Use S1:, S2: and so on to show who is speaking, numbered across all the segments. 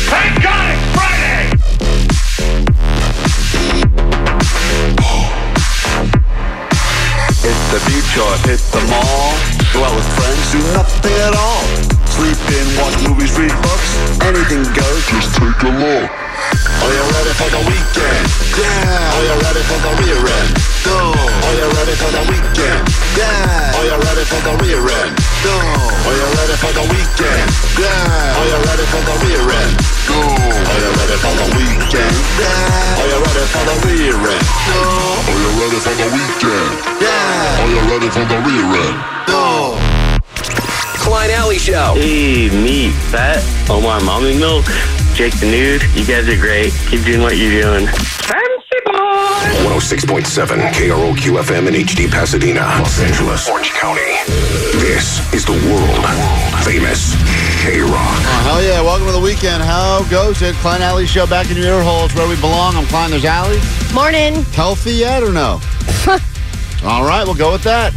S1: Thank God it's Friday!
S2: Hit the beach or hit the mall. Go out with friends, do nothing at all. Sleep in, watch movies, read books. Anything goes, just take a look. Are you ready for the weekend? Yeah. Are you ready for the rear end? Go. Are you ready for the weekend? Yeah. Are you ready for the rear end? Go. Are you ready for the weekend? Yeah. Are you ready for the rear end? Go. Are you ready for the weekend? Yeah. Are you ready for the rear end? Go. Are you ready for the weekend? Yeah. Are you ready for the rear end? Go.
S3: Klein Alley Show.
S4: Hey, me, Fat, Omar Mommy Milk, Jake the Nude. You guys are great. Keep doing what you're doing.
S5: 106.7 KROQ FM in HD Pasadena, Los Angeles, Orange County. This is the world famous K Rock.
S6: Oh, hell yeah, welcome to the weekend. How goes it? Klein Alley Show back in your ear holes where we belong. I'm Klein, there's Alley.
S7: Morning.
S6: Healthy yet or no? All right, we'll go with that.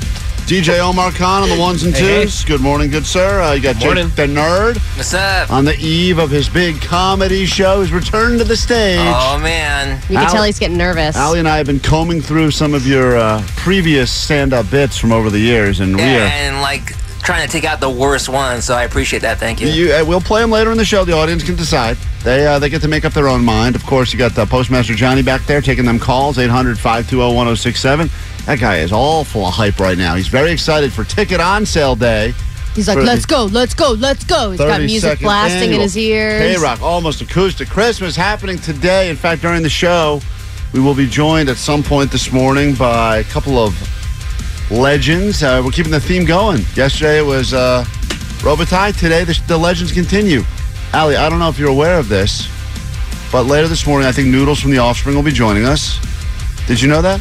S6: DJ Omar Khan on the ones and twos. Good morning, good sir. Uh, you got Jake
S8: Morning.
S6: the Nerd
S8: What's up?
S6: on the eve of his big comedy show, his return to the stage.
S8: Oh man.
S7: You can
S6: Al-
S7: tell he's getting nervous.
S6: Allie and I have been combing through some of your uh, previous stand-up bits from over the years, and
S8: Yeah, and like trying to take out the worst one, so I appreciate that. Thank
S6: we
S8: you.
S6: are. You, uh, we'll play them later in the show. The audience can decide. They uh, they get to make up their own mind. Of course, you got uh, Postmaster Johnny back there taking them calls 800-520-1067. That guy is all full of hype right now. He's very excited for ticket on sale day.
S7: he's like,
S6: for
S7: let's
S6: the-
S7: go, let's go, let's go. He's got
S6: 30
S7: music
S6: second
S7: blasting in
S6: annual
S7: his ears.
S6: K-Rock, almost acoustic Christmas happening today. In fact, during the show, we will be joined at some point this morning by a couple of legends. Uh, we're keeping the theme going. Yesterday it was uh, Robitaille. Today the, the legends continue. Ali, I don't know if you're aware of this, but later this morning I think Noodles from The Offspring will be joining us. Did you know that?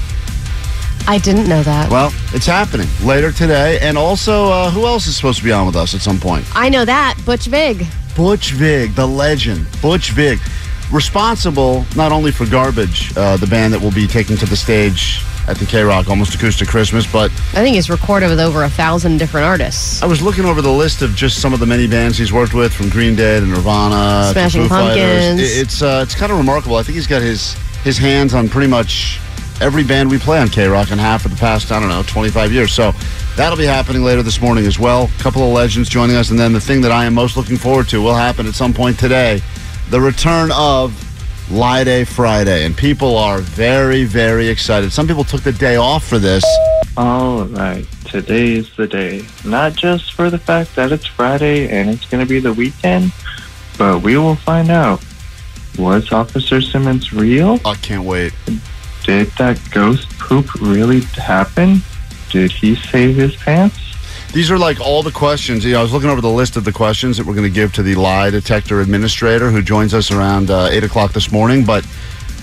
S7: I didn't know that.
S6: Well, it's happening later today. And also, uh, who else is supposed to be on with us at some point?
S7: I know that. Butch Vig.
S6: Butch Vig, the legend, Butch Vig, responsible not only for Garbage, uh, the band that will be taking to the stage at the K Rock Almost Acoustic Christmas, but
S7: I think he's recorded with over a thousand different artists.
S6: I was looking over the list of just some of the many bands he's worked with, from Green Dead and Nirvana, to
S7: Smashing
S6: Foo Fighters.
S7: Pumpkins.
S6: It- it's uh, it's kind of remarkable. I think he's got his his hands on pretty much every band we play on K Rock and half for the past I don't know 25 years. So that'll be happening later this morning as well. A couple of legends joining us, and then the thing that I am most looking forward to will happen at some point today: the return of. Lie Day Friday, and people are very, very excited. Some people took the day off for this.
S9: All right, today is the day. Not just for the fact that it's Friday and it's going to be the weekend, but we will find out. Was Officer Simmons real?
S6: I can't wait.
S9: Did that ghost poop really happen? Did he save his pants?
S6: These are like all the questions. You know, I was looking over the list of the questions that we're going to give to the lie detector administrator who joins us around uh, eight o'clock this morning. But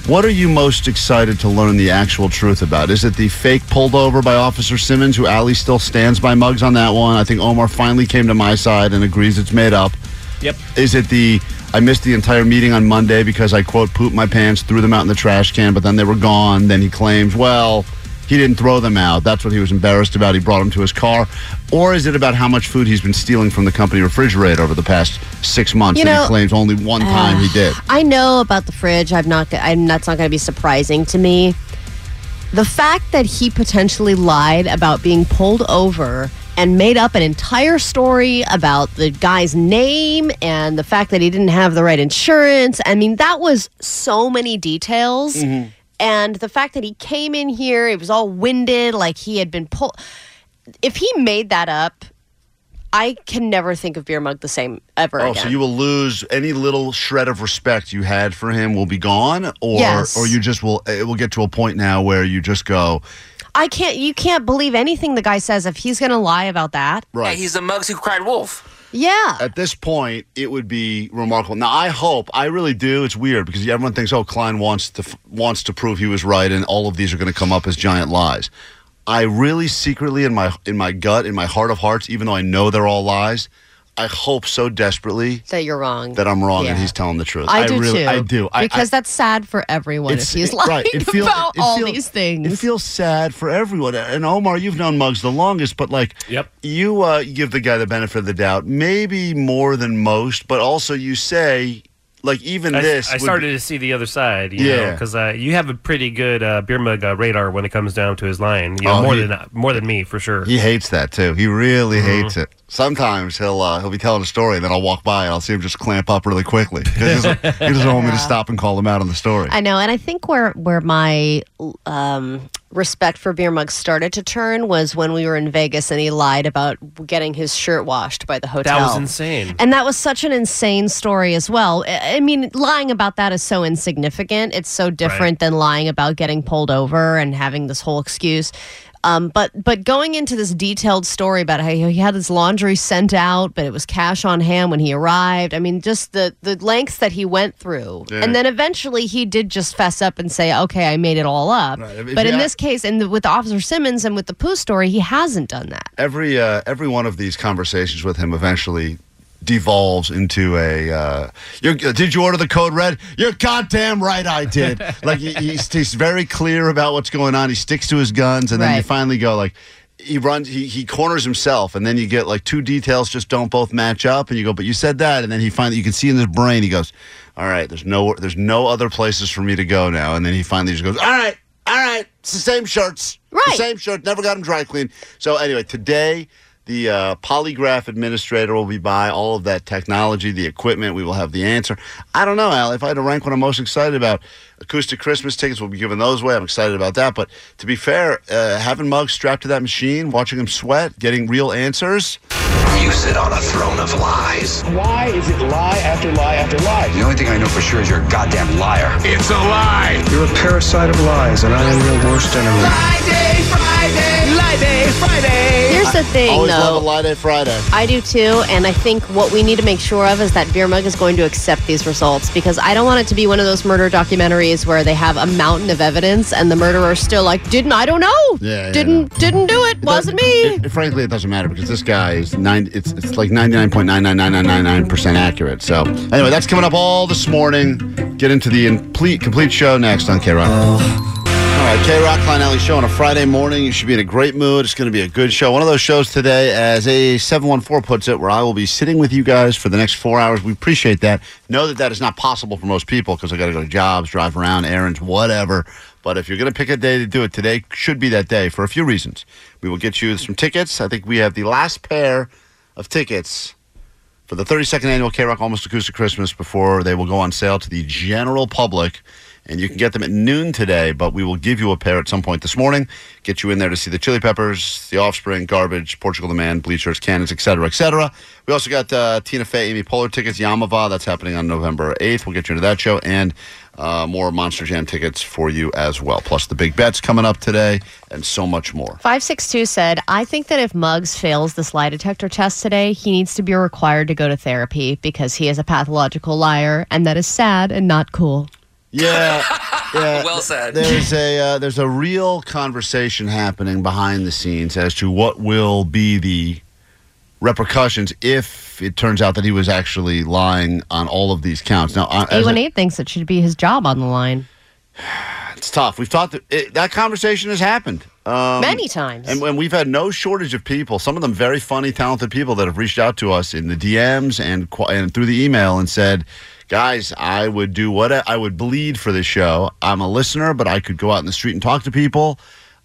S6: What are you most excited to learn the actual truth about? Is it the fake pulled over by Officer Simmons, who Ali still stands by Muggs on that one? I think Omar finally came to my side and agrees it's made up.
S10: Yep.
S6: Is it the I missed the entire meeting on Monday because I quote pooped my pants, threw them out in the trash can, but then they were gone. Then he claims, well, he didn't throw them out. That's what he was embarrassed about. He brought them to his car. Or is it about how much food he's been stealing from the company refrigerator over the past six months?
S7: You
S6: and
S7: know- uh,
S6: he claims only one time he did.
S7: Ah, I know about the fridge. I'm not. go- I'm that's not going to be surprising to me. The fact that he potentially lied about being pulled over and made up an entire story about the guy's name and the fact that he didn't have the right insurance. I mean, that was so many details.
S6: Mm-hmm.
S11: Mhm.
S7: And the fact that he came in here, it was all winded, like he had been pulled. If he made that up, I can never think of Beer Mug the same ever
S6: Oh,
S7: again.
S6: so you will lose any little shred of respect you had for him will be gone, or
S7: Yes.
S6: or you just will. It will get to a point now where you just go,
S7: I can't. You can't believe anything the guy says if he's going to lie about that.
S6: Right.
S8: Yeah, he's the mugs who cried wolf.
S7: Yeah.
S6: At this point, it would be remarkable. Now, I hope, I really do. It's weird because everyone thinks, oh, Klein wants to f- wants to prove he was right, and all of these are going to come up as giant lies. I really secretly, in my in my gut, in my heart of hearts, even though I know they're all lies, I hope so desperately
S7: That you're wrong.
S6: that I'm wrong and
S7: Yeah.
S6: he's telling the truth.
S7: I, do
S6: really,
S7: too.
S6: I do. I-
S7: because
S6: I,
S7: that's sad for everyone if
S6: It's-
S7: he's
S6: it-
S7: lying
S6: right. It feel-
S7: about
S6: it
S7: all
S6: feel-
S7: these things.
S6: It feels sad for everyone. And Omar, you've known Muggs the longest, but like, yep. you uh, give the guy the benefit of the doubt, maybe more than most, but also you say, like, even
S10: I,
S6: this.
S10: I
S6: would-
S10: started to see the other side, you yeah,
S6: Yeah.
S10: because uh, you have a pretty good uh, beer mug uh, radar when it comes down to his line. You know,
S6: Oh,
S10: more
S6: he-
S10: than uh, more than me for sure.
S6: He hates that too. He really
S10: Mm-hmm.
S6: hates it. Sometimes he'll uh, he'll be telling a story, and then I'll walk by and I'll see him just clamp up really quickly. He doesn't, he doesn't want me to stop and call him out on the story.
S7: I know, and I think where where my um, respect for beer mugs started to turn was when we were in Vegas and he lied about getting his shirt washed by the hotel.
S10: That was insane.
S7: And that was such an insane story as well. I I mean, lying about that is so insignificant. It's so different than lying about getting pulled over and having this whole excuse. Um, but but going into this detailed story about how he had his laundry sent out, but it was cash on hand when he arrived. I mean, just the the lengths that he went through,
S11: Yeah.
S7: and then eventually he did just fess up and say, "Okay, I made it all up."
S6: If- if
S7: But
S6: you
S7: in
S6: a-
S7: this case, and the, with Officer Simmons and with the poo story, he hasn't done that.
S6: every uh, every one of these conversations with him eventually devolves into a uh, you're, did you order the code red you're goddamn right i did like he, he's, he's very clear about what's going on he sticks to his guns and then you
S12: Right.
S6: finally go like he runs he, he corners himself and then you get like two details just don't both match up and you go but you said that and then he finally you can see in his brain he goes all right there's no there's no other places for me to go now and then he finally just goes "Ah, all right all right it's the same shirts right the same shirt never got him dry cleaned so anyway today the uh, polygraph administrator will be by all of that technology the equipment we will have the answer i don't know al if i had to rank what i'm most excited about acoustic christmas tickets will be giving those away i'm excited about that but to be fair uh, having mugs strapped to that machine watching him sweat getting real answers
S5: You sit on a throne of lies. Why is it lie after lie after lie? The only thing I know for sure is you're a goddamn liar. It's a lie.
S13: You're a parasite of lies, and I am your worst enemy.
S5: Friday, Friday, lie day, Friday.
S7: Here's the thing,
S6: always
S7: though.
S6: love a lie day friday
S7: I do too, and I think what we need to make sure of is that Beer Mug is going to accept these results because I don't want it to be one of those murder documentaries where they have a mountain of evidence and the murderer's still like, "Didn't I don't know?
S6: Yeah, yeah,
S7: didn't didn't do it. Wasn't me."
S6: It- frankly, it doesn't matter because this guy is nine. It's it's like ninety nine point nine nine nine nine nine nine percent accurate. So anyway, that's coming up all this morning. Get into the complete complete show next on K Rock. All right, K Rock Klein Alley show on a Friday morning. You should be in a great mood. It's going to be a good show. One of those shows today, as a seven one four puts it, where I will be sitting with you guys for the next four hours. We appreciate that. Know that that is not possible for most people because I got to go to jobs, drive around, errands, whatever. But if you're going to pick a day to do it, today should be that day for a few reasons. We will get you some tickets. I think we have the last pair of tickets for the 32nd annual K Rock Almost Acoustic Christmas before they will go on sale to the general public. And you can get them at noon today, but we will give you a pair at some point this morning. Get you in there to see the Chili Peppers, The Offspring, Garbage, Portugal the Man, Bleachers, Cannons, etc., etc. We also got uh, Tina Fey, Amy Poehler tickets, Yamava. That's happening on November 8th. We'll get you into that show and uh, more Monster Jam tickets for you as well. Plus the big bets coming up today and so much more.
S7: 562 said, I think that if Muggs fails this lie detector test today, he needs to be required to go to therapy because he is a pathological liar, and that is sad and not cool.
S6: Yeah. yeah.
S8: Well said.
S6: There's a uh, there's a real conversation happening behind the scenes as to what will be the repercussions if it turns out that he was actually lying on all of these counts. Now, uh, as a-
S7: A18 thinks it should be his job on the line.
S6: it's tough. We've talked that it, that conversation has happened um,
S7: Many times.
S6: and, and we've had no shortage of people. Some of them very funny, talented people that have reached out to us in the DMs and qu- and through the email and said, "Guys, I would do what I, I would bleed for this show. I'm a listener, but I could go out in the street and talk to people.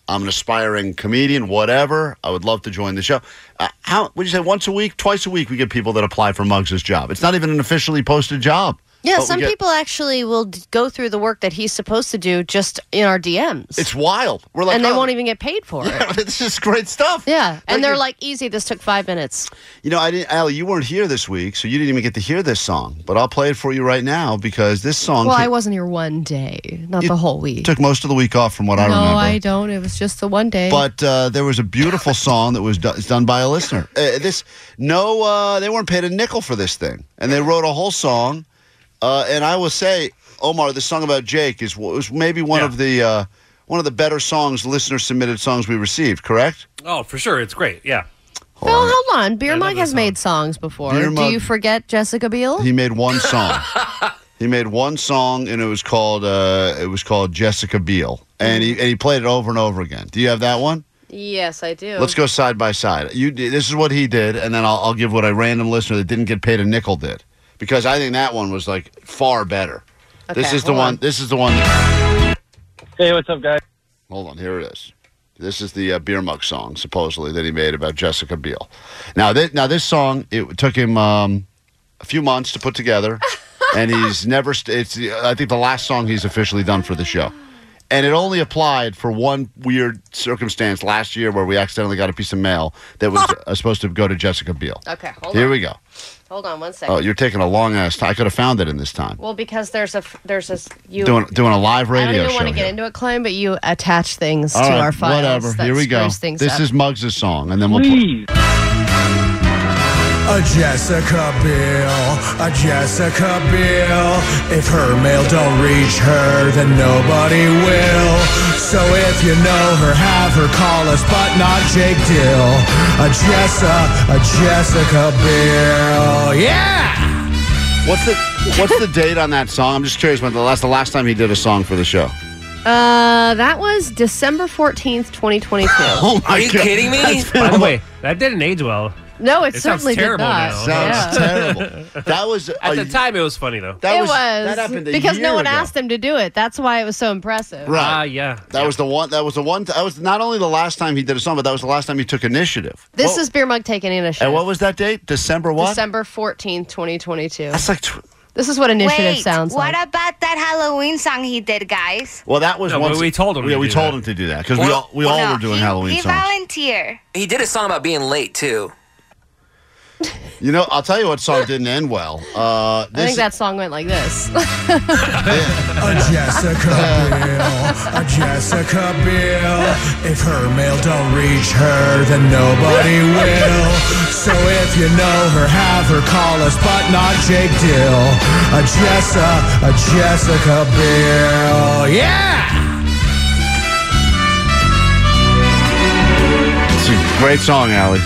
S6: I'm an aspiring comedian, whatever. I would love to join the show. Uh, how would you say once a week, twice a week? We get people that apply for Muggs' job. It's not even an officially posted job.
S7: Yeah,
S6: but we
S7: some
S6: get-
S7: people actually will d- go through the work that he's supposed to do just in our DMs.
S6: It's wild. We're like,
S7: and they
S6: "Oh,
S7: won't even get paid for it.
S6: yeah, this is great stuff.
S7: Yeah. And they're
S6: you-
S7: like, easy, this took five minutes.
S6: You know, I didn't, Allie, you weren't here this week, so you didn't even get to hear this song. But I'll play it for you right now because this song
S7: Well,
S6: ca-
S7: I wasn't here one day, not
S6: You
S7: the whole week.
S6: took most of the week off from what I
S7: no,
S6: remember.
S7: I don't. It was just the one day.
S6: but uh, there was a beautiful song that was do- it's done by a listener. Uh, this no, uh, they weren't paid a nickel for this thing, and they wrote a whole song. Uh, and I will say, Omar, the song about Jake is was maybe one of the uh, one of the better songs listener submitted songs we received. Correct?
S10: Oh, for sure. It's great. Yeah.
S7: Phil, hold on. Beer Mug has made songs before.
S6: Beer
S7: Do
S6: Mug-
S7: you forget Jessica Biel?
S6: He made one song. he made one song, and it was called uh, it was called Jessica Biel, and he and he played it over and over again. Do you have that one?
S7: Yes, I do.
S6: Let's go side by side. You did- this is what he did, and then I'll, I'll give what a random listener that didn't get paid a nickel did because I think that one was like far better. this
S11: Okay,
S6: is the
S11: hold
S6: one.
S11: on.
S6: This is the one. Hey,
S11: what's up, guys?
S6: Hold on, here it is. This is the uh, beer mug song supposedly that he made about Jessica Biel. Now, this, now this song it took him um, a few months to put together, and he's never. St- it's uh, I think the last song he's officially done for the show, and it only applied for one weird circumstance last year where we accidentally got a piece of mail that was uh, supposed to go to Jessica Biel.
S7: Okay, hold
S6: Here
S7: on.
S6: we go.
S7: Hold on one second.
S6: Oh, you're taking a long ass time. I could have found it in this time.
S7: well, because there's a f- there's a s- you
S6: doing doing a live
S7: I
S6: radio
S7: don't even
S6: show.
S7: want to
S6: here.
S7: get into it, Klein, but you attach things to our files.
S6: Whatever.
S7: that
S6: Here we go.
S7: screws Things
S6: This
S7: up.
S6: is Muggs' song, and then we'll
S12: Please. A Jessica Biel, a Jessica Biel. If her mail don't reach her, then nobody will. So if you know her, have her call us, but not Jake Dill. A Jessa, a Jessica Biel. Yeah!
S6: What's the What's the date on that song? I'm just curious. When the last the last time he did a song for the show?
S7: Uh, that was December 14th, 2022.
S6: Oh my Are you God. kidding me? That's been
S10: By the
S6: a-
S10: way, that didn't age well.
S7: No, Oh, it,
S10: It sounds
S7: certainly did
S10: terrible
S7: not.
S10: now.
S6: Sounds
S7: Yeah.
S6: terrible. That was
S10: at the time. It was funny though.
S6: That
S7: it
S6: was-
S7: was,
S6: that happened a
S7: because
S6: year
S7: no one
S6: ago.
S7: asked him to do it. That's why it was so impressive.
S6: Right.
S10: Ah, yeah.
S6: That was the one. That was the one. That was not only the last time he did a song, but that was the last time he took initiative.
S7: This
S6: What-
S7: is beer mug taking initiative.
S6: And what was that date? December what?
S7: December 14th, 2022.
S6: That's like. Tw-
S7: this is what initiative
S14: Wait,
S7: sounds
S14: what
S7: like.
S14: about that Halloween song he did, guys?
S6: well, that was
S10: No,
S6: once.
S10: but we told him
S6: Yeah,
S10: to
S6: we
S10: do
S6: told
S10: that.
S6: him to do that because we all we all were doing Halloween
S14: he
S6: songs.
S14: volunteer.
S8: He did a song about being late too.
S6: you know, I'll tell you what song didn't end well. Uh,
S7: I
S6: this
S7: think that song went like this.
S12: A Jessica Biel, a Jessica Biel. If her mail don't reach her, then nobody will. So if you know her, have her call us, but not Jake Dill. A Jessa, a Jessica Biel, yeah.
S6: It's a great song, Allie.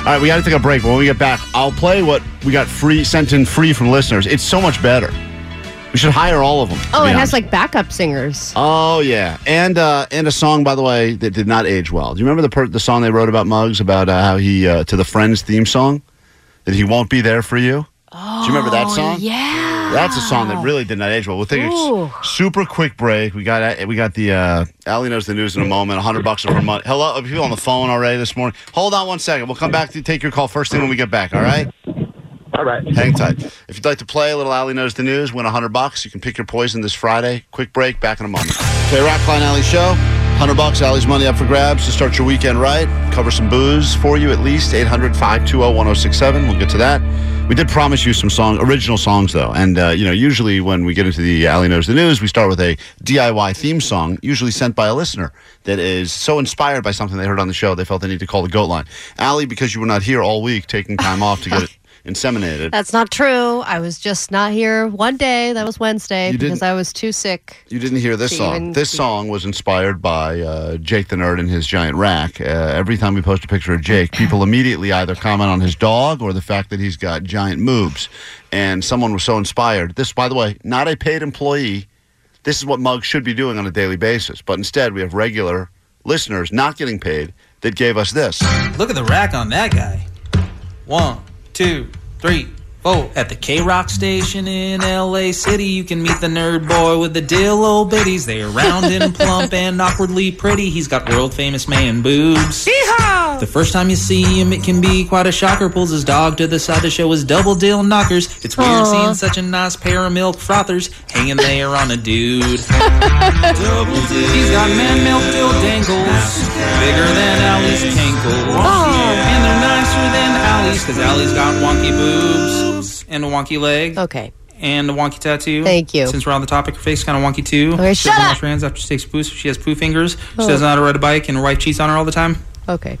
S6: All right, we got to take a break. But when we get back, I'll play what we got free sent in free from listeners. It's so much better. We should hire all of them. to
S7: oh,
S6: be
S7: it
S6: honest.
S7: has like backup singers.
S6: Oh yeah, and uh, and a song by the way that did not age well. Do you remember the per- the song they wrote about Muggs about uh, how he uh, to the Friends theme song that he won't be there for you? Do you remember that song?
S7: Oh, Yeah,
S6: that's a song that really did not age well. We'll take
S7: Ooh.
S6: a s- super quick break. We got we got the uh, Allie knows the news in a moment. hundred bucks of her money. Hello, are people on the phone already this morning? Hold on one second. We'll come back to take your call first thing when we get back. All right.
S11: All right.
S6: Hang tight. If you'd like to play a little Alley Knows the News, win 100 bucks. You can pick your poison this Friday. Quick break, back in a moment. Okay, Rock Klein Alley Show. 100 bucks, Alley's money up for grabs to start your weekend right. Cover some booze for you at least. 800 520 1067. We'll get to that. We did promise you some song, original songs though, and uh, you know usually when we get into the Alley knows the news, we start with a DIY theme song, usually sent by a listener that is so inspired by something they heard on the show they felt they need to call the goat line. Allie, because you were not here all week, taking time off to get it inseminated.
S7: That's not true. I was just not here one day. That was Wednesday
S6: You didn't-
S7: because I was too sick.
S6: You didn't hear this
S7: To
S6: song.
S7: even-
S6: this song was inspired by uh, Jake the Nerd and his giant rack. Uh, every time we post a picture of Jake, people immediately either comment on his dog or the fact that he's got giant moobs. And someone was so inspired. This, by the way, not a paid employee. This is what Mugs should be doing on a daily basis. But instead, we have regular listeners not getting paid that gave us this.
S15: Look at the rack on that guy. One, two, three, four. At the K Rock station in LA City, you can meet the nerd boy with the dill old bitties. They are round and plump and awkwardly pretty. He's got world famous man boobs. The first time you see him, it can be quite a shocker. Pulls his dog to the side to show his double dill knockers. It's weird
S16: Aw.
S15: seeing such a nice pair of milk frothers hanging there on a dude. double dill. He's got man milk dill dangles, bigger than Allie's cankles.
S7: Oh.
S15: And they're nicer than Allie's, because Allie's got wonky boobs and a wonky leg.
S7: Okay.
S15: And a wonky tattoo.
S7: Thank you.
S15: Since we're on the topic, her face kind of wonky too.
S7: Okay,
S15: she
S7: shut
S15: doesn't
S7: up.
S15: wash her hands after she takes poo, so she has poo fingers.
S7: Oh.
S15: She doesn't know how to ride a bike, and her wife cheats on her all the time.
S7: Okay.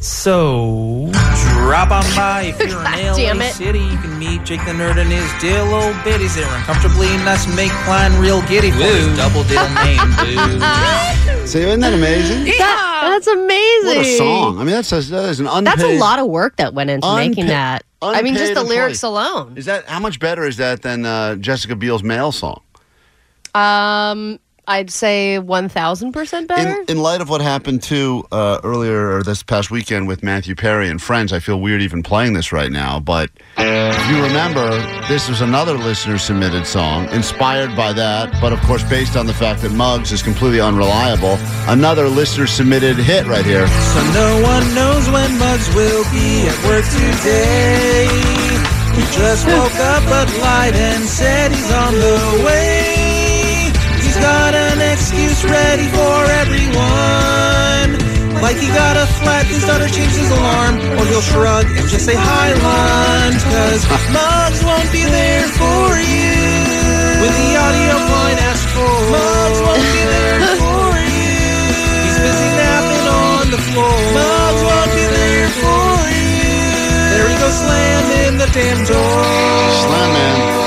S15: So drop on by if you're in LA
S7: Damn it.
S15: City. You can meet Jake the Nerd and his dill old bitties. They're uncomfortably nuts and make Klein real giddy for his double dill name, dude.
S6: See, isn't that amazing?
S7: That- that's amazing.
S6: What a song. I mean, that's, that's, that is an unpaid.
S7: That's a lot of work that went into making
S6: Unpa-
S7: that. I mean, just
S6: unpaid
S7: the lyrics
S6: employee.
S7: alone.
S6: Is that how much better is that than uh, Jessica Biel's male song?
S7: Um, I'd say one thousand percent better.
S6: In light of what happened too uh, earlier or this past weekend with Matthew Perry and friends, I feel weird even playing this right now. But if you remember, this was another listener submitted song inspired by that, but of course based on the fact that Muggs is completely unreliable. Another listener submitted hit right here.
S15: So no one knows when Muggs will be at work today. He just woke up but lied and said he's on the way. He's got an excuse ready for everyone. Like he got a flat, his daughter changed his alarm. Or he'll shrug and just say hi, Lon. Cause Muggs won't be there for you. When the audio line asks for Muggs won't be there for you. He's busy napping on the floor. Muggs won't be there for you. There he goes slamming the damn door.
S6: Slamming.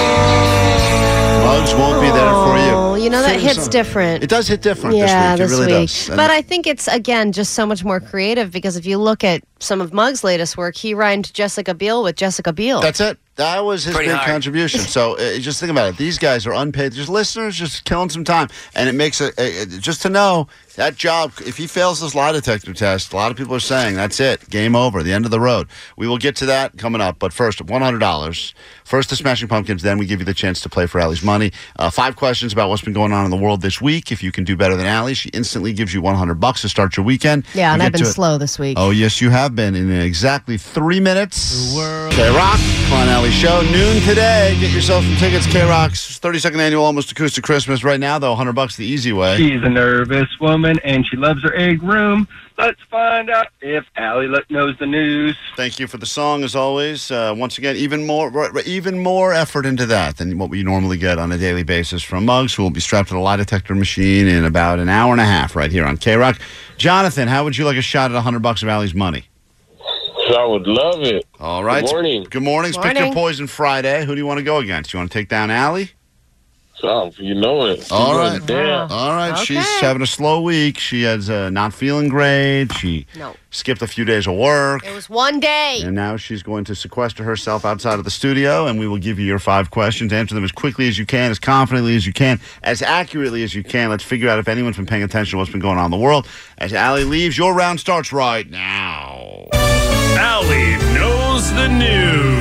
S6: Muggs won't be there for you.
S7: Oh, you know that
S6: Serious
S7: hits
S6: song.
S7: different.
S6: It does hit different
S7: yeah,
S6: this week. it really does. And
S7: But I think it's again just so much more creative because if you look at some of Mugg's latest work, he rhymed Jessica Biel with Jessica Biel.
S6: That's it. That was his
S7: Pretty
S6: big
S7: hard.
S6: contribution. So uh, just think about it. These guys are unpaid. Just listeners, just killing some time, and it makes a, a, a- just to know that job. If he fails this lie detector test, a lot of people are saying that's it, game over, the end of the road. We will get to that coming up, but first, one hundred dollars. First, the Smashing Pumpkins. Then we give you the chance to play for Allie's money. Uh, five questions about what's been going on in the world this week. If you can do better than Allie, she instantly gives you one hundred bucks to start your weekend.
S7: yeah, and
S6: We'll
S7: I've
S6: get
S7: been
S6: to it.
S7: slow this week.
S6: Oh, yes, you have been in exactly three minutes. K Rock, Klein Alley Show, noon today. Get yourself some tickets. K Rock's 32nd annual Almost Acoustic Christmas. Right now, though, 100 bucks the easy way.
S2: She's a nervous woman and she loves her egg room. Let's find out if Allie Luck knows the news.
S6: Thank you for the song, as always. Uh, once again, even more, r- r- even more effort into that than what we normally get on a daily basis from Muggs, who will be strapped to the lie detector machine in about an hour and a half, right here on K Rock. Jonathan, how would you like a shot at 100 bucks of Allie's money?
S17: I would love it.
S6: All right.
S17: Good morning.
S6: Good morning. It's Pick your
S17: Morning.
S6: poison Friday. Who do you want to go against? You want to take down Allie?
S17: Oh, you know it.
S6: All
S17: You
S6: right.
S17: know it. Damn.
S6: All right. She's having a slow week. She has uh, not feeling great. She
S7: No.
S6: skipped a few days of work.
S7: It was one day.
S6: And now she's going to sequester herself outside of the studio, and we will give you your five questions. Answer them as quickly as you can, as confidently as you can, as accurately as you can. Let's figure out if anyone's been paying attention to what's been going on in the world. As Allie leaves, your round starts right now.
S18: Allie knows the news.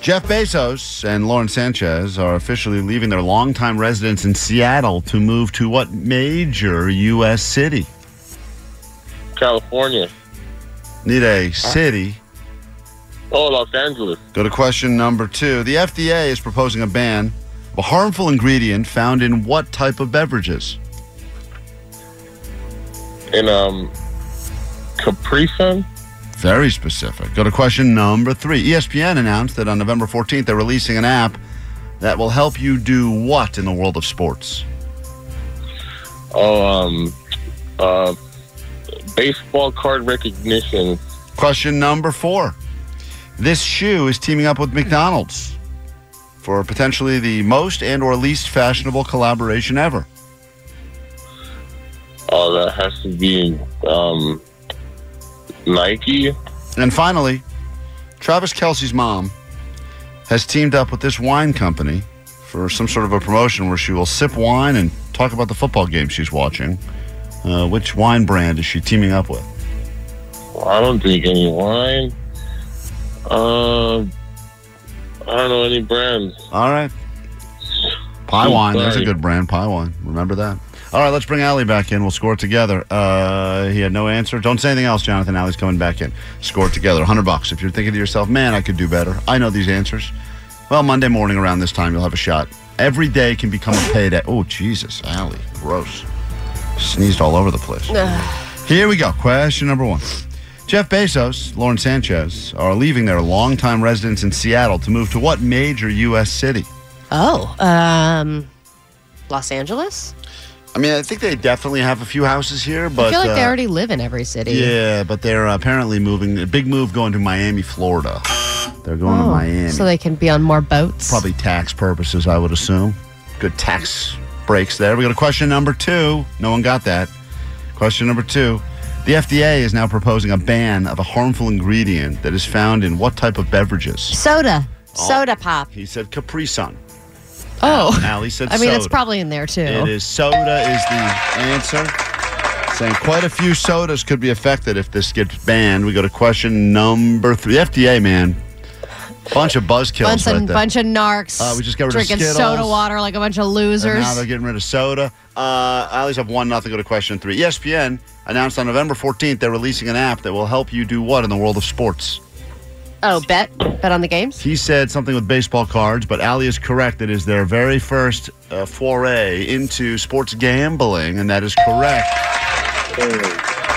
S6: Jeff Bezos and Lauren Sanchez are officially leaving their longtime residence in Seattle to move to what major U.S. city?
S17: California.
S6: Need a city.
S17: Oh, Los Angeles.
S6: Go to question number two. The FDA is proposing a ban of a harmful ingredient found in what type of beverages?
S17: And um Capri Sun.
S6: Very specific. Go to question number three. E ESPN announced that on November 14th, they're releasing an app that will help you do what in the world of sports?
S17: Oh, um uh baseball card recognition.
S6: Question number four. This shoe is teaming up with McDonald's for potentially the most and or least fashionable collaboration ever.
S17: Oh, that has to be um, Nike.
S6: And finally, Travis Kelsey's mom has teamed up with this wine company for some sort of a promotion where she will sip wine and talk about the football game she's watching. Uh, which wine brand is she teaming up with?
S17: I don't drink any wine. Um, I don't know any brands.
S6: All right. Pie wine. That's a good brand. Pie wine. Remember that. All right, let's bring Allie back in. We'll score together. Uh, he had no answer. Don't say anything else, Jonathan. Allie's coming back in. Score together. 100 bucks. If you're thinking to yourself, man, I could do better. I know these answers. Well, Monday morning around this time, you'll have a shot. Every day can become a payday. Oh, Jesus, Allie. Gross. Sneezed all over the place. Here we go. Question number one. Jeff Bezos, Lauren Sanchez are leaving their longtime residence in Seattle to move to what major U.S. city?
S7: Oh, um, Los Angeles?
S6: I mean, I think they definitely have a few houses here, but
S7: I feel like they
S6: uh,
S7: already live in every city.
S6: yeah, but they're apparently moving. A big move going to Miami, Florida. They're going to
S7: Oh,
S6: Miami.
S7: So they can be on more boats.
S6: Probably tax purposes, I would assume. Good tax breaks there. We go to question number two. No one got that. Question number two. The FDA is now proposing a ban of a harmful ingredient that is found in what type of beverages?
S7: Soda.
S6: Oh.
S7: Soda pop.
S6: He said Capri Sun.
S7: Oh.
S6: Allie said
S7: I mean, it's
S6: soda.
S7: probably in there too.
S6: It is soda is the answer. Saying quite a few sodas could be affected if this gets banned. We go to question number three. FDA, man, bunch of buzzkills
S7: Bunch,
S6: right
S7: of,
S6: there.
S7: bunch of narcs
S6: Uh, we just got rid of
S7: drinking
S6: Skittles.
S7: soda water like a bunch of
S6: And
S7: losers.
S6: now they're getting rid of soda. Uh, I always have one nothing. Go to question three. E ESPN announced on November 14th they're releasing an app that will help you do what in the world of sports.
S7: oh, bet bet on the games.
S6: He said something with baseball cards, but Ali is correct. It is their very first uh, foray into sports gambling, and that is correct.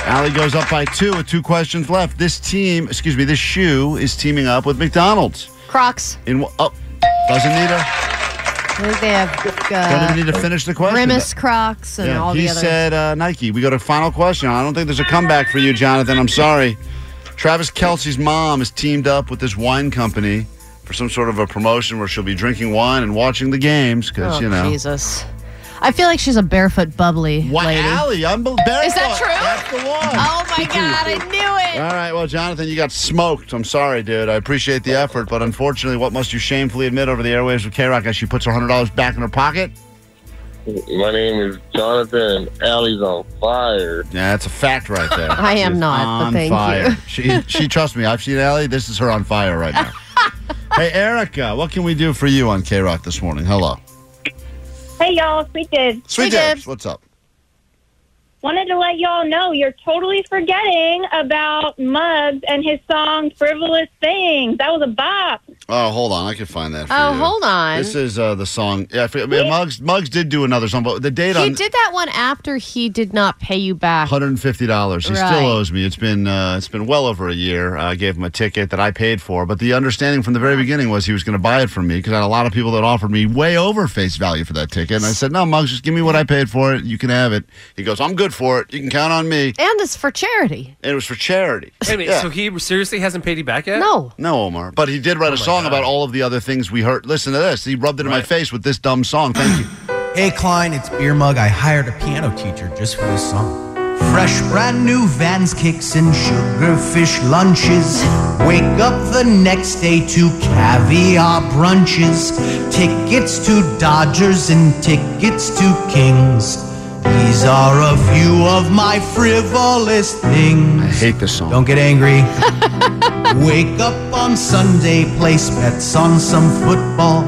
S6: Ali goes up by two with two questions left. This team, excuse me, this shoe is teaming up with McDonald's.
S7: Crocs.
S6: In wh- oh, doesn't need a
S7: I think they have. Uh,
S6: doesn't need to finish the question.
S7: Grimace Crocs and
S6: Yeah,
S7: all
S6: he
S7: the other.
S6: said uh, Nike. We go to final question. I don't think there's a comeback for you, Jonathan. I'm sorry. Travis Kelsey's mom has teamed up with this wine company for some sort of a promotion where she'll be drinking wine and watching the games because
S7: Oh,
S6: you know.
S7: Jesus. I feel like she's a barefoot bubbly lady.
S6: Allie, I'm barefoot.
S7: Is that true?
S6: That's the one.
S7: Oh my God, I knew it.
S6: All right, well, Jonathan, you got smoked. I'm sorry, dude. I appreciate the effort, but unfortunately, what must you shamefully admit over the airwaves with K Rock as she puts her $100 back in her pocket?
S17: My name is Jonathan, and Allie's on fire.
S6: Yeah, that's a fact right there.
S7: I am
S6: She's
S7: not, but
S6: on
S7: thank
S6: fire.
S7: you.
S6: She, she trusts me. I've seen Allie. This is her on fire right now. hey, Erica, what can we do for you on K Rock this morning? Hello.
S19: Hey y'all, sweet dibs.
S6: Sweet Dibs, what's up?
S19: Wanted to let y'all know you're totally forgetting about Muggs and his song "Frivolous Things." That was a bop.
S6: Oh, hold on. I can find that for
S7: Oh,
S6: you.
S7: hold on.
S6: This is uh, the song. Yeah, I forget, yeah, Muggs, Muggs did do another song, but the date
S7: He
S6: on
S7: did that one after he did not pay you back.
S6: $150. He
S7: Right.
S6: still owes me. It's been uh, it's been well over a year. I gave him a ticket that I paid for, but the understanding from the very beginning was he was going to buy it from me because I had a lot of people that offered me way over face value for that ticket, and I said, "No, Muggs, just give me what I paid for it. You can have it." He goes, "I'm good for it. You can count on me."
S7: And it's for charity.
S6: And it was for charity.
S10: Wait a minute,
S6: Yeah.
S10: so he seriously hasn't paid you back yet?
S7: No.
S6: No, Omar. But he
S10: Oh
S6: did write a song about all of the other things we heard. Listen to this. He rubbed it in my face with this dumb song. Thank you.
S11: Hey Klein, it's Beer Mug. I hired a piano teacher just for this song. Fresh, brand new Vans kicks and sugarfish lunches. Wake up the next day to caviar brunches. Tickets to Dodgers and tickets to Kings. These are a few of my frivolous things. I
S6: hate this song.
S11: Don't get angry. Wake up on Sunday, place bets on some football.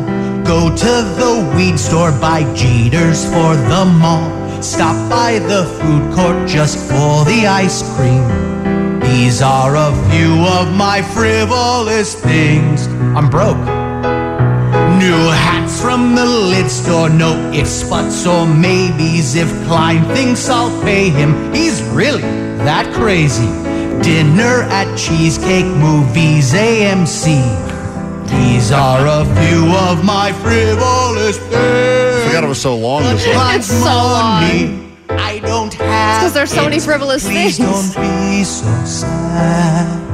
S11: Go to the weed store, buy Jeters for the mall. Stop by the food court just for the ice cream. These are a few of my frivolous things. I'm broke. New hats from the lid store, no ifs, buts, or maybes. If Klein thinks I'll pay him, he's really that crazy. Dinner at Cheesecake Movies AMC. These are a few of my frivolous things.
S6: forgot it was so long. This song.
S7: It's so long.
S11: I don't have.
S7: It's because there's so many frivolous
S11: Please
S7: things.
S11: don't be so sad.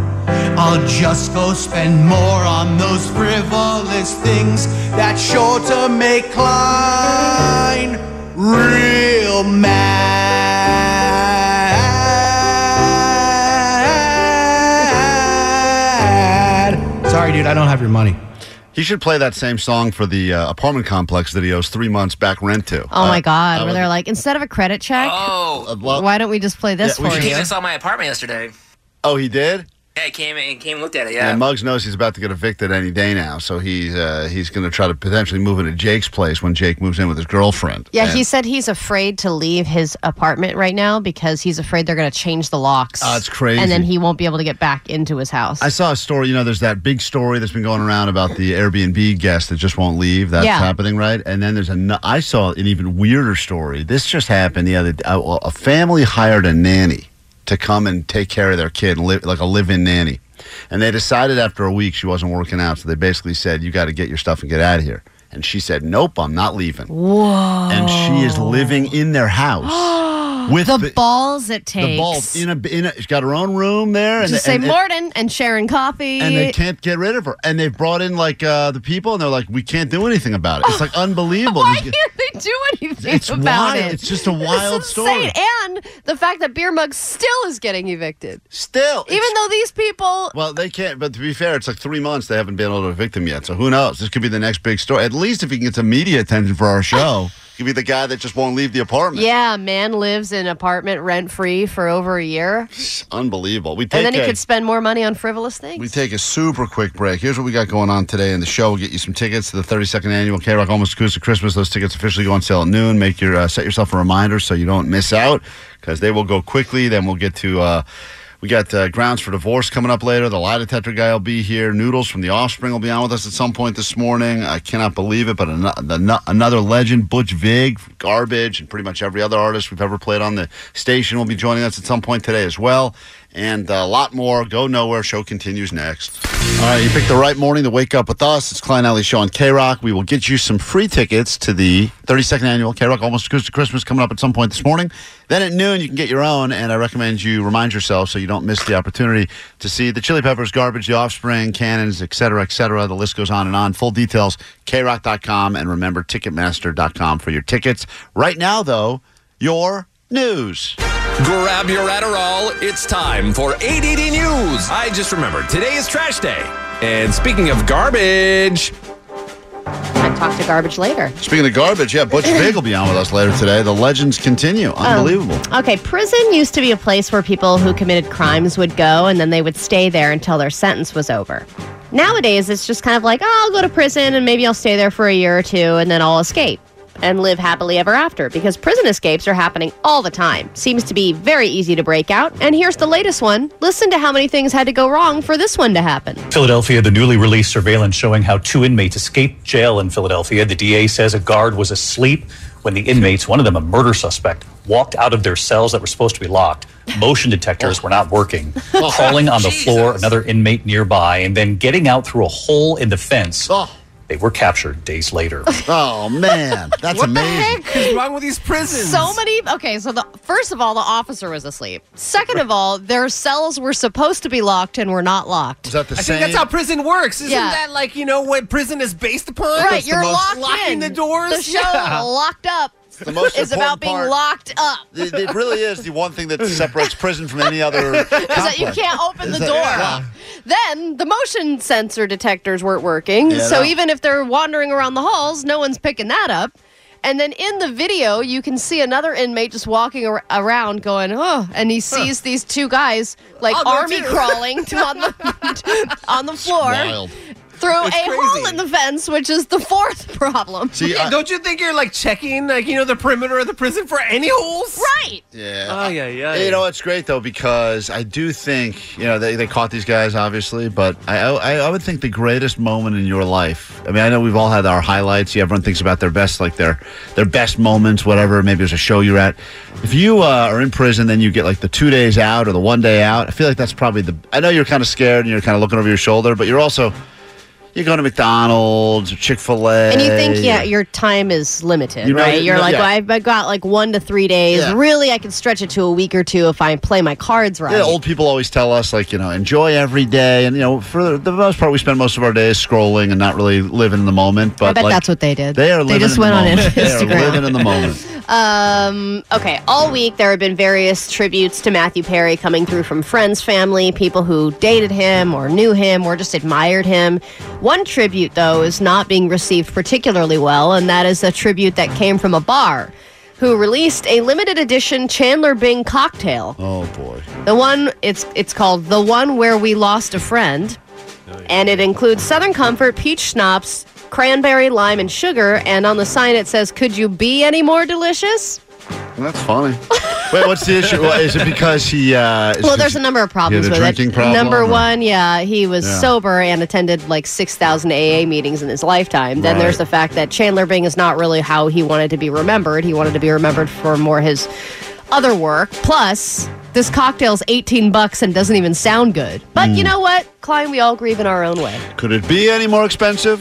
S20: I'll just go spend more on those frivolous things that sure to make Klein real mad.
S6: Sorry, dude, I don't have your money. He should play that same song for the uh, apartment complex that he owes three months back rent to.
S7: Oh my God!
S6: that
S7: Where
S6: would-
S7: they're like, instead of a credit check,
S6: Uh, well-
S7: why don't we just play this
S6: Yeah, we
S7: for
S6: should
S8: He
S7: you?
S8: even saw my apartment yesterday.
S6: Oh, he did.
S8: Yeah, he came and came and looked at it.
S6: Yeah,
S8: Yeah.
S6: Muggs knows he's about to get evicted any day now, so he's uh, he's going to try to potentially move into Jake's place when Jake moves in with his girlfriend.
S7: Yeah,
S6: And,
S7: he said he's afraid to leave his apartment right now because he's afraid they're going to change the locks.
S6: Oh, it's crazy.
S7: And then he won't be able to get back into his house.
S6: I saw a story. You know, there's that big story that's been going around about the Airbnb guest that just won't leave. That's
S7: Yeah.
S6: happening, right? And then there's a. I saw an even weirder story. This just happened the other. day. A, a family hired a nanny to come and take care of their kid, li- like a live-in nanny. And they decided after a week she wasn't working out, so they basically said, "You got to get your stuff and get out of here." And she said, "Nope, I'm not leaving."
S7: Whoa.
S6: And she is living in their house with
S7: the balls it takes.
S6: the balls in a in a. She's got her own room there, and
S7: Just say
S6: and, and-
S7: Morton and sharing coffee.
S6: and they can't get rid of her. And they've brought in like uh, the people, and they're like, we can't do anything about it. It's like unbelievable.
S7: Why
S6: You
S7: can't
S6: get-
S7: they do anything
S6: It's
S7: about
S6: wild.
S7: it?
S6: It's just a
S7: This is
S6: wild
S7: insane.
S6: story.
S7: And the fact that Beer Mug still is getting evicted.
S6: Still.
S7: Even though these people.
S6: well, they can't. But to be fair, it's like three months they haven't been able to evict him yet. So who knows? This could be the next big story. At least if he can get some media attention for our show, he could be the guy that just won't leave the apartment.
S7: Yeah, a man lives in apartment rent free for over a year.
S6: Unbelievable. We take
S7: And then he
S6: a-
S7: could spend more money on frivolous things.
S6: We take a super quick break. Here's what we got going on today in the show. We'll get you some tickets to the 32nd annual K Rock Almost Acoustic Christmas. Those tickets officially go on sale at noon. Make your uh, set yourself a reminder so you don't miss out because they will go quickly. Then we'll get to. Uh, we got uh, Grounds for Divorce coming up later. The Lie Detector guy will be here. Noodles from The Offspring will be on with us at some point this morning. I cannot believe it, but an- the- another legend, Butch Vig, Garbage, and pretty much every other artist we've ever played on the station will be joining us at some point today as well. And uh, a lot more. Go nowhere. Show continues next. All right, you picked the right morning to wake up with us. It's Klein Alley Show on K Rock. We will get you some free tickets to the 32nd annual K Rock Almost Acoustic Christmas coming up at some point this morning. Then at noon, you can get your own, and I recommend you remind yourself so you don't miss the opportunity to see the Chili Peppers, Garbage, The Offspring, Cannons, et cetera, et cetera. The list goes on and on. Full details, krock.com, and remember Ticketmaster.com for your tickets. Right now, though, your news.
S3: Grab your Adderall. It's time for ADD News. I just remembered today is trash day. And speaking of garbage,
S7: I talk to garbage later.
S6: Speaking of garbage, yeah, Butch Vig will be on with us later today. The legends continue.
S7: Oh.
S6: Unbelievable.
S7: Um, Okay, prison used to be a place where people who committed crimes would go and then they would stay there until their sentence was over. Nowadays, it's just kind of like, oh, I'll go to prison and maybe I'll stay there for a year or two and then I'll escape and live happily ever after because prison escapes are happening all the time. Seems to be very easy to break out. And here's the latest one. Listen to how many things had to go wrong for this one to happen.
S21: Philadelphia, the newly released surveillance showing how two inmates escaped jail in Philadelphia. The DA says a guard was asleep when the inmates, one of them a murder suspect, walked out of their cells that were supposed to be locked. Motion detectors were not working,
S6: Oh.
S21: crawling on the floor, another inmate nearby, and then getting out through a hole in the fence. They were captured days later.
S6: Oh, man. That's amazing.
S7: What is wrong with these prisons? So many. Okay, so the first of all, the officer was asleep. Second of all, their cells were supposed to be locked and were not locked.
S6: Is that the
S22: I think that's how prison works. Isn't
S7: Yeah.
S22: that like, you know, what prison is based upon?
S7: right, you're locked
S22: Locking
S7: in.
S22: the doors.
S7: The show
S22: Yeah.
S7: locked up
S6: the most
S7: is
S6: important
S7: about being
S6: part.
S7: locked up.
S6: It, it really is the one thing that separates prison from any other.
S7: is that you
S6: complex.
S7: can't open
S6: Is
S7: the
S6: that-
S7: door.
S6: yeah.
S7: Then the motion sensor detectors weren't working.
S6: Yeah,
S7: so
S6: no.
S7: even if they're wandering around the halls, no one's picking that up. And then in the video, you can see another inmate just walking ar- around going, oh, and he sees these two guys like
S22: I'll go
S7: army
S22: too.
S7: crawling to- on the, on the floor
S22: wild.
S7: through
S22: It's
S7: a
S22: crazy.
S7: hole in the fence, which is the fourth problem.
S22: Yeah, don't you think you're like checking, like, you know, the perimeter of the prison for any holes?
S7: Right.
S6: Yeah.
S22: Oh, yeah, yeah.
S6: You know, it's great though because I do think you know they, they caught these guys obviously, but I, I I would think the greatest moment in your life. I mean, I know we've all had our highlights. Yeah, everyone thinks about their best, like their their best moments, whatever. Maybe it was a show you're at. If you uh, are in prison, then you get like the two days out or the one day out. I feel like that's probably the. I know you're kind of scared and you're kind of looking over your shoulder, but you're also you go to McDonald's or Chick Fil A,
S7: And you think, yeah, your time is limited,
S6: You know,
S7: right?
S6: you
S7: You're
S6: know,
S7: like,
S6: yeah.
S7: well, I've I've got like one to three days.
S6: Yeah.
S7: Really, I can stretch it to a week or two if I play my cards right.
S6: Yeah, old people always tell us, like, you know, enjoy every day. And, you know, for the most part, we spend most of our days scrolling and not really living in the moment. But
S7: I bet
S6: like,
S7: that's what they did.
S6: They are living
S7: They just
S6: in
S7: went
S6: the
S7: on
S6: moment. They are
S7: Instagram.
S6: living in the moment.
S7: Um, okay, all week there have been various tributes to Matthew Perry coming through from friends, family, people who dated him or knew him or just admired him. One tribute, though, is not being received particularly well, and that is a tribute that came from a bar who released a limited edition Chandler Bing cocktail.
S6: Oh, boy.
S7: The one it's it's called the one where we lost a friend, and it includes Southern Comfort, peach schnapps, cranberry, lime, and sugar. And on the sign it says, "Could you be any more delicious?"
S6: That's funny. Wait, what's the issue? Well, is it because he? Uh, is
S7: well,
S6: it-
S7: there's a number of problems
S6: yeah, the
S7: with
S6: drinking
S7: it.
S6: problem
S7: number
S6: or-
S7: one, yeah, he was
S6: Yeah.
S7: sober and attended like 6,000 AA meetings in his lifetime. Then
S6: Right.
S7: there's the fact that Chandler Bing is not really how he wanted to be remembered. He wanted to be remembered for more his other work. Plus, this cocktail's 18 bucks and doesn't even sound good. But you
S6: Mm.
S7: know what, Klein? We all grieve in our own way.
S6: Could it be any more expensive?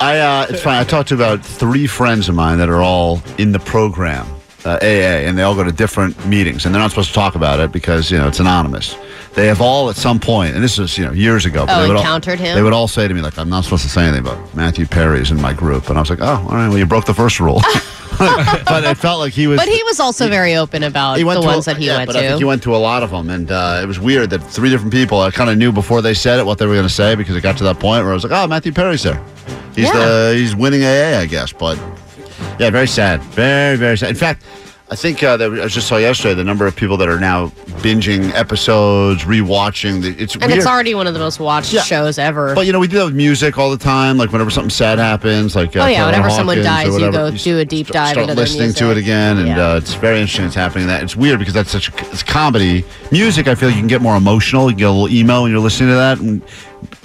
S6: I uh, it's fine. I talked to about three friends of mine that are all in the program uh, AA, and they all go to different meetings, and they're not supposed to talk about it because you know it's anonymous. They have all at some point, and this was you know years ago.
S7: Oh,
S6: they would all-
S7: encountered him?
S6: They would all say to me like, "I'm not supposed to say anything about Matthew Perry's in my group," and I was like, "Oh, all right. Well, you broke the first rule." but it felt like he was.
S7: but he was also very open about the
S6: He went to a-
S7: ones that he
S6: yeah,
S7: went
S6: but
S7: to.
S6: I think he went to a lot of them, and uh, it was weird that three different people. I kind of knew before they said it what they were going to say because it got to that point where I was like, "Oh, Matthew Perry's there. He's
S7: Yeah.
S6: the he's winning AA, I guess." But yeah, very sad, very very sad. In fact, I think uh, that I just saw yesterday the number of people that are now binging episodes, rewatching. The, it's
S7: and
S6: weird.
S7: it's already one of the most watched shows ever.
S6: But you know, we do that with music all the time. Like whenever something sad happens, like uh,
S7: oh, yeah,
S6: Taylor
S7: whenever someone
S6: Hawkins or
S7: dies, you
S6: whatever,
S7: go do a deep dive
S6: start
S7: into their
S6: listening
S7: music.
S6: to it again, and uh, it's very interesting. It's happening. That it's weird because that's such a, it's comedy music. I feel like you can get more emotional. You get a little emo when you're listening to that. And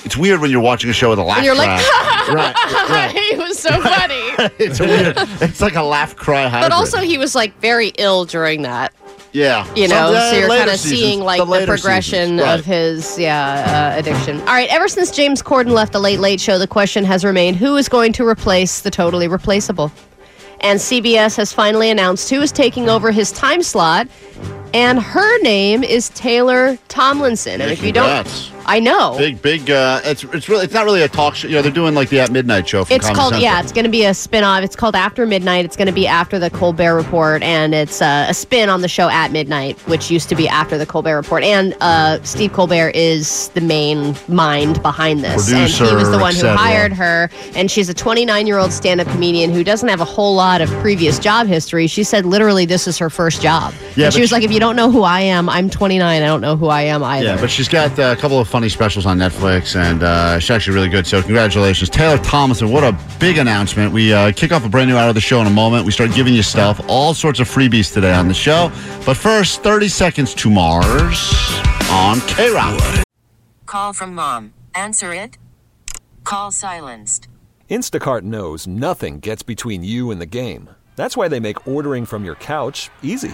S6: it's weird when you're watching a show with a laugh
S7: and you're
S6: track.
S7: like,
S6: right, right.
S7: he was so funny.
S6: it's a weird. It's like a laugh cry hybrid.
S7: But also, he was like very ill during that.
S6: yeah,
S7: You
S6: Some-
S7: know,
S6: yeah,
S7: so you're
S6: later
S7: kind of
S6: seasons,
S7: seeing like the,
S6: later
S7: progression
S6: seasons, right.
S7: of his yeah uh, addiction. All right, ever since James Corden left the Late Late Show, the question has remained: Who is going to replace the totally replaceable? And CBS has finally announced who is taking over his time slot, and her name is Taylor Tomlinson. And
S6: Yeah,
S7: if you don't,
S6: congrats.
S7: I know
S6: Big, big. Uh, it's it's really it's not really a talk show. You know, they're doing like the at midnight show. From
S7: It's
S6: Comedy
S7: called
S6: Central.
S7: yeah, it's going to be a spin-off. It's called After Midnight. It's going to be after the Colbert Report and it's uh, a spin on the show At Midnight, which used to be after the Colbert Report. And uh, Steve Colbert is the main mind behind this. and he was the
S6: Producer,
S7: one
S6: et
S7: who
S6: cetera.
S7: hired her and she's a 29-year-old stand-up comedian who doesn't have a whole lot of previous job history. She said literally this is her first job.
S6: Yeah,
S7: and
S6: but
S7: she was
S6: she-
S7: like if you don't know who I am, I'm 29. I don't know who I am either.
S6: Yeah, but she's got uh, a couple of funny specials on Netflix, and uh, she's actually really good. So congratulations, Taylor Thomason! What a big announcement! We uh, kick off a brand new hour of the show in a moment. We start giving you stuff, all sorts of freebies today on the show. But first, thirty seconds to Mars on K Rock.
S23: Call from mom. Answer it. Call silenced.
S24: Instacart knows nothing gets between you and the game. That's why they make ordering from your couch easy.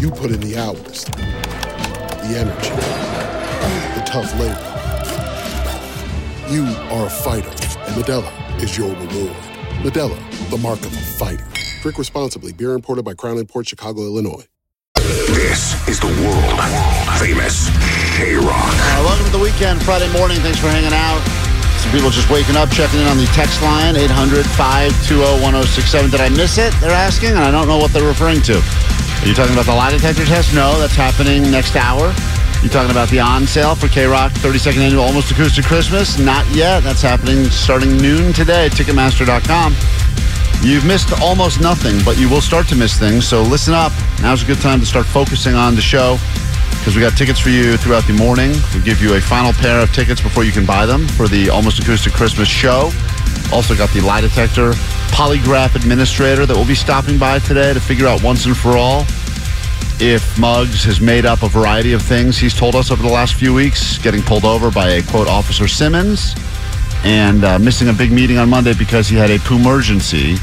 S25: You put in the hours, the energy, the tough labor. You are a fighter, and Medella is your reward. Medella, the mark of a fighter. Drink responsibly, beer imported by Crown Port Chicago, Illinois.
S2: This is the world famous K Rock.
S6: Uh, welcome to the weekend, Friday morning. Thanks for hanging out. Some people just waking up, checking in on the text line, 800 520 1067. Did I miss it? They're asking, and I don't know what they're referring to. Are you talking about the lie detector test? No, that's happening next hour. You talking about the on sale for K Rock 32nd Annual Almost Acoustic Christmas? Not yet. That's happening starting noon today, Ticketmaster.com. You've missed almost nothing, but you will start to miss things. So listen up. Now's a good time to start focusing on the show because we got tickets for you throughout the morning. We give you a final pair of tickets before you can buy them for the Almost Acoustic Christmas show. Also got the lie detector polygraph administrator that will be stopping by today to figure out once and for all if Muggs has made up a variety of things he's told us over the last few weeks, getting pulled over by a quote officer Simmons and uh, missing a big meeting on Monday because he had a poo emergency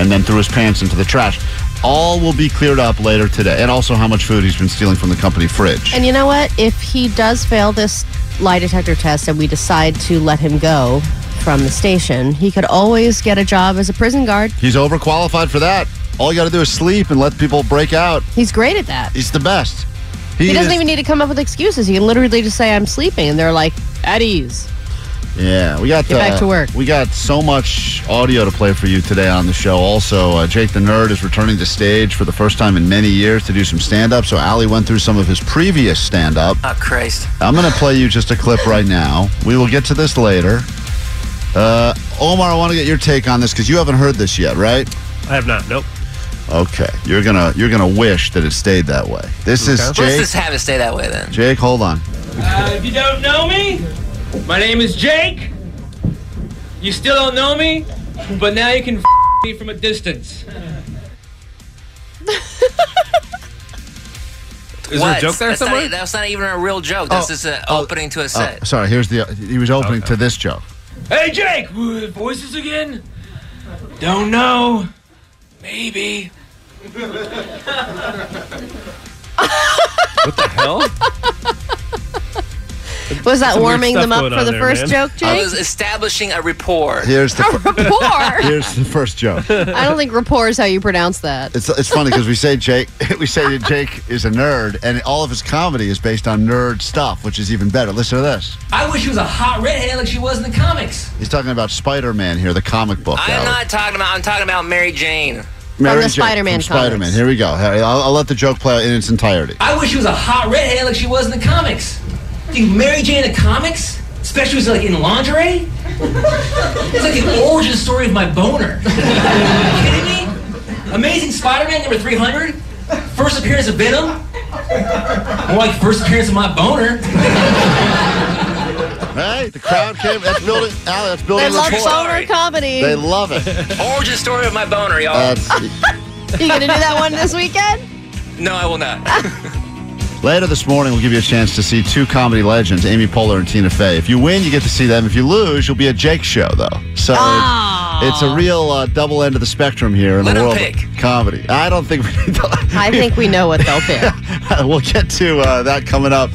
S6: and then threw his pants into the trash. All will be cleared up later today, and also how much food he's been stealing from the company fridge.
S7: And you know what? If he does fail this lie detector test and we decide to let him go from the station, he could always get a job as a prison guard.
S6: He's overqualified for that. All you got to do is sleep and let people break out.
S7: He's great at that.
S6: He's the best.
S7: He, doesn't
S6: is-
S7: even need to come up with excuses. He can literally just say, I'm sleeping. And they're like, at ease.
S6: Yeah, we got uh,
S7: Get back to work.
S6: We got so much audio to play for you today on the show. Also, uh, Jake the Nerd is returning to stage for the first time in many years to do some stand up. So, Ali went through some of his previous stand up.
S8: Oh, Christ.
S6: I'm going to play you just a clip right now. We will get to this later. Uh, Omar, I want to get your take on this because you haven't heard this yet, right?
S10: I have not. Nope.
S6: Okay, you're gonna you're gonna wish that it stayed that way. This is
S8: Let's
S6: Jake.
S8: just have it stay that way then.
S6: Jake, hold on.
S4: Uh, if you don't know me, my name is Jake. You still don't know me, but now you can f- me from a distance.
S8: Is there a joke there that's somewhere? Oh. Not, e- that's not even a real joke. That's just an opening to a set.
S6: Oh, sorry, here's the he was opening to this joke.
S4: Hey, Jake! Ooh, Voices again? Don't know. Maybe.
S22: What the hell?
S7: Was that
S8: Some weird
S7: warming
S8: stuff
S7: them up
S8: going
S7: for
S8: on
S7: the
S8: there,
S7: first
S8: man.
S7: joke,
S8: I
S7: Jake?
S8: was establishing a rapport.
S6: Here's the fir-
S7: rapport?
S6: here's the first joke.
S7: I don't think rapport is how you pronounce that.
S6: It's, it's funny because we say Jake we say that Jake is a nerd and all of his comedy is based on nerd stuff, which is even better. Listen to this.
S4: I wish she was a hot redhead like she was in the comics.
S6: He's talking about Spider-Man here, the comic book.
S8: I'm
S6: Alex.
S8: not talking about. I'm talking about Mary Jane.
S6: Mary Jane from Spider-Man. Here we go. Hey, I'll, I'll let the joke play out in its entirety.
S4: I wish she was a hot redhead like she was in the comics. Dude, Mary Jane in the comics? Especially was like in lingerie? It's like the origin story of my boner. Are you kidding me? Amazing Spider-Man number 300? First appearance of Venom? More like first appearance of my boner.
S6: Right? The crowd came. That's building. Al, that's building
S7: They love
S6: rapport.
S7: boner comedy.
S6: They love it.
S8: Origin story of my boner, y'all.
S7: you gonna do that one this weekend?
S8: no, I will not.
S6: Later this morning, we'll give you a chance to see two comedy legends, Amy Poehler and Tina Fey. If you win, you get to see them. If you lose, you'll be at Jake's show, though. So it's, it's a real uh, double end of the spectrum here in
S7: Let
S6: the
S7: 'em
S6: world
S7: pick.
S6: of comedy. I don't think we need to
S7: I think we know what they'll pick.
S6: we'll get to uh, that coming up.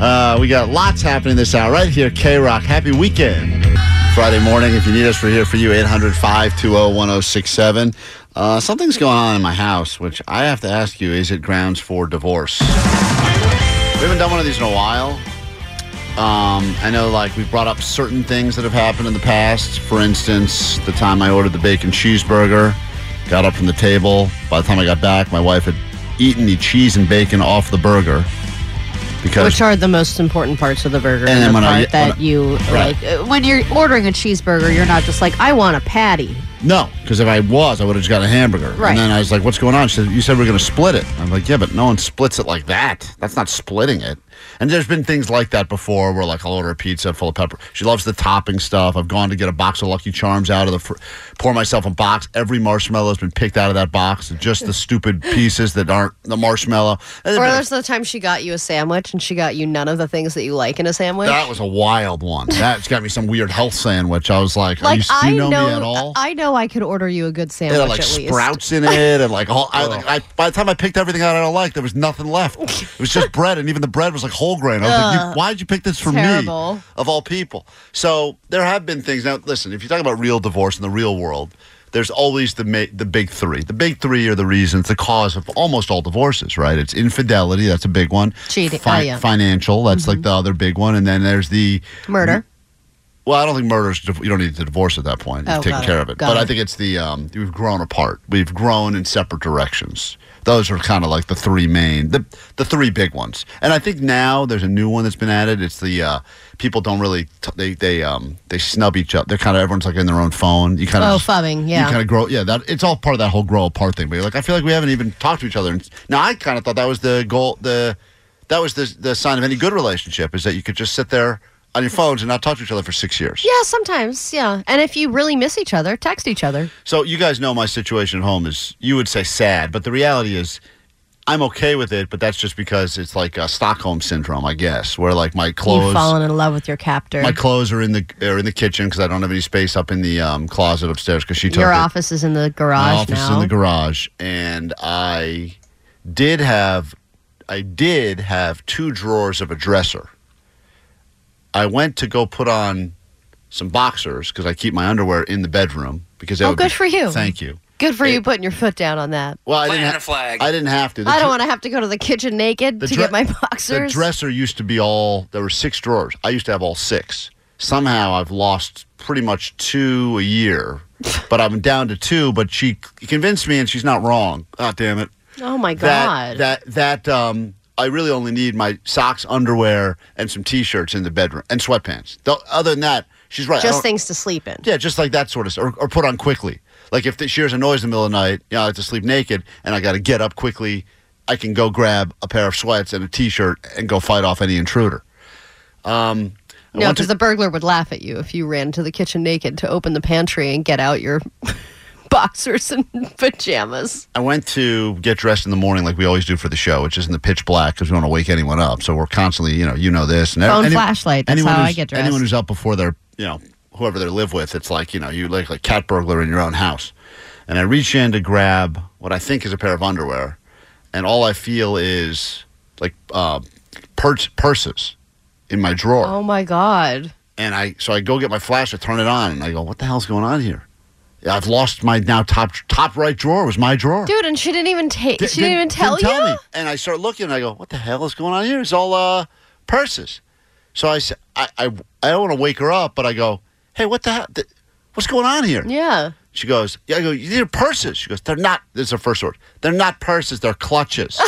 S6: Uh, we got lots happening this hour right here, K Rock. Happy weekend. Friday morning, if you need us, we're here for you, 800 520 1067. Uh, Something's going on in my house, which I have to ask you is it grounds for divorce? We haven't done one of these in a while. Um, I know, like, we brought up certain things that have happened in the past. For instance, the time I ordered the bacon cheeseburger, got up from the table. By the time I got back, my wife had eaten the cheese and bacon off the burger. Because
S7: Which are the most important parts of the burger?
S6: And
S7: And,
S6: then
S7: the
S6: when I-
S7: part that
S6: when I-
S7: you
S6: Right.
S7: like uh, when you're ordering a cheeseburger, you're not just like, I want a patty.
S6: No, because if I was, I would have just got a hamburger.
S7: Right.
S6: And then I was like, what's going on? She said, you said we're going to split it. I'm like, yeah, but no one splits it like that. That's not splitting it. And there's been things like that before where, like, I'll order a pizza full of pepper. She loves the topping stuff. I've gone to get a box of Lucky Charms out of the, fr- pour myself a box. Every marshmallow's been picked out of that box, and just the stupid pieces that aren't the marshmallow. And
S7: Or there's the time she got you a sandwich and she got you none of the things that you like in a sandwich.
S6: that was a wild one. That's got me some weird health sandwich. I was like, are
S7: like
S6: you, do
S7: I
S6: you know,
S7: know,
S6: me at all?
S7: I know I could order you a good
S6: It
S7: sandwich
S6: had like
S7: at least.
S6: sprouts in it, and like all. I, like, I, by the time I picked everything out, I don't like. There was nothing left. It was just bread, and even the bread was like whole grain. I was like,
S7: Ugh.
S6: you, "Why did you pick this for me?"
S7: Terrible.
S6: Of all people. So there have been things. Now, listen, if you talk about real divorce in the real world, there's always the ma- the big three. The big three are the reasons, the cause of almost all divorces, right? It's infidelity. That's a big one.
S7: Cheating.
S6: Fi-
S7: Oh, yeah. Mm-hmm.
S6: Financial. That's like the other big one. And then there's the
S7: Murder.
S6: well, I don't think murder's. You don't need to divorce at that point. You've
S7: Oh,
S6: taken
S7: got it.
S6: care of it.
S7: Got
S6: but I
S7: it.
S6: think it's the um, we've grown apart. We've grown in separate directions. Those are kind of like the three main, the the three big ones. And I think now there's a new one that's been added. It's the uh, people don't really t- they they um they snub each other. They're kind of everyone's like in their own phone. You kind of
S7: oh, fubbing. Yeah.
S6: you kind of grow. Yeah, that it's all part of that whole grow apart thing. But you're like, I feel like we haven't even talked to each other. And now I kind of thought that was the goal. The that was the the sign of any good relationship is that you could just sit there on your phones and not talk to each other for six years.
S7: yeah, sometimes. Yeah. And if you really miss each other, text each other.
S6: So you guys know my situation at home is you would say sad, but the reality is I'm okay with it. But that's just because it's like a Stockholm syndrome, I guess, where like my
S7: You've
S6: clothes.
S7: fallen in love with your captor.
S6: My clothes are in the are in the kitchen because I don't have any space up in the um, closet upstairs because she took
S7: your
S6: it.
S7: office is in the garage
S6: My office
S7: now.
S6: is in the garage, and I did have, I did have two drawers of a dresser. I went to go put on some boxers because I keep my underwear in the bedroom because that
S7: Oh,
S6: would be-
S7: good for you.
S6: Thank you.
S7: Good for you putting your foot down on that.
S6: Well, I didn't. Ha- I didn't have to. The
S7: I don't
S6: dr-
S7: want to have to go to the kitchen naked
S6: the
S7: to
S6: dre-
S7: get my
S6: The
S7: boxers.
S6: dresser used to be all. There were six drawers. I used to have all six. Somehow I've lost pretty much two a year, but I'm down to two. But she c- convinced me, and she's not wrong. Ah, damn it.
S7: oh my
S6: that
S7: god.
S6: that that um I really only need my socks, underwear, and some t-shirts in the bedroom and sweatpants. Though other than that, she's right. I
S7: Just
S6: don't-
S7: things to sleep in.
S6: Yeah, just like that sort of stuff, or, or put on quickly. Like if she hears a noise in the middle of the night, you know, I have to sleep naked and I got to get up quickly. I can go grab a pair of sweats and a t-shirt and go fight off any intruder. Um, I
S7: No,
S6: want to-
S7: because the burglar would laugh at you if you ran to the kitchen naked to open the pantry and get out your boxers and pajamas.
S6: I went to get dressed in the morning like we always do for the show, which is in the pitch black because we don't want to wake anyone up. So we're constantly, you know, you know this. And
S7: Phone flashlight, that's how I
S6: who's-
S7: get dressed.
S6: Anyone who's up before their, you know, whoever they live with, it's like, you know, you look like a cat burglar in your own house. And I reach in to grab what I think is a pair of underwear. And all I feel is like uh, pur- purses in my drawer.
S7: Oh my god.
S6: And I, so I go get my flashlight, turn it on, and I go, what the hell's going on here? I've lost my now top top right drawer was my drawer.
S7: Dude, and she didn't even take
S6: Di-
S7: she didn't even tell, you?
S6: me. And I start looking, and I go, "What the hell is going on here? It's all uh, purses." So I, s- I, I, I don't want to wake her up, but I go, "Hey, what the hell? Th- what's going on here?"
S7: Yeah.
S6: She goes, "Yeah." I go, "These are purses." She goes, "They're not." This is her first word. They're not purses. They're clutches.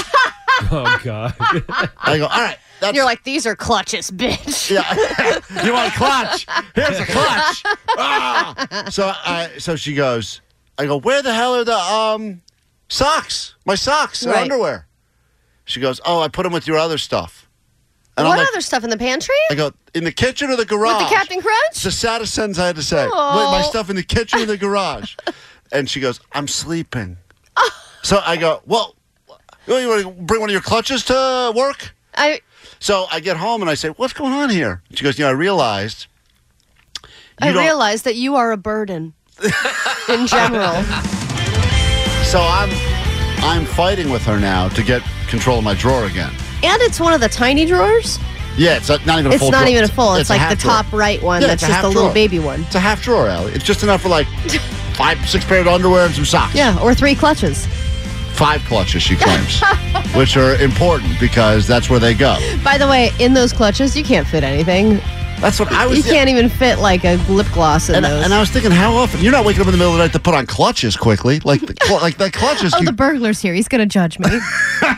S6: oh God. I go, "All right." That's,
S7: You're like, these are clutches, bitch.
S6: Yeah. you want a clutch? Here's a clutch. Ah! So I, so she goes, I go, where the hell are the um socks? My socks and
S7: Right.
S6: underwear. She goes, oh, I put them with your other stuff. And
S7: what
S6: I'm like,
S7: other stuff in the pantry?
S6: I go in the kitchen or the garage.
S7: With the Captain Crunch?
S6: It's the saddest sentence I had to say. Wait, my
S7: Aw.
S6: stuff in the kitchen or the garage. and she goes, I'm sleeping. so I go, well, you want to bring one of your clutches to work?
S7: I.
S6: So I get home and I say, what's going on here? She goes, you know, I realized.
S7: I
S6: don't-
S7: realize that you are a burden in general.
S6: So I'm, I'm fighting with her now to get control of my drawer again.
S7: And it's one of the tiny drawers.
S6: Yeah, it's not even a
S7: It's
S6: full.
S7: not
S6: drawer.
S7: even a full. It's like
S6: half
S7: the top right one that's
S6: it's
S7: just
S6: half
S7: a little
S6: drawer.
S7: baby one.
S6: It's a half drawer, Allie. It's just enough for like five, six pair of underwear and some socks.
S7: Yeah, or three clutches.
S6: Five clutches, she claims, which are important because that's where they go.
S7: By the way, in those clutches, you can't fit anything.
S6: That's what I was-
S7: You can't even fit like a lip gloss in
S6: And,
S7: those.
S6: and I was thinking, how often you're not waking up in the middle of the night to put on clutches quickly, like the, cl- like the clutches.
S7: oh,
S6: you-
S7: the burglar's here. He's gonna judge me. this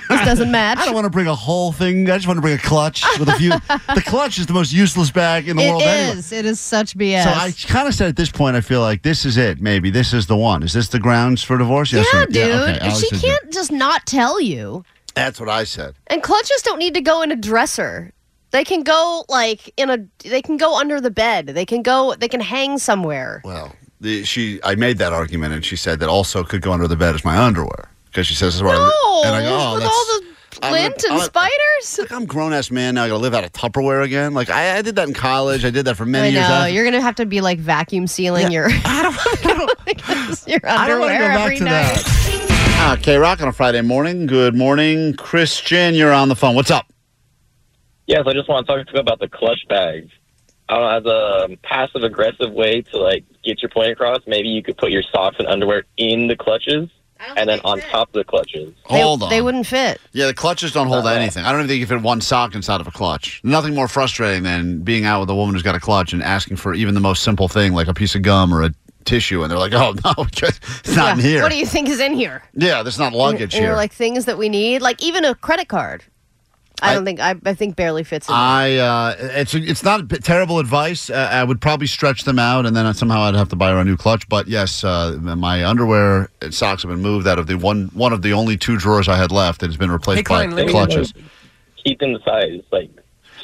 S7: doesn't match.
S6: I don't want to bring a whole thing. I just want to bring a clutch with a few. the clutch is the most useless bag in the
S7: It
S6: world. anyway.
S7: is. It is such BS.
S6: So I kind of said at this point, I feel like this is it. Maybe this is the one. Is this the grounds for divorce? Yes
S7: yeah,
S6: or-
S7: dude.
S6: okay, Alex
S7: she
S6: says
S7: can't just not tell you.
S6: it. That's what I said.
S7: And clutches don't need to go in a dresser. They can go like in a. They can go under the bed. They can go. They can hang somewhere.
S6: Well, the, she, I made that argument, and she said that also could go under the bed as my underwear because she says it's where I li-
S7: No,
S6: and I go, oh,
S7: with
S6: that's-
S7: all
S6: I'm
S7: the
S6: gonna-
S7: lint and
S6: I'm gonna-
S7: spiders.
S6: I'm grown ass man now. I got to live out of Tupperware again. Like I, I did that in college. I did that for many
S7: I know
S6: years. after.
S7: you're gonna have to be like vacuum sealing your
S6: I
S7: your
S6: don't want to go
S7: underwear
S6: back
S7: every
S6: to
S7: night.
S6: that. Okay, Rock Ah, on a Friday morning. Good morning, Christian. You're on the phone. What's up?
S1: Yes, I just want to talk to you about the clutch bags. Uh, as a passive aggressive way to like gets your point across, maybe you could put your socks and underwear in the clutches and then on top of the clutches.
S6: Hold on.
S7: They wouldn't fit.
S6: Yeah, the clutches don't hold anything. I don't even think you fit one sock inside of a clutch. Nothing more frustrating than being out with a woman who's got a clutch and asking for even the most simple thing, like a piece of gum or a tissue, and they're like, "Oh no, it's not in
S7: Yeah.
S6: here."
S7: What do you think is in here?
S6: yeah, there's not luggage
S7: And you're
S6: here.
S7: like things that we need, like even a credit card. I, don't think I, I think barely fits in.
S6: I uh, it's it's not b- terrible advice. Uh, I would probably stretch them out, and then somehow I'd have to buy her a new clutch. But yes, uh, my underwear and socks have been moved out of the one one of the only two drawers I had left that has been replaced
S1: Hey, Klein,
S6: by
S1: let me-
S6: clutches.
S1: Keep them the size. Like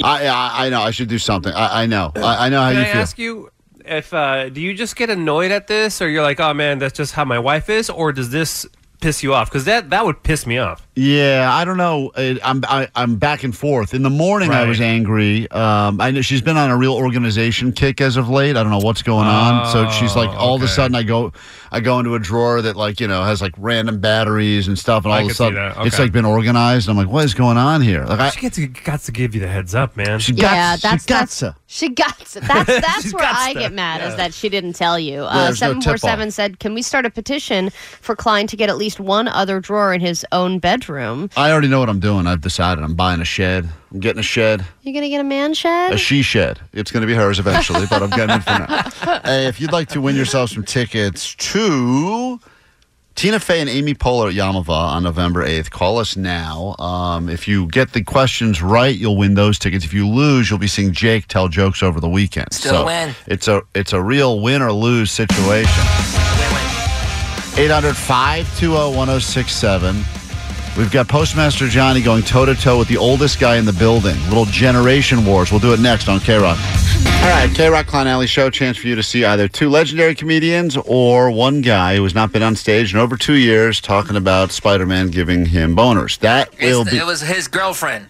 S6: I, I I know I should do something. I, I know I, I know how
S22: Can
S6: you
S22: I
S6: feel.
S22: ask you if uh, do you just get annoyed at this, or you're like, oh man, that's just how my wife is, or does this piss you off? Because that that would piss me off.
S6: Yeah, I don't know. It, I'm I, I'm back and forth. In the morning, I was angry. Um, I know she's been on a real organization kick as of late. I don't know what's going on. so she's like, all
S22: Oh,
S6: of a sudden, I go, I go into a drawer that like you know has like random batteries and stuff, and all
S22: I
S6: of a
S22: can see
S6: sudden,
S22: that.
S6: it's
S22: Okay.
S6: like been organized. I'm like, what is going on here? Like, I,
S22: she gets got to give you the heads up, man. She
S7: yeah, that's that's she got that's that's
S22: She's
S7: where I
S22: gotsa.
S7: get mad
S22: Yeah.
S7: is that she didn't tell you.
S6: Yeah,
S7: Uh,
S6: there's no
S7: seven four seven said, "Can we start a petition for Klein to get at least one other drawer in his own bedroom?
S6: I already know what I'm doing. I've decided. I'm buying a shed. I'm getting a shed.
S7: You're gonna get a man shed."
S6: A she shed. It's going to be hers eventually, but I'm getting it for now. Hey, if you'd like to win yourself some tickets to Tina Fey and Amy Poehler at Yamava on November 8th, call us now. Um, if you get the questions right, you'll win those tickets. If you lose, you'll be seeing Jake tell jokes over the weekend.
S8: Still win.
S6: It's a it's a real win or lose situation. 800 520 1067. We've got Postmaster Johnny going toe to toe with the oldest guy in the building. Little generation wars. We'll do it next on K Rock. All right, K Rock Klein Alley Show. Chance for you to see either two legendary comedians or one guy who has not been on stage in over two years talking about Spider Man giving him boners. That will
S8: It's-
S6: be.
S8: It was his girlfriend.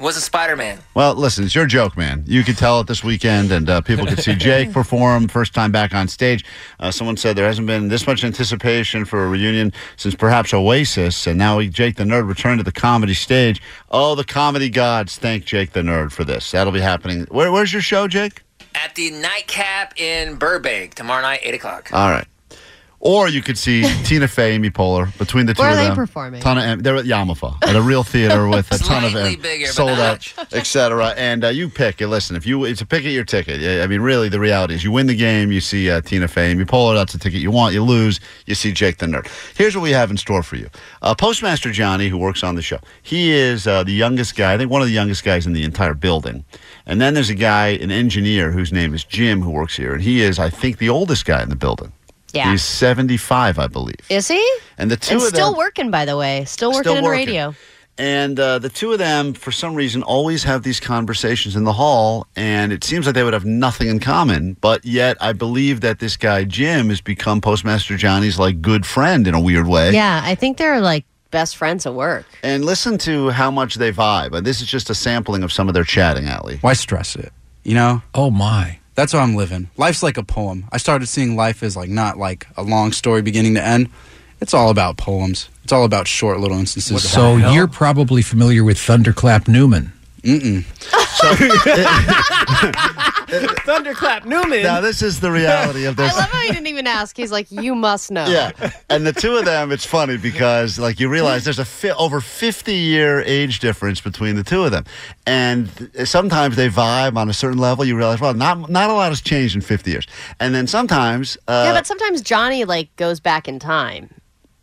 S8: Was a Spider Man.
S6: Well, listen, it's your joke, man. You could tell it this weekend, and uh, people could see Jake perform first time back on stage. Uh, someone said there hasn't been this much anticipation for a reunion since perhaps Oasis, and now Jake the Nerd returned to the comedy stage. Oh, the comedy gods thank Jake the Nerd for this. That'll be happening. Where, where's your show, Jake?
S8: At the nightcap in Burbank tomorrow night, 8 o'clock.
S6: All right. Or you could see Tina Fey, Amy Poehler, between the two
S8: Where
S6: of
S8: are they
S6: them.
S8: performing?
S6: Ton of, em- they're at Yamafa, at a real theater with a ton of em-
S8: bigger, but
S6: sold
S8: not
S6: out, etc. And uh, you pick. And listen, if you it's a pick at your ticket. Yeah, I mean, really, the reality is you win the game, you see uh, Tina Fey, Amy Poehler. That's the ticket you want. You lose, you see Jake the Nerd. Here's what we have in store for you. Uh, Postmaster Johnny, who works on the show, he is uh, the youngest guy. I think one of the youngest guys in the entire building. And then there's a guy, an engineer, whose name is Jim, who works here, and he is, I think, the oldest guy in the building.
S7: Yeah.
S6: He's 75, I believe.
S7: Is he?
S6: And the two
S7: and
S6: of
S7: still
S6: them,
S7: working, by the way, still working
S6: Still
S7: in
S6: working.
S7: radio.
S6: and uh, the two of them, for some reason, always have these conversations in the hall, and it seems like they would have nothing in common. But yet, I believe that this guy Jim has become Postmaster Johnny's like good friend in a weird way.
S7: Yeah, I think they're like best friends at work.
S6: And listen to how much they vibe. And this is just a sampling of some of their chatting, Allie. Why
S5: stress it? You know? Oh my. That's how I'm living. Life's like a poem. I started seeing life as like not like a long story beginning to end. It's all about poems. It's all about short little instances.
S9: So you're probably familiar with Thunderclap Newman.
S5: Mm-mm.
S22: Thunderclap Newman.
S6: Now this is the reality of this.
S7: I love how he didn't even ask. He's like, "You must know."
S6: Yeah, and the two of them, it's funny because like you realize there's a fi- over 50 year age difference between the two of them, and th- sometimes they vibe on a certain level. You realize, well, not not a lot has changed in 50 years, and then sometimes, uh,
S7: yeah, but sometimes Johnny like goes back in time.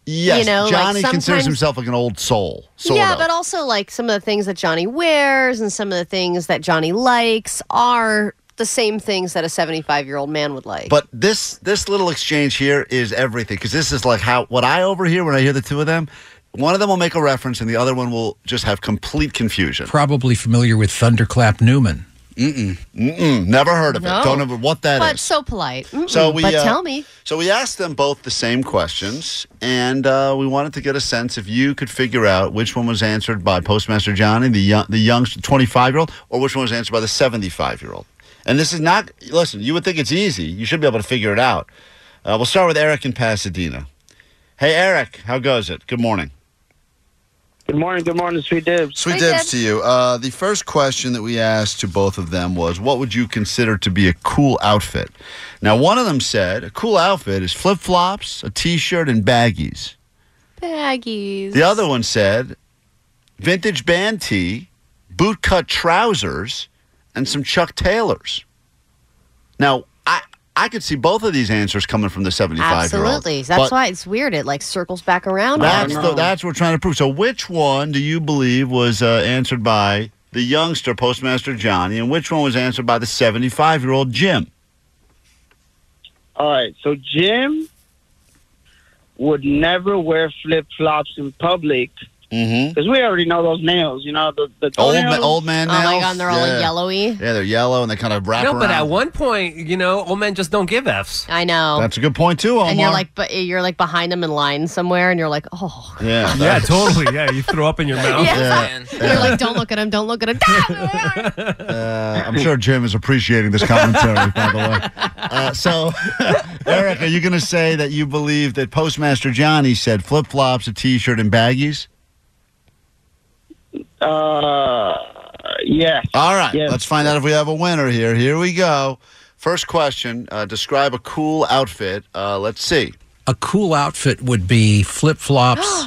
S6: yes,
S7: you know, like,
S6: Johnny considers
S7: sometimes-
S6: himself like an old soul, sort
S7: yeah,
S6: of.
S7: but also like some of the things that Johnny wears and some of the things that Johnny likes are the same things that a 75 year old man would like.
S6: But this this little exchange here is everything because this is like how what I overhear when I hear the two of them. One of them will make a reference, and the other one will just have complete confusion.
S9: Probably familiar with Thunderclap Newman.
S6: Mm-mm. Mm-mm. Never heard of
S7: No.
S6: it. Don't know what that is.
S7: but so polite. Mm-mm,
S6: So we,
S7: but
S6: uh,
S7: tell me.
S6: So we asked them both the same questions, and uh, we wanted to get a sense if you could figure out which one was answered by Postmaster Johnny, the young, the young twenty-five-year-old, or which one was answered by the seventy-five-year-old. And this is not. Listen, you would think it's easy. You should be able to figure it out. Uh, we'll start with Eric in Pasadena. Hey, Eric, how goes it? Good morning.
S11: Good morning. Good morning, sweet dibs.
S6: Sweet dibs to you. Uh, the first question that we asked to both of them was, "What would you consider to be a cool outfit?" Now, one of them said, "A cool outfit is flip flops, a t-shirt, and baggies."
S7: Baggies.
S6: The other one said, "Vintage band tee, bootcut trousers, and some Chuck Taylors." Now, I I could see both of these answers coming from the seventy-five year old.
S7: Absolutely. That's why it's weird. It like circles back around.
S6: That's the, that's what we're trying to prove. So, which one do you believe was uh, answered by the youngster postmaster Johnny, and which one was answered by the seventy-five-year-old Jim?
S11: All right. So Jim would never wear flip flops in public
S6: because
S11: we already know those nails. You know the, the
S6: Mm-hmm. Old ma-
S11: toenails?
S6: old man
S7: Oh
S6: nails.
S7: my God, they're all
S6: Yeah.
S7: yellowy.
S6: Yeah, they're yellow and they kind of wrap
S22: no,
S6: around.
S22: but at one point, you know, old men just don't give f's.
S7: I know.
S6: That's a good point too, Omar.
S7: and you're like, but you're like behind them in line somewhere, and you're like, oh,
S6: yeah,
S22: yeah, totally. Yeah, you throw up in your mouth.
S7: Yeah. you're like, don't look at him, don't look at him. Ah!
S6: Uh, I'm sure Jim is appreciating this commentary, by the way. Uh, so, Eric, are you going to say that you believe that Postmaster Johnny said flip flops, a t shirt, and baggies?
S11: Uh, yeah.
S6: All right. Let's find out if we have a winner here. Here we go. First question uh, Describe a cool outfit. Uh, let's see.
S9: A cool outfit would be flip flops,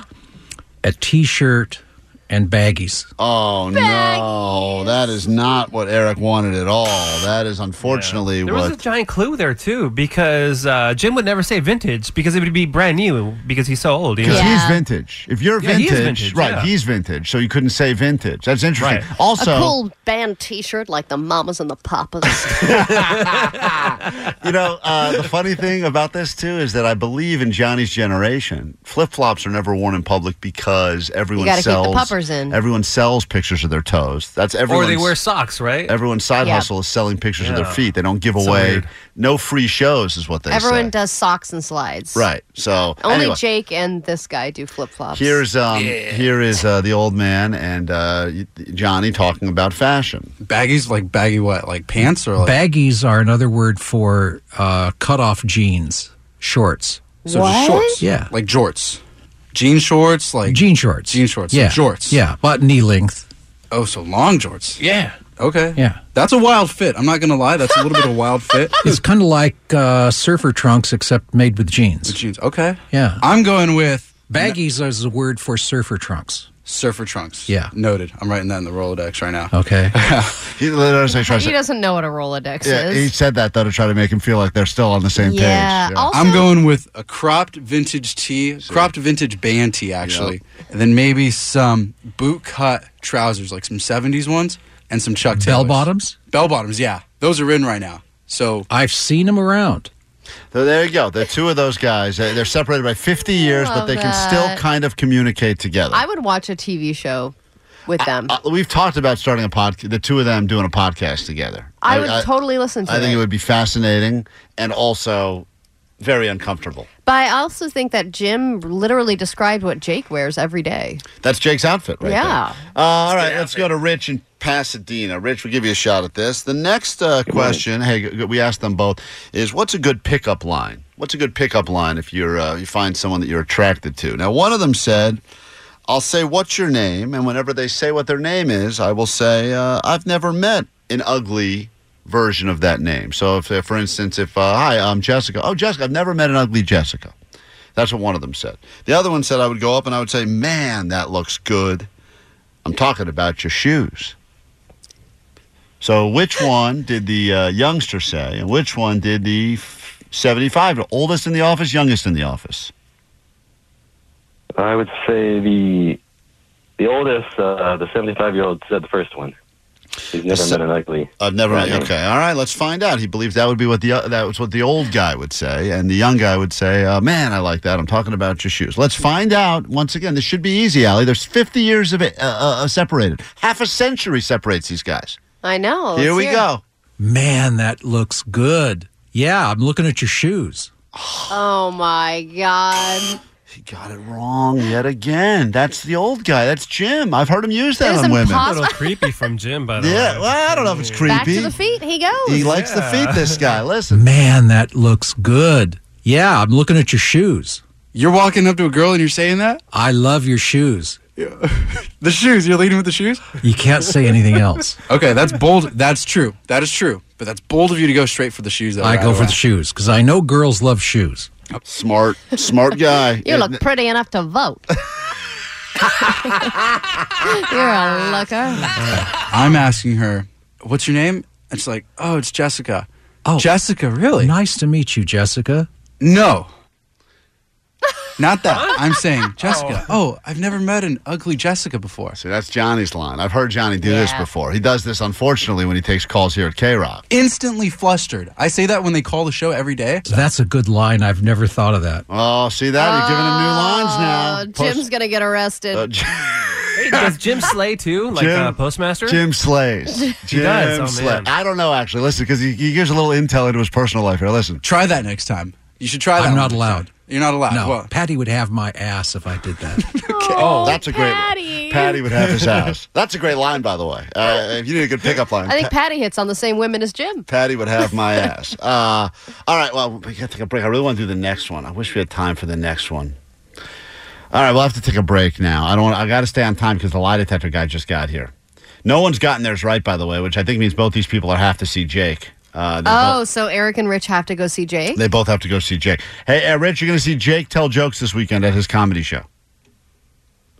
S9: a t shirt, and baggies.
S6: Oh, no. That is not what Eric wanted at all. That is unfortunately
S22: There was
S6: what.
S22: a giant clue there too, because uh, Jim would never say vintage because it would be brand new because he's so old. you
S6: Because
S22: know?
S6: he's vintage. If you're
S22: Yeah, he
S6: vintage,
S22: is vintage,
S6: right,
S22: yeah.
S6: he's vintage. So you couldn't say vintage. That's interesting. Also,
S7: a cool band T-shirt like the Mamas and the Papas.
S6: you know, uh, the funny thing about this too is that I believe in Johnny's generation. Flip flops are never worn in public because everyone
S7: gotta keep the
S6: sells
S7: puppers in.
S6: Everyone sells pictures of their toes. That's everyone.
S22: or they wear socks, right?
S6: Everyone's side
S7: Yeah.
S6: hustle is selling pictures of their
S22: Yeah.
S6: feet. They don't give
S22: So
S6: away
S22: weird.
S6: no free shows, is what they
S7: Everyone
S6: say.
S7: does socks and slides.
S6: Right. So
S7: Only
S6: anyway,
S7: Jake and this guy do flip flops.
S6: here's um here is uh, the old man and uh, Johnny talking about fashion.
S5: Baggies like baggy what? Like pants or like
S9: Baggies are another word for uh, cutoff jeans, shorts.
S5: so just shorts?
S9: Yeah.
S5: like jorts, jean shorts, like
S9: jean shorts,
S5: jean shorts,
S9: yeah.
S5: so jorts.
S9: Yeah, about knee length.
S5: Oh, so long jorts.
S22: Yeah.
S5: Okay.
S9: Yeah.
S5: That's a wild fit. I'm not gonna lie. That's a little bit of a wild fit.
S9: It's kind of like uh, surfer trunks, except made with jeans.
S5: Jeans. Okay.
S9: Yeah.
S5: I'm going with
S9: Baggies is the word for surfer trunks.
S5: surfer trunks.
S9: Yeah.
S5: Noted. I'm writing that in the Rolodex right now.
S9: Okay.
S6: He, notice I try to
S7: he
S6: say-
S7: doesn't know what a Rolodex
S6: yeah,
S7: is.
S6: he said that though to try to make him feel like they're still on the same
S7: Yeah,
S6: page.
S7: also-
S5: I'm going with a cropped vintage tee, cropped vintage band tee, actually, and then maybe some boot cut trousers, like some 70s ones, and some Chuck Taylors.
S9: Bell bottoms.
S5: Bell bottoms, yeah. Those are in right now. So
S9: I've seen them around.
S6: So there you go. The two of those guys, uh, they're separated by 50 years, but
S7: Love
S6: they can
S7: that.
S6: still kind of communicate together.
S7: I would watch a TV show with them.
S6: Uh, we've talked about starting a podcast, the two of them doing a podcast together.
S7: I, would totally listen to
S6: I
S7: it.
S6: think it would be fascinating and also very uncomfortable.
S7: But I also think that Jim literally described what Jake wears every day.
S6: That's Jake's outfit right
S7: Yeah.
S6: there. Uh, all right, let's go to Rich in Pasadena. Rich, we'll give you a shot at this. The next uh, question, hey, g- g- we asked them both, is what's a good pickup line? What's a good pickup line if you're uh, you find someone that you're attracted to? Now, one of them said, "I'll say what's your name," and whenever they say what their name is, I will say, uh, "I've never met an ugly." Version of that name. So, if, if for instance, if uh, hi, I'm Jessica. Oh, Jessica, I've never met an ugly Jessica. That's what one of them said. The other one said I would go up and I would say, "Man, that looks good." I'm talking about your shoes. So, which one did the uh, youngster say, and which one did the 75, the oldest in the office, youngest in the office?
S12: I would say the the oldest, uh, the seventy-five year old, said the first one. He's never
S6: se-
S12: met an ugly.
S6: I've never.
S12: Right.
S6: Okay, all right. Let's find out. He believes that would be what the uh, that was what the old guy would say, and the young guy would say, uh, "Man, I like that." I'm talking about your shoes. Let's find out once again. This should be easy, Allie. There's 50 years of it uh, uh, separated. Half a century separates these guys.
S7: I know.
S6: Here
S7: Let's
S6: we
S7: hear it.
S6: go.
S9: Man, that looks good. Yeah, I'm looking at your shoes.
S7: Oh my God.
S6: Got it wrong yet again. That's the old guy. That's Jim. I've heard him use that on women.
S22: A little creepy from Jim, by the
S6: Yeah,
S22: way.
S6: well, I don't know if it's
S7: Back to
S6: creepy.
S7: the feet he goes.
S6: He likes the feet, this guy. Listen.
S9: Man, that looks good. Yeah, I'm looking at your shoes.
S5: You're walking up to a girl and you're saying that?
S9: I love your shoes.
S5: The shoes. You're leading with the shoes.
S9: You can't say anything else.
S5: Okay, that's bold. That's true. That is true. But that's bold of you to go straight for the shoes. Though,
S9: I
S5: right
S9: go for
S5: away.
S9: the shoes because I know girls love shoes.
S6: Smart, smart guy.
S7: You look pretty enough to vote. You're a looker.
S5: I'm asking her, "What's your name?" And she's like, "Oh, it's Jessica." Oh, Jessica, really?
S9: Nice to meet you, Jessica.
S5: No. Not that. I'm saying, Jessica. Oh. I've never met an ugly Jessica before.
S6: See, that's Johnny's line. I've heard Johnny do this before. He does this, unfortunately, when he takes calls here at K Rock.
S5: Instantly flustered. I say that when they call the show every day.
S9: That's a good line. I've never thought of that.
S6: Oh, see that?
S7: Uh,
S6: You're giving him new lines now. Oh,
S7: Oh, Jim's gonna get arrested.
S22: Hey, does Jim Slay too? Like
S6: Jim-
S22: uh, postmaster?
S6: Jim slays.
S22: He
S6: Jim
S22: does, oh, man.
S6: I don't know actually. Listen, because he, he gives a little intel into his personal life here. Listen,
S5: try that next time. You should try that.
S9: I'm
S5: one
S9: not
S5: next time.
S9: allowed.
S5: You're not allowed.
S9: No,
S5: Well-
S9: Patty would have my ass if I did that.
S6: Oh, that's a great. Patty. Patty would have his ass. That's a great line, by the way. Uh, if you need a good pickup line,
S7: I think
S6: Pa-
S7: Patty hits on the same women as Jim.
S6: Patty would have my ass. Uh, all right. Well, we got to take a break. I really want to do the next one. I wish we had time for the next one. All right, we'll have to take a break now. I don't. Wanna, I got to stay on time because the lie detector guy just got here. No one's gotten theirs right, by the way, which I think means both these people are have to see Jake. Uh, they're
S7: Oh, so Eric and Rich have to go see Jake?
S6: They both have to go see Jake. Hey, uh, Rich, you're going to see Jake tell jokes this weekend at his comedy show.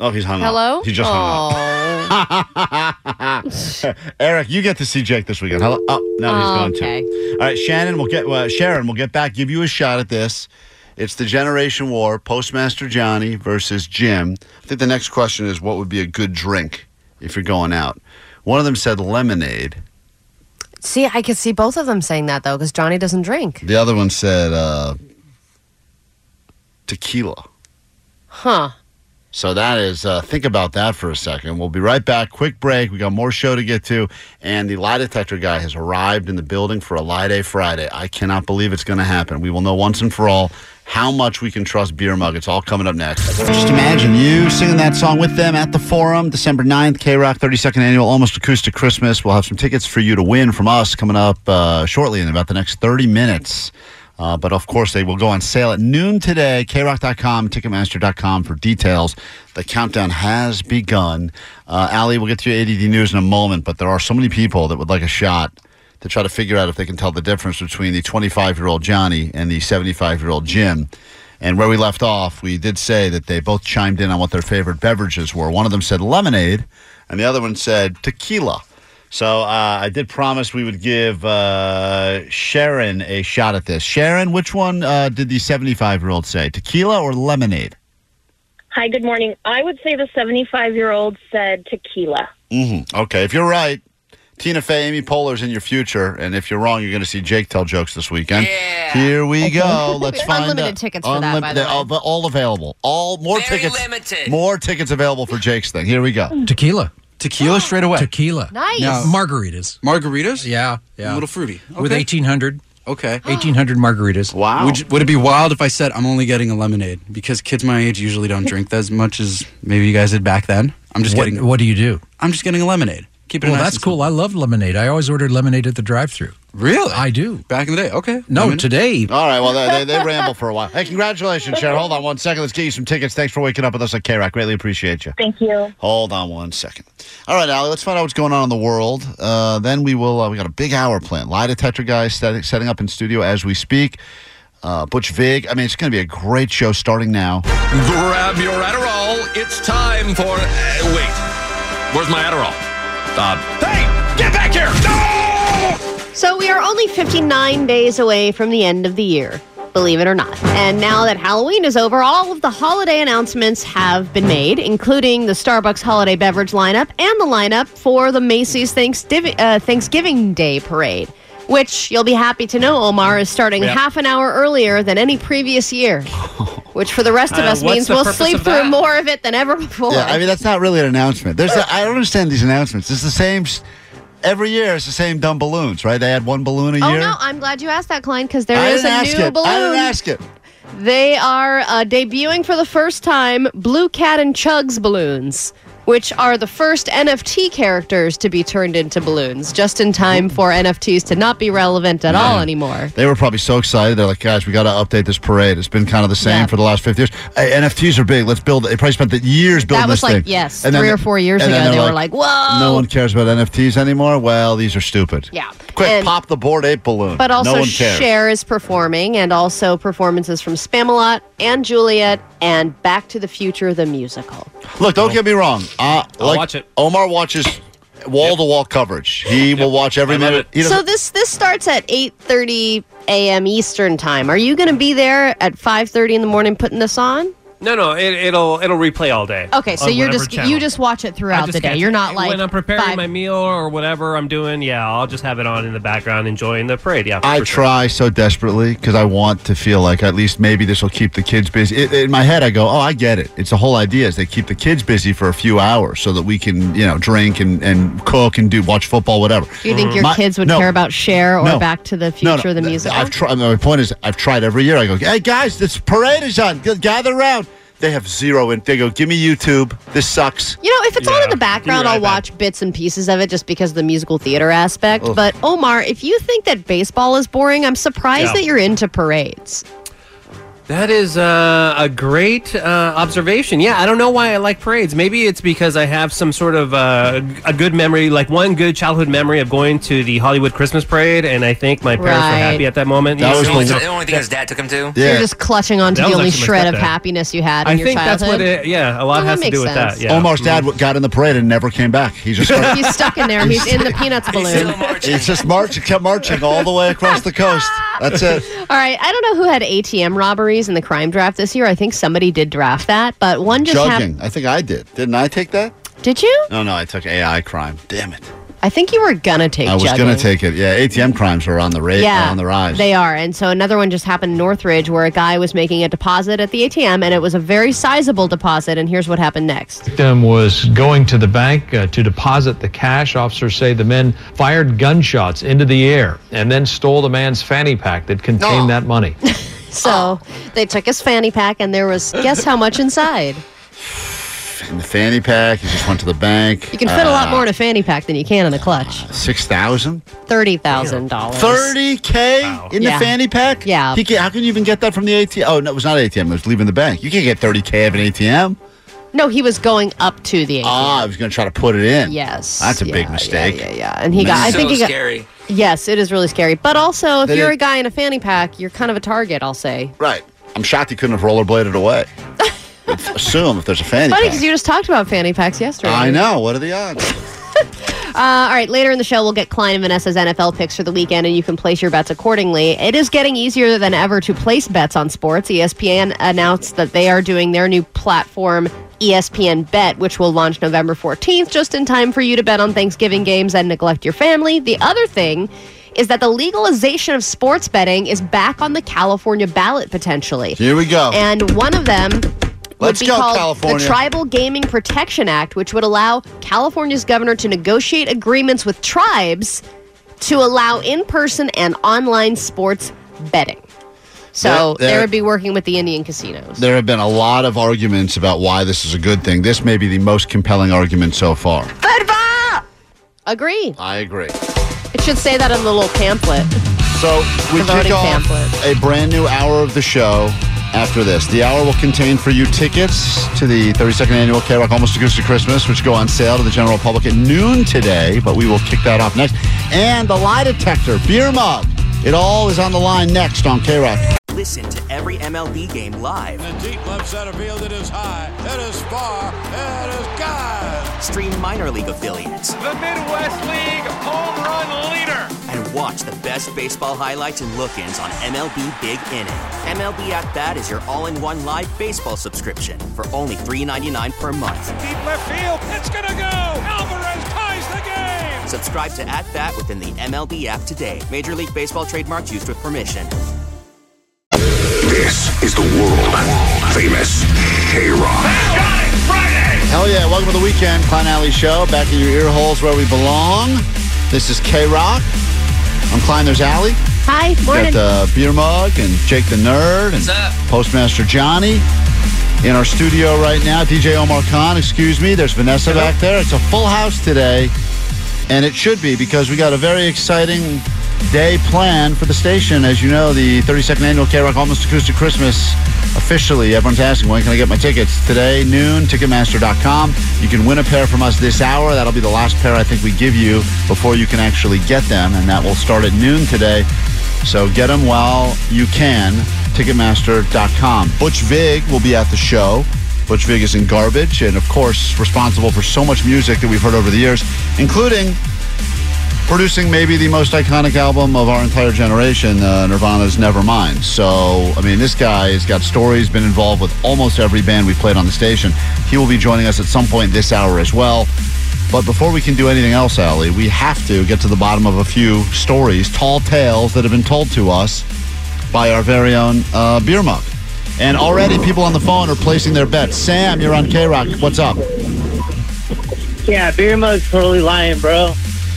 S6: Oh, he's hung
S7: Hello?
S6: up. He just hung up. Eric, you get to see Jake this weekend. Hello? Oh, no, he's going
S7: Okay.
S6: to. All right, Shannon, we'll get uh, Sharon. We'll get back. Give you a shot at this. It's the Generation War: Postmaster Johnny versus Jim. I think the next question is what would be a good drink if you're going out. One of them said lemonade.
S7: See, I could see both of them saying that though, because Johnny doesn't drink.
S6: The other one said uh, tequila.
S7: Huh.
S6: So that is, uh, think about that for a second. We'll be right back. Quick break. We got more show to get to. And the lie detector guy has arrived in the building for a lie day Friday. I cannot believe it's going to happen. We will know once and for all how much we can trust Beer Mug. It's all coming up next. Just imagine you singing that song with them at the forum December 9th, K Rock 32nd Annual Almost Acoustic Christmas. We'll have some tickets for you to win from us coming up uh, shortly in about the next 30 minutes. Uh, but of course, they will go on sale at noon today. KRock.com, Ticketmaster.com for details. The countdown has begun. Uh, Ali, we'll get to your ADD news in a moment, but there are so many people that would like a shot to try to figure out if they can tell the difference between the 25 year old Johnny and the 75 year old Jim. And where we left off, we did say that they both chimed in on what their favorite beverages were. One of them said lemonade, and the other one said tequila. So uh, I did promise we would give uh, Sharon a shot at this. Sharon, which one uh, did the 75 year old say? Tequila or lemonade?
S3: Hi, good morning. I would say the 75 year old said tequila.
S6: Mm-hmm. Okay, if you're right, Tina Fey, Amy Poehler's in your future, and if you're wrong, you're going to see Jake tell jokes this weekend. Yeah. Here we go. Let's find
S7: Unlimited
S6: out.
S7: tickets for that, by the
S6: Unlim-
S7: way.
S6: all- but all available. All more tickets. Limited. More tickets available for Jake's thing. Here we go.
S9: Tequila.
S5: Tequila straight away.
S9: Tequila.
S7: Nice.
S5: No.
S9: Margaritas.
S5: Margaritas?
S9: Yeah. Yeah.
S5: A little fruity.
S9: With
S5: Okay.
S9: 1,800.
S5: Okay.
S9: 1,800 margaritas.
S6: Wow.
S5: Would, you- would it be wild if I said I'm only getting a lemonade because kids my age usually don't drink that as much as maybe you guys did back then? I'm just
S9: what,
S5: getting.
S9: What do you do?
S5: I'm just getting a lemonade. Keep it.
S9: well,
S5: nice
S9: that's
S5: and
S9: cool. I love lemonade. I always ordered lemonade at the drive thru
S5: simple. Really?
S9: I do.
S5: Back in the day. Okay.
S9: No,
S5: Lemonade.
S9: today.
S6: All right, well, they, they, they ramble for a while. Hey, congratulations, Sharon. Hold on one second. Let's get you some tickets. Thanks for waking up with us at K Rock. Greatly appreciate you.
S3: Thank you.
S6: Hold on one second. All right, Allie, let's find out what's going on in the world. Uh, then we will, uh, we got a big hour plan. Lie detector guys set, setting up in studio as we speak. Uh, Butch Vig. I mean, it's going to be a great show starting now.
S13: Grab your Adderall. It's time for. Uh, wait. Where's my Adderall? Uh, hey! Get back here!
S7: So we are only 59 days away from the end of the year, believe it or not. And now that Halloween is over, all of the holiday announcements have been made, including the Starbucks holiday beverage lineup and the lineup for the Macy's Thanksgiving, uh, Thanksgiving Day parade, which you'll be happy to know, Omar, is starting
S14: Yeah.
S7: half an hour earlier than any previous year, which for the rest of
S6: Uh,
S7: us
S6: what's
S7: means
S6: the
S7: we'll
S6: purpose
S7: sleep
S6: of
S7: through
S6: that?
S7: more of it than ever before.
S6: Yeah, I mean, that's not really an announcement. There's, a, I don't understand these announcements. It's the same, s- every year it's the same dumb balloons, right? They had one balloon a
S7: Oh
S6: year.
S7: no! I'm glad you asked that, Klein, because there
S6: I
S7: is
S6: didn't
S7: a
S6: ask
S7: new
S6: it.
S7: balloon.
S6: I didn't ask it.
S7: They are uh, debuting for the first time Blue Cat and Chugs balloons. which are the first NFT characters to be turned into balloons, just in time for NFTs to not be relevant at all anymore.
S6: They were probably so excited. They're like, guys, we got to update this parade. It's been kind of the same for the last 50 years. Hey, NFTs are big. Let's build it. They probably spent the years building
S7: That was
S6: this
S7: like,
S6: thing.
S7: yes,
S6: And then
S7: three
S6: they-
S7: or four years
S6: and
S7: ago,
S6: then
S7: they
S6: they're
S7: were like, whoa.
S6: No one cares about NFTs anymore. Well, these are stupid.
S7: Yeah.
S6: Quick,
S7: And-
S6: pop the board ape balloon.
S7: But also,
S6: no one cares.
S7: Cher is performing, and also performances from Spamalot and Juliet and Back to the Future, the musical.
S6: Look, don't get me wrong. Uh,
S7: I'll
S6: like
S7: watch it.
S6: Omar watches wall to wall coverage. He will watch every minute. He doesn't-
S7: So this this starts at eight thirty a.m. Eastern time. Are you going to be there at five thirty in the morning putting this on?
S22: No, no, it, it'll it'll replay all day.
S7: Okay, so
S22: on
S7: you're
S22: whatever
S7: just
S22: channel.
S7: you just watch it
S22: I
S7: throughout
S22: just
S7: the day.
S22: catch
S7: You're
S22: it.
S7: not like
S22: when I'm preparing
S7: five-
S22: my meal or whatever I'm doing. Yeah, I'll just have it on in the background, enjoying the parade. Yeah,
S6: I
S22: for sure.
S6: try so desperately because I want to feel like at least maybe this will keep the kids busy. It, in my head, I go, "Oh, I get it. It's the whole idea is they keep the kids busy for a few hours so that we can, you know, drink and, and cook and do watch football, whatever."
S7: Do you think your
S6: My-
S7: kids would
S6: no.
S7: care about Cher or
S6: No.
S7: Back to the
S6: No,
S7: Future,
S6: no,
S7: the
S6: th-
S7: musical?
S6: I've tried. My point is, I've tried every year. I go, "Hey guys, this parade is on. G- Gather around." They have zero, and they go, "Give me YouTube. This sucks."
S7: You know, if it's on in the background, I'll
S6: iPad.
S7: watch bits and pieces of it just because of the musical theater aspect.
S6: Ugh.
S7: But Omar, if you think that baseball is boring, I'm surprised
S22: Yeah.
S7: that you're into parades.
S22: That is uh, a great uh, observation. Yeah, I don't know why I like parades. Maybe it's because I have some sort of uh, a good memory, like one good childhood memory of going to the Hollywood Christmas parade, and I think my parents were
S7: Right.
S22: happy at that moment.
S6: That
S22: You
S6: was
S22: know,
S6: the
S22: so-
S6: one-
S8: The only thing his dad took him to.
S7: You're just clutching onto
S22: That
S7: the
S22: was
S7: only
S22: actually my
S7: shred of
S22: stepdad.
S7: happiness you had in
S22: I
S7: your
S22: think that's
S7: childhood.
S22: what it. Yeah, a lot
S7: Well, that
S22: has to
S7: makes
S22: do with
S7: sense.
S22: that. Yeah. Mm-hmm.
S6: Omar's dad w- got in the parade and never came back. He's just
S7: He's stuck in there. He's in the peanuts balloon.
S6: It's just marching, kept marching all the way across the coast. That's it.
S7: All right. I don't know who had ATM robberies in the crime draft this year. I think somebody did draft that, but one just
S6: Jugging.
S7: happened.
S6: I think I did. Didn't I take that?
S7: Did you?
S6: No, no, I took AI crime. Damn it.
S7: I think you were gonna take.
S6: I was
S7: jugging.
S6: going to take it. Yeah, ATM crimes are on the rate.
S7: yeah,
S6: on the rise.
S7: They are. And so another one just happened in Northridge where a guy was making a deposit at the ATM and it was a very sizable deposit. And here's what happened next.
S23: victim was going to the bank uh, to deposit the cash. Officers say the men fired gunshots into the air and then stole the man's fanny pack that contained that money.
S6: Ah.
S7: So they took his fanny pack and there was guess how much inside?
S6: In the fanny pack, he just went to the bank.
S7: You can fit a lot
S6: Uh,
S7: more in a fanny pack than you can in a clutch.
S6: 6000
S7: Thirty thousand dollars.
S6: 30K in
S7: Yeah.
S6: the fanny pack?
S7: Yeah.
S6: He can, how can you even get that from the ATM? Oh, no, it was not ATM. It was leaving the bank. You can't get 30K of an ATM.
S7: No, he was going up to the ATM.
S6: Ah, I was going to try to put it in.
S7: Yes.
S6: That's a
S7: Yeah,
S6: big
S7: yeah,
S6: mistake.
S7: Yeah, yeah. And he got. I think he got. Yes, it is really scary. But also, if
S6: They
S7: you're
S6: did-
S7: a guy in a fanny pack, you're kind of a target. I'll say.
S6: Right. I'm shocked he couldn't have rollerbladed away. Assume if there's a fanny
S7: Funny
S6: pack.
S7: because you just talked about fanny packs yesterday.
S6: I know. What are the odds?
S7: Uh, all right, later in the show, we'll get Klein and Vanessa's NFL picks for the weekend, and you can place your bets accordingly. It is getting easier than ever to place bets on sports. E ESPN announced that they are doing their new platform. E ESPN Bet, which will launch November 14th, just in time for you to bet on Thanksgiving games and neglect your family. The other thing is that the legalization of sports betting is back on the California ballot potentially.
S6: Here we go.
S7: And one of them would
S6: Let's
S7: be
S6: go,
S7: called the
S6: California.
S7: Tribal Gaming Protection Act, which would allow California's governor to negotiate agreements with tribes to allow in person and online sports betting. So
S6: There- there-
S7: they would be working with the Indian casinos.
S6: There have been a lot of arguments about why this is a good thing. This may be the most compelling argument so far.
S7: Agree.
S6: I agree.
S7: It should say that in the little pamphlet.
S6: So we
S7: The voting
S6: kick off
S7: pamphlet.
S6: a brand new hour of the show after this. The hour will contain for you tickets to the 32nd annual K Rock Almost Acoustic Christmas, which go on sale to the general public at noon today, but we will kick that off next. And the lie detector, beer mug. It all is on the line next on K Rock.
S14: Listen to every MLB game live. In the deep left center field, it is high, it is far, it is God. Stream minor league affiliates
S19: The Midwest League home run leader.
S14: and watch the best baseball highlights and look ins on MLB Big Inning. MLB At Bat is your all in one live baseball subscription for only $3.99 per month.
S19: Deep left field. It's going to go. Alvarez ties the game.
S14: Subscribe to At Bat within the MLB app today. Major League Baseball trademarks used with permission.
S2: This is the world famous K Rock.
S6: Hell yeah, welcome to the weekend. Klein Alley Show, back in your ear holes where we belong. This is K Rock. I'm Klein, there's Alley.
S7: Hi,
S6: We
S7: morning.
S6: got the beer mug and Jake the Nerd and
S7: What's up?
S6: Postmaster Johnny. in our studio right now. DJ Omar Khan, excuse me. There's Vanessa back there. It's a full house today, and it should be because we got a very exciting day planned for the station. As you know, the 32nd annual K Rock Almost Acoustic Christmas officially. Everyone's asking, when can I get my tickets? Today, noon, Ticketmaster.com. You can win a pair from us this hour. That'll be the last pair I think we give you before you can actually get them, and that will start at noon today. So get them while you can. Ticketmaster.com. Butch Vig will be at the show. Butch Vig is in garbage and, of course, responsible for so much music that we've heard over the years, including producing maybe the most iconic album of our entire generation, uh, Nirvana's Nevermind. So, I mean, this guy has got stories, been involved with almost every band we played on the station. He will be joining us at some point this hour as well. But before we can do anything else, Allie, we have to get to the bottom of a few stories, tall tales that have been told to us by our very own uh, beer mug. And already people on the phone are placing their bets. Sam, you're on K Rock. What's up?
S11: Yeah, beer mug's totally lying, bro.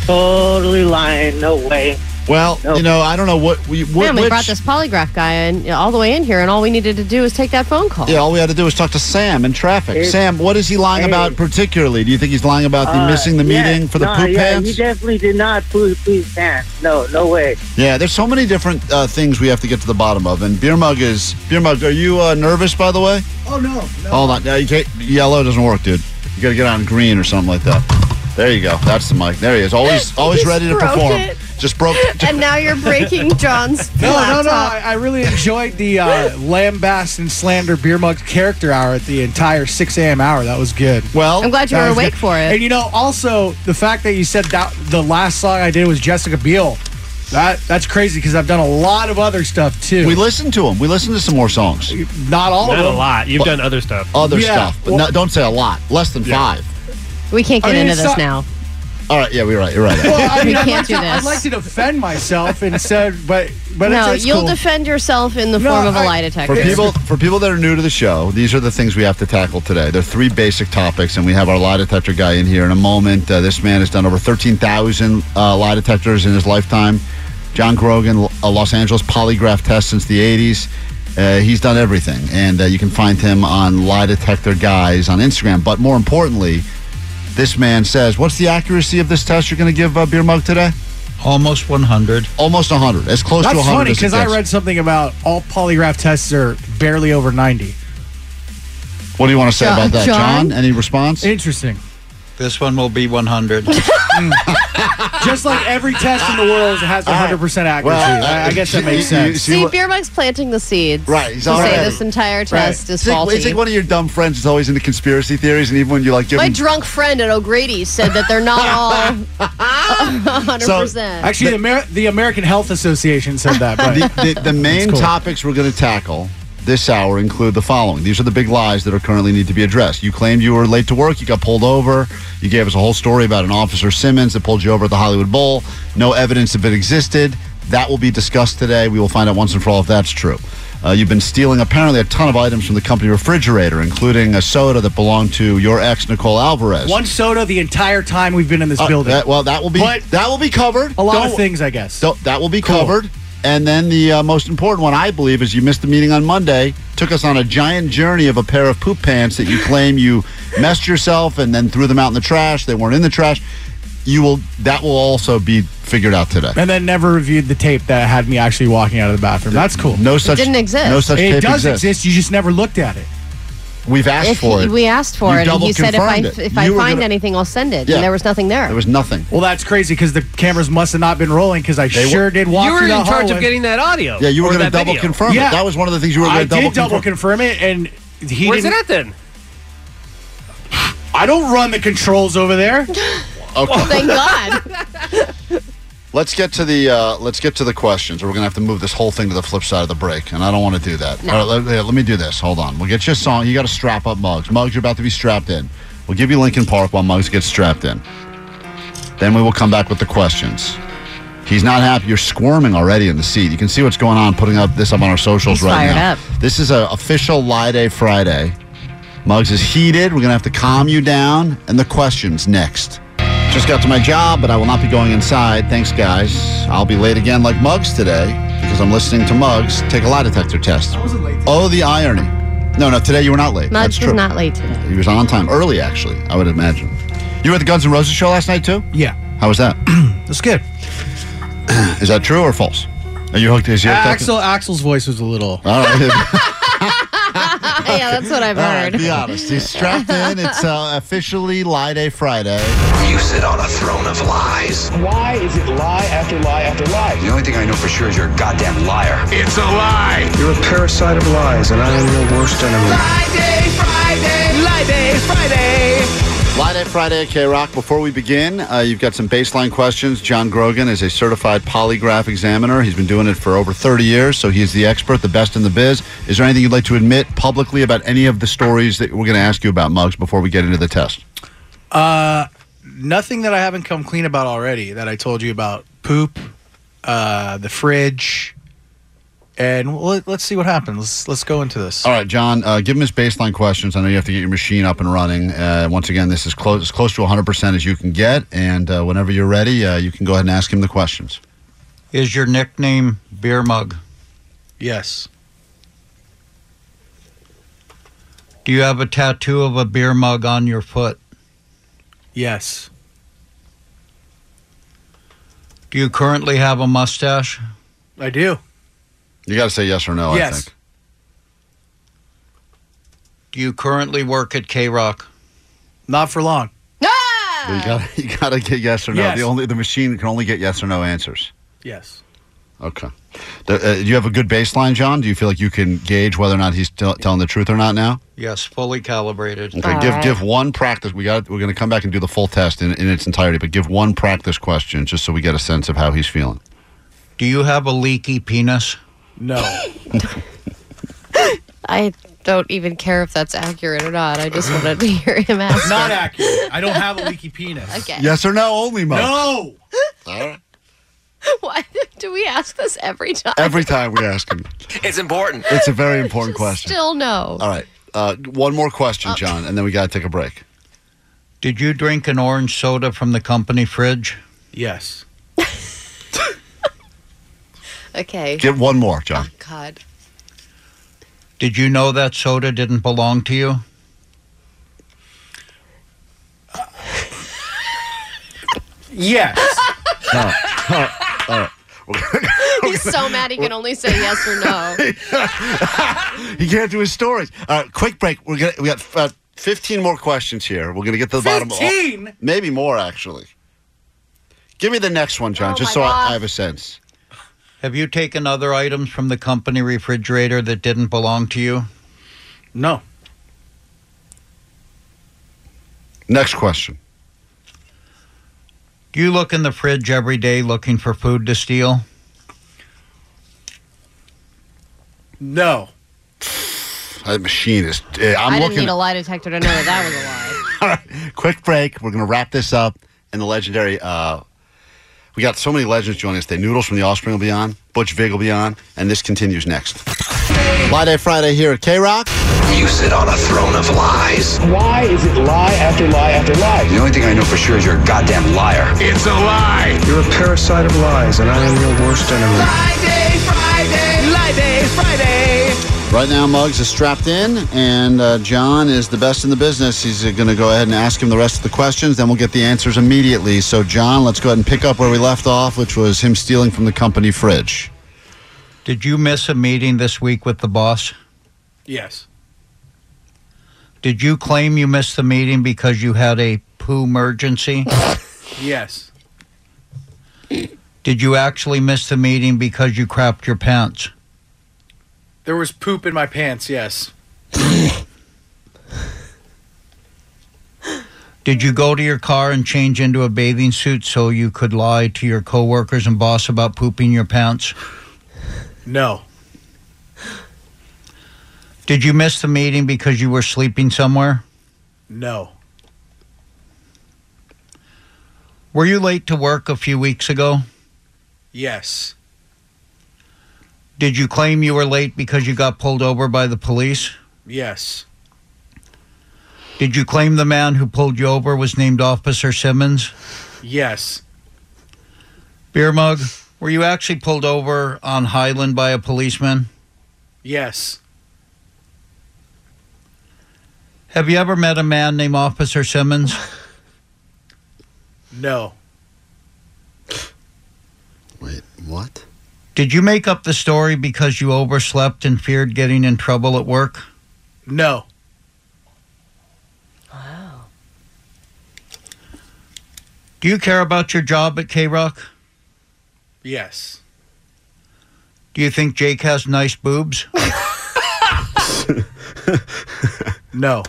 S11: Totally lying. No way.
S6: Well, you know, I don't know what we what,
S7: Man, we
S6: which-
S7: brought this polygraph guy in, all the way in here, and all we needed to do was take that phone call.
S6: Yeah, all we had to do was talk to Sam in traffic.
S7: It's-
S6: Sam, what is he lying
S7: Hey.
S6: about particularly? Do you think he's lying about the
S11: Uh,
S6: missing the
S11: yeah,
S6: meeting for the
S11: no,
S6: poop
S11: yeah,
S6: pants?
S11: He definitely did not poop poop pants. No, no way.
S6: Yeah, there's so many different uh, things we have to get to the bottom of. And beer mug is beer mug. Are you uh, nervous, by the way?
S11: Oh no.
S6: Hold on, now you can't, yellow doesn't work, dude. You got to get on green or something like that. There you go. That's the mic. There he is. Always, always
S7: Just
S6: ready to
S7: broke
S6: perform.
S7: it.
S6: Just broke.
S7: and now you're breaking John's
S26: No, no, no.
S7: laptop.
S26: I, I really enjoyed the uh, lambast and slander beer mug character hour at the entire 6 a.m. hour. That was good.
S6: Well,
S7: I'm glad you
S26: that
S7: were
S26: was
S7: awake for it.
S26: And you know, also the fact that you said that the last song I did was Jessica Biel. That that's crazy because I've done a lot of other stuff too.
S6: We listened to him. We listened to some more songs.
S26: Not all
S10: Not
S26: of
S10: a
S26: them.
S10: lot. You've
S6: But-
S10: done other stuff.
S6: Other
S26: Yeah,
S6: stuff, but
S26: well-
S6: not, don't say a lot. Less than five.
S7: We can't get
S26: I mean,
S7: into
S26: it's
S7: this
S26: not-
S7: now.
S6: All right. Yeah, we're right. You're right.
S26: Well, I
S7: We
S26: mean, I'd like
S7: can't do
S26: to,
S7: this.
S26: I'd like to defend myself and said, but but
S7: no,
S26: it's, it's
S7: you'll
S26: cool.
S7: defend yourself in the
S26: No,
S7: form of a
S26: I-
S7: lie detector.
S6: For people for people that are new to the show, these are the things we have to tackle today. There are three basic topics, and we have our lie detector guy in here in a moment. Uh, this man has done over thirteen thousand uh, lie detectors in his lifetime. John Grogan, a Los Angeles polygraph test since the '80s. Uh, he's done everything, and uh, you can find him on Lie Detector Guys on Instagram. But more importantly, this man says, "What's the accuracy of this test you're going to give uh, Beer Mug today?"
S9: Almost 100.
S6: Almost 100. As close to
S26: That's
S6: 100
S26: funny
S6: as it
S26: because I
S6: gets.
S26: read something about all polygraph tests are barely over 90.
S6: What do you want to say
S26: John-
S6: about that,
S26: John?
S6: John? Any response?
S26: Interesting.
S9: This one will be 100.
S26: Just like every test in the world has 100% accuracy.
S6: Well,
S26: I, I guess that
S6: you-
S26: makes
S6: you- you
S26: sense.
S6: See
S7: See,
S6: what-
S7: Beer Mug's planting the seeds.
S6: Right, he's
S7: to
S6: already-
S7: say this entire test is
S6: it's like,
S7: faulty.
S6: it's like one of your dumb friends is always into conspiracy theories, and even when you like give
S7: My
S6: him-
S7: drunk friend at O'Grady said that they're not all 100%.
S26: Actually, the, Amer- the American Health Association said that. But
S6: the, the, the main
S26: It's cool.
S6: topics we're going to tackle this hour include the following. These are the big lies that are currently need to be addressed. You claimed you were late to work, you got pulled over. You gave us a whole story about an officer Simmons that pulled you over at the Hollywood Bowl. No evidence of it existed. That will be discussed today. We will find out once and for all if that's true. Uh, you've been stealing apparently a ton of items from the company refrigerator, including a soda that belonged to your ex Nicole Alvarez.
S26: One soda the entire time we've been in this
S6: Uh,
S26: building.
S6: that- well, that will be
S26: But
S6: that will be covered.
S26: a lot of
S6: Don't-
S26: things, I guess.
S6: so that will be covered. And then the uh, most important one, I believe, is you missed the meeting on Monday. Took us on a giant journey of a pair of poop pants that you claim you messed yourself and then threw them out in the trash. They weren't in the trash. You will. That will also be figured out today.
S26: And then never reviewed the tape that had me actually walking out of the bathroom. That's cool.
S6: No such
S7: didn't exist.
S6: No such
S26: it
S6: tape
S26: does
S6: exists.
S26: exist. You just never looked at it.
S6: We've asked
S7: If
S6: for
S7: he-
S6: it.
S7: we asked for
S6: You
S7: it, and he said, if I,
S6: double-confirmed it.
S7: if I
S6: You
S7: find
S6: were gonna-
S7: anything, I'll send it.
S6: Yeah.
S7: And there was nothing there.
S6: there was nothing.
S26: Well, that's crazy because the cameras must have not been rolling because I
S6: They
S26: sure
S6: were-
S26: did walk
S22: You were
S26: through
S22: in
S26: that
S22: charge of
S26: hallway.
S22: getting that audio.
S6: Yeah, you were
S22: or
S6: going to
S22: that
S6: double
S22: video.
S6: confirm
S26: Yeah.
S6: it. That was one of the things you were
S26: I
S6: going to double
S26: did double
S6: confirm.
S26: confirm it, and he
S22: Where's it
S26: didn't.
S22: at then?
S26: I don't run the controls over there.
S6: Okay.
S7: Thank God.
S6: Let's get to the uh, let's get to the questions, or we're gonna have to move this whole thing to the flip side of the break, and I don't want to do that. All right, let, yeah, let me do this. Hold on, we'll get you a song. You got to strap up, Mugs. Mugs, you're about to be strapped in. We'll give you Lincoln Park while Mugs gets strapped in. Then we will come back with the questions. He's not happy. You're squirming already in the seat. You can see what's going on. Putting up this up on our socials
S7: He's
S6: right
S7: fired
S6: now.
S7: up.
S6: This is a official Lie Day Friday. Muggs is heated. We're gonna have to calm you down, and the questions next. Just got to my job, but I will not be going inside. Thanks, guys. I'll be late again, like Muggs today, because I'm listening to Muggs take a lie detector test. Oh, the irony. No, no, today you were not late. That's
S7: Mudge
S6: true.
S7: was not late today.
S6: He was on time, early actually. I would imagine. You were at the Guns N' Roses show last night too.
S27: Yeah.
S6: How was that?
S27: That's good.
S6: Is that true or false? Are you hooked? Is he hooked up?
S27: Axel, Axel's voice was a little.
S6: All right.
S28: yeah, that's what I've
S6: All right,
S28: heard.
S6: be honest. He's strapped in. It's uh, officially Lie Day Friday. You sit on a throne of lies.
S29: Why is it lie after lie after lie? The only thing I know for sure is you're a goddamn liar. It's a lie. You're a parasite of lies, and I am your worst enemy.
S2: Friday, Friday, Friday, Friday.
S6: Lie Day Friday at K Rock. Before we begin, uh, you've got some baseline questions. John Grogan is a certified polygraph examiner. He's been doing it for over 30 years, so he's the expert, the best in the biz. Is there anything you'd like to admit publicly about any of the stories that we're going to ask you about, Muggs, before we get into the test?
S26: Uh, nothing that I haven't come clean about already that I told you about poop, uh, the fridge, and let, let's see what happens. Let's, let's go into this.
S6: All right, John, uh, give him his baseline questions. I know you have to get your machine up and running. Uh, once again, this is close, as close to 100% as you can get. And uh, whenever you're ready, uh, you can go ahead and ask him the questions.
S21: Is your nickname Beer Mug? Yes. Do you have a tattoo of a beer mug on your foot? Yes. Do you currently have a mustache?
S6: I do. You got to say yes or no, Oh, I think.
S21: Do you currently work at K Rock? Not for long.
S6: But You got you got to get yes or no.
S21: Yes.
S6: The only the machine can only get yes or no answers.
S26: Yes.
S6: Okay. Do, uh, do you have a good baseline, John? Do you feel like you can gauge whether or not he's tell telling the truth or not now?
S21: Yes, fully calibrated.
S6: Okay. give give one practice. We got we're going to come back and do the full test in, in its entirety, but give one practice question just so we get a sense of how he's feeling.
S21: Do you have a leaky penis?
S26: No.
S7: I don't even care if that's accurate or not. I just wanted to hear him ask.
S26: Not
S7: it.
S26: accurate. I don't have a leaky penis.
S7: Okay.
S6: Yes or no only, Mo.
S26: No.
S7: Why do we ask this every time?
S6: Every time we ask him,
S30: It's important.
S6: it's a very important question.
S7: Still no.
S6: All right. Uh, one more question, John, and then we got to take a break.
S21: Did you drink an orange soda from the company fridge?
S26: Yes.
S7: Okay.
S6: Get one more, John.
S7: God.
S21: Did you know that soda didn't belong to you?
S26: Yes.
S6: All right. All right. All right.
S7: He's so mad he can only say yes or no.
S6: he can't do his stories. All right, quick break. We're gonna we got uh, fifteen more questions here. We're gonna get to the bottom of all-
S2: 15?
S6: maybe more actually. Give me the next one,
S7: Oh,
S6: John, just so I, I have a sense.
S21: Have you taken other items from the company refrigerator that didn't belong to you?
S26: No.
S6: Next question.
S21: Do you look in the fridge every day looking for food to steal?
S26: No.
S6: That machine is. eh, I'm
S7: I did not
S6: looking.
S7: need a lie detector to know that that was a lie.
S6: quick break. We're gonna wrap this up. And the legendary. Uh, we got so many legends joining us today. Noodles from The Offspring will be on. Butch Vig will be on, and this continues next. Lie Day Friday here at K Rock.
S29: You sit on a throne of lies. Why is it lie after lie after lie? The only thing I know for sure is you're a goddamn liar. It's a lie. You're a parasite of lies, and I am your worst enemy.
S2: Friday, Friday, Friday, Friday.
S6: Right now, Muggs is strapped in, and uh, John is the best in the business. He's going to go ahead and ask him the rest of the questions, then we'll get the answers immediately. So, John, let's go ahead and pick up where we left off, which was him stealing from the company fridge.
S21: Did you miss a meeting this week with the boss?
S26: Yes.
S21: Did you claim you missed the meeting because you had a poo emergency?
S26: Yes.
S21: Did you actually miss the meeting because you crapped your pants?
S26: There was poop in my pants. Yes.
S21: Did you go to your car and change into a bathing suit so you could lie to your coworkers and boss about pooping your pants?
S26: No.
S21: Did you miss the meeting because you were sleeping somewhere?
S26: No.
S21: Were you late to work a few weeks ago?
S26: Yes.
S21: Did you claim you were late because you got pulled over by the police?
S26: Yes.
S21: Did you claim the man who pulled you over was named Officer Simmons?
S26: Yes.
S21: Beer mug, were you actually pulled over on Highland by a policeman?
S26: Yes.
S21: Have you ever met a man named Officer Simmons?
S26: No.
S21: What? Did you make up the story because you overslept and feared getting in trouble at work?
S26: No.
S21: Do you care about your job at K Rock?
S26: Yes.
S21: Do you think Jake has nice boobs?
S26: no.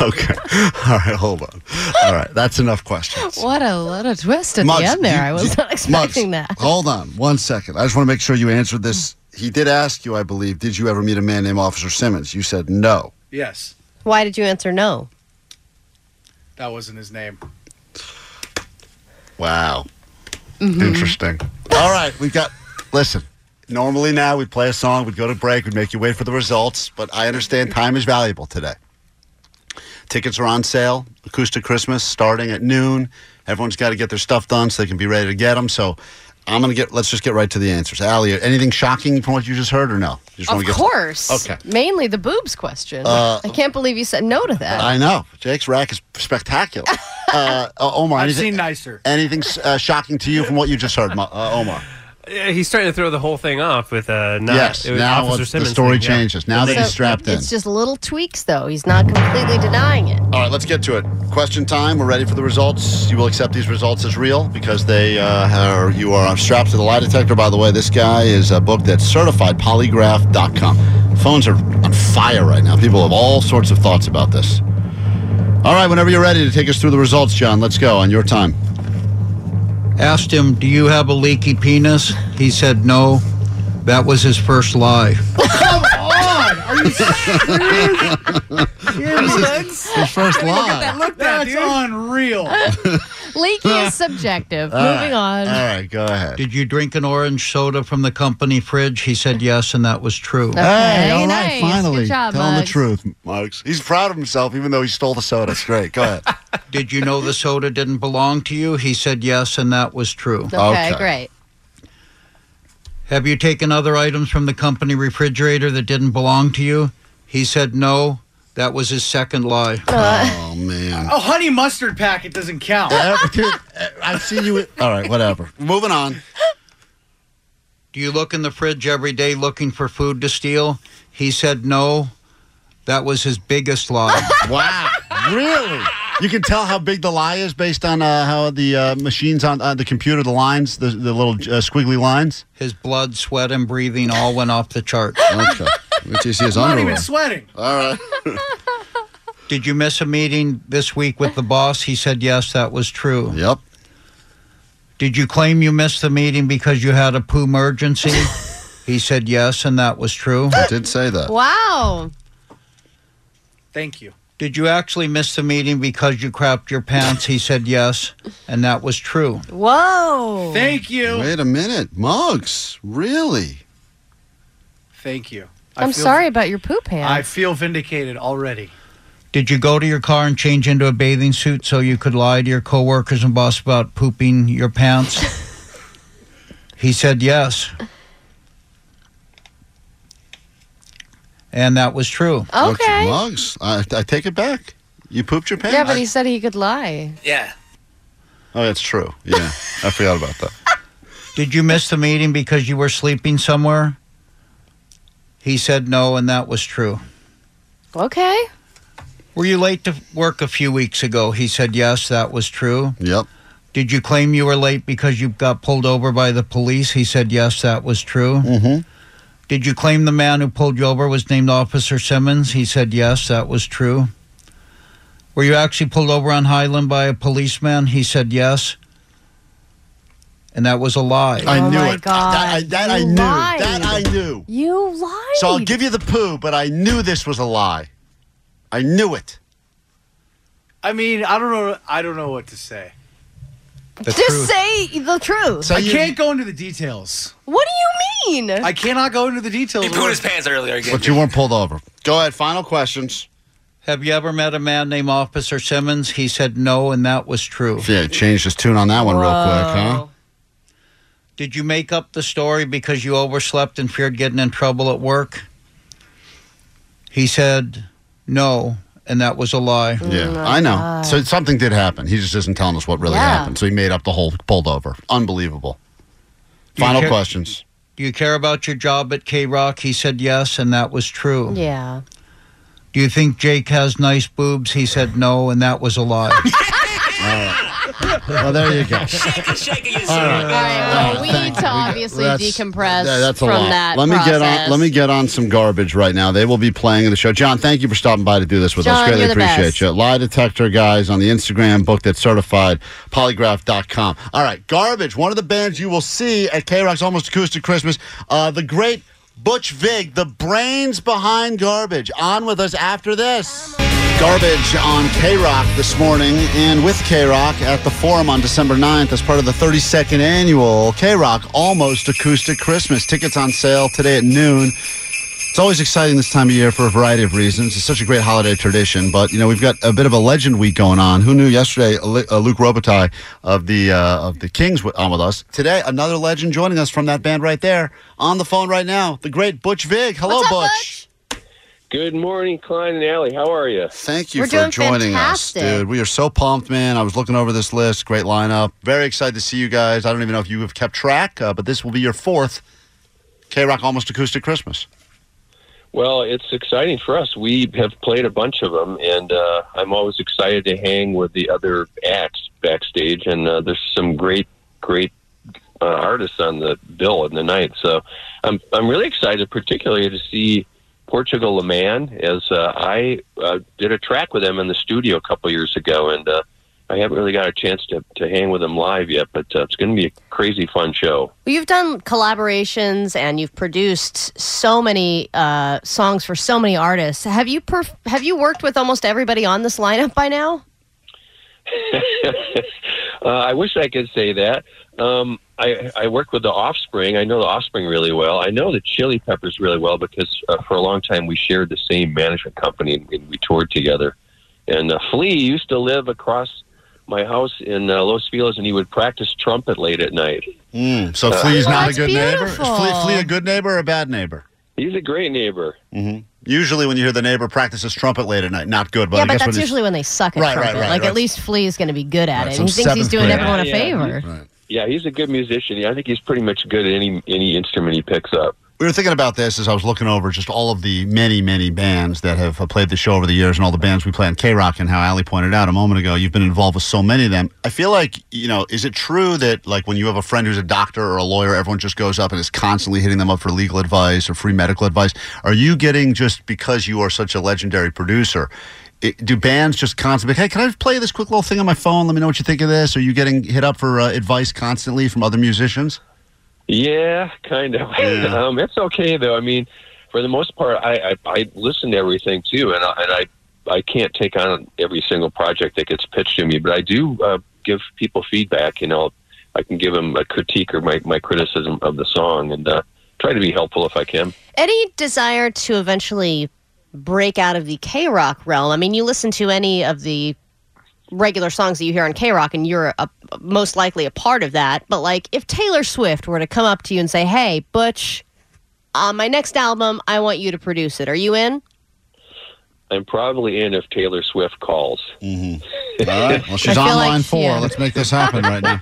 S6: okay. All right, hold on. All right, that's enough questions.
S7: What a what a twist at
S6: Muggs,
S7: the end there.
S6: you-
S7: I was
S6: you-
S7: not expecting
S6: Muggs,
S7: that.
S6: Hold on one second. I just want to make sure you answered this. He did ask you, I believe, did you ever meet a man named Officer Simmons? You said no.
S26: Yes.
S7: Why did you answer no?
S26: That wasn't his name.
S6: Wow.
S7: Mm-hmm.
S6: Interesting. All right, we've got. Listen, normally now we play a song, we'd go to break, we'd make you wait for the results, but I understand time is valuable today. Tickets are on sale, Acoustic Christmas starting at noon. Everyone's got to get their stuff done so they can be ready to get them. So I'm going to get, let's just get right to the answers. Allie, anything shocking from what you just heard or no? You just
S7: Of
S6: wanna get-
S7: course.
S6: okay.
S7: Mainly the boobs question.
S6: Uh,
S7: I can't believe you said no to that.
S6: I know. Jake's rack is spectacular. uh, uh, Omar,
S7: I've
S6: anything,
S7: seen
S6: nicer. Anything uh, shocking to you from what you just heard, Mo- uh, Omar?
S22: Yeah, he's starting to throw the whole thing off with uh, not,
S6: Yes,
S22: it was
S6: now
S22: Officer
S6: it's- the
S22: Simmons
S6: story
S22: thing, yeah.
S6: changes. Now that he's strapped in.
S7: It's just little tweaks, though. He's not completely denying it.
S6: All right, let's get to it. Question time. We're ready for the results. You will accept these results as real because they uh, are, you are strapped to the lie detector. By the way, this guy is uh, booked at certifiedpolygraph.com. Phones are on fire right now. People have all sorts of thoughts about this. All right, whenever you're ready to take us through the results, John, let's go on your time.
S21: Asked him, Do you have a leaky penis? He said, No. That was his first lie.
S2: Come on! Are you serious?
S6: This is his first lie.
S7: That's
S26: unreal.
S7: Leaky is subjective. Moving on.
S6: right, go ahead.
S21: Did you drink an orange soda from the company fridge? He said yes, and that was true.
S7: Okay, Hey, all right, nice. finally. Good job,
S6: Tell him the
S7: Muggs.
S6: truth, Muggs. He's proud of himself, even though he stole the soda. It's great. Go ahead.
S21: Did you know the soda didn't belong to you? He said yes, and that was true.
S7: Okay, great.
S21: Have you taken other items from the company refrigerator that didn't belong to you? He said no. That was his second lie.
S6: oh man.
S31: Oh, honey mustard packet doesn't count.
S6: uh, I see you. All right, whatever. Moving on.
S21: Do you look in the fridge every day looking for food to steal? He said no. That was his biggest lie.
S6: wow. Really? You can tell how big the lie is based on uh, how the uh, machines on uh, the computer, the lines, the, the little uh, squiggly lines.
S21: His blood, sweat, and breathing all went off the charts.
S6: Okay. Which is his
S31: not even sweating.
S6: All right.
S21: Did you miss a meeting this week with the boss? He said yes, that was true.
S6: Yep.
S21: Did you claim you missed the meeting because you had a poo emergency? he said yes, and that was true.
S6: I did say that.
S7: Wow.
S26: Thank you.
S21: Did you actually miss the meeting because you crapped your pants? He said yes, and that was true.
S7: Whoa.
S26: Thank you.
S6: Wait a minute, Muggs. Really?
S26: Thank you. I
S7: I'm
S26: feel-
S7: sorry about your poop hand.
S26: I feel vindicated already.
S21: Did you go to your car and change into a bathing suit so you could lie to your coworkers and boss about pooping your pants? he said yes. And that was true.
S7: Okay.
S6: Muggs, I, I take it back. You pooped your pants.
S7: yeah, but he said he could lie.
S11: Yeah.
S6: Oh, that's true. Yeah, I forgot about that.
S21: Did you miss the meeting because you were sleeping somewhere? He said no, and that was true.
S7: Okay.
S21: Were you late to work a few weeks ago? He said yes, that was true.
S6: Yep.
S21: Did you claim you were late because you got pulled over by the police? He said yes, that was true.
S6: Mm-hmm.
S21: Did you claim the man who pulled you over was named Officer Simmons? He said yes, that was true. Were you actually pulled over on Highland by a policeman? He said yes. And that was a lie.
S6: I knew it. That, I, that I
S7: Oh You
S6: knew.
S7: lied.
S6: That I knew.
S7: You lied.
S6: So I'll give you the poo, but I knew this was a lie. I knew it.
S26: I mean, I don't know. I don't know what to say.
S7: Just say the truth.
S26: I can't go into the details.
S7: What do you mean?
S26: I cannot go into the details.
S11: He pooed his pants earlier again.
S6: But you weren't pulled over. Go ahead. Final questions.
S21: Have you ever met a man named Officer Simmons? He said no, and that was true.
S6: Yeah, he changed his tune on that one real quick, huh?
S21: Did you make up the story because you overslept and feared getting in trouble at work? He said no, and that was a lie.
S6: Yeah,
S7: Oh
S6: I know. So something did happen. He just isn't telling us what really
S21: Yeah.
S6: happened. So he made up the whole pulled over. Unbelievable.
S21: You
S6: Final
S21: care-
S6: questions.
S21: Do you care about your job at K Rock? He said yes, and that was true.
S17: Yeah.
S21: Do you think Jake has nice boobs? He said no, and that was a lie.
S6: Well, there you go.
S21: Shake
S6: it,
S21: shake
S6: it, you
S17: All right, well,
S6: Oh,
S17: we
S6: thank
S17: need to obviously
S6: That's-
S17: decompress
S6: Yeah, that's a
S17: from
S6: lot.
S17: that
S6: let me
S17: process.
S6: get on. Let me get on some garbage right now. They will be playing in the show. John, thank you for stopping by to do this with us.
S17: John,
S6: Greatly
S17: you're the
S6: appreciate
S17: best.
S6: you. Lie detector guys on the Instagram. Book that certified. Polygraph.com. All right, garbage. One of the bands you will see at K Rock's Almost Acoustic Christmas. Uh, the great Butch Vig, the brains behind Garbage, on with us after this. Garbage on K Rock this morning and with K Rock at the Forum on December 9th as part of the 32nd annual K Rock Almost Acoustic Christmas. Tickets on sale today at noon. It's always exciting this time of year for a variety of reasons. It's such a great holiday tradition, but you know we've got a bit of a legend week going on. Who knew yesterday uh, Lu- uh, Luke Robitaille of the uh, of the Kings w- on with us. Today another legend joining us from that band right there on the phone right now. The great Butch Vig. Hello, Butch?
S4: Good morning, Klein and Allie. How are you?
S6: Thank you for joining us, dude. We are so pumped, man. I was looking over this list. Great lineup. Very excited to see you guys. I don't even know if you have kept track, uh, but this will be your fourth K Rock Almost Acoustic Christmas.
S4: Well, it's exciting for us. We have played a bunch of them, and uh, I'm always excited to hang with the other acts backstage. And uh, there's some great, great uh, artists on the bill in the night. So I'm I'm really excited, particularly to see Portugal Le Man, as uh, I uh, did a track with him in the studio a couple years ago, and uh, I haven't really got a chance to to hang with him live yet. But uh, it's going to be a crazy fun show.
S17: Well, you've done collaborations and you've produced so many uh, songs for so many artists. Have you perf- have you worked with almost everybody on this lineup by now?
S4: uh, I wish I could say that. Um, I, I work with the Offspring. I know the Offspring really well. I know the Chili Peppers really well because uh, for a long time we shared the same management company and, and we toured together. And uh, Flea used to live across my house in uh, Los Feliz, and he would practice trumpet late at night.
S6: Mm, so
S4: Uh,
S6: Flea's
S4: Well,
S6: not a
S4: that's
S6: good neighbor. Is Flea,
S4: beautiful.
S6: Flea a good neighbor or a bad neighbor?
S4: He's a great neighbor.
S6: hmm Usually, when you hear the neighbor practice his trumpet late at night, not good. But
S17: yeah,
S6: I
S17: but
S6: guess
S17: that's
S6: when he's-
S17: usually when they suck at
S6: Right, right,
S17: trumpet.
S6: right,
S17: like
S6: right.
S17: at least Flea is going to be good at it.
S6: some
S17: and he thinks he's
S6: seventh
S17: doing
S6: grader.
S17: everyone
S4: Yeah,
S17: a
S4: yeah,
S17: favor.
S4: Yeah, he's a good musician. Yeah, I think he's pretty much good at any any instrument he picks up.
S6: we were thinking about this as I was looking over just all of the many, many bands that have uh, played the show over the years and all the bands we play on K Rock and how Ali pointed out a moment ago, you've been involved with so many of them. I feel like, you know, is it true that, like, when you have a friend who's a doctor or a lawyer, everyone just goes up and is constantly hitting them up for legal advice or free medical advice? Are you getting just because you are such a legendary producer? It, do bands just constantly, hey, can I play this quick little thing on my phone? Let me know what you think of this. Are you getting hit up for uh, advice constantly from other musicians?
S4: Yeah, kind of. um, it's okay though. I mean, for the most part, I, I, I listen to everything too, and I, and I I can't take on every single project that gets pitched to me, but I do uh, give people feedback. You know, I can give them a critique or my my criticism of the song, and uh, try to be helpful if I can.
S17: Any desire to eventually break out of the K Rock realm? I mean, you listen to any of the regular songs that you hear on K Rock, and you're a, most likely a part of that. But, like, if Taylor Swift were to come up to you and say, Hey, Butch, on my next album, I want you to produce it, are you in?
S4: I'm probably in if Taylor Swift calls. Mm-hmm.
S6: All right. Well, she's on line four. Let's make this happen right now.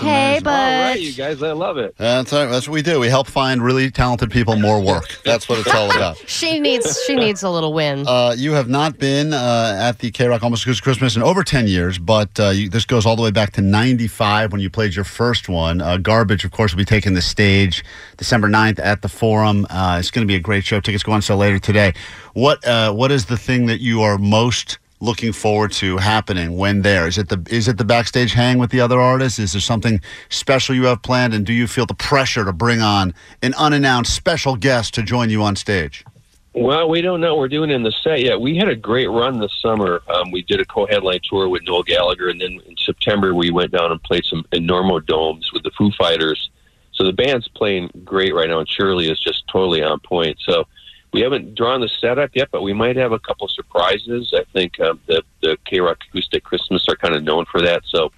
S17: hey, Butch.
S4: Ah, All right, you guys, I love it.
S6: That's all right. That's what we do. We help find really talented people more work. That's what it's all about.
S17: She needs she needs a little win.
S6: Uh, you have not been uh, at the K Rock Almost Acoustic Christmas in over 10 years, but uh, you, this goes all the way back to 95 when you played your first one. Uh, Garbage, of course, will be taking the stage December 9th at the Forum. Uh, it's going to be a great show. Tickets go on sale later today. What uh, What is the thing that you are most looking forward to happening when there? Is it the Is it the backstage hang with the other artists? Is there something special you have planned? And do you feel the pressure to bring on an unannounced special guest to join you on stage?
S4: Well, we don't know. We're doing it in the set yet. We had a great run this summer. Um, we did a co-headline tour with Noel Gallagher, and then in September we went down and played some Enormo Domes with the Foo Fighters. So the band's playing great right now, and Shirley is just totally on point. So we haven't drawn the setup yet, but we might have a couple surprises. I think um, the the K Rock Acoustic Christmas are kind of known for that. So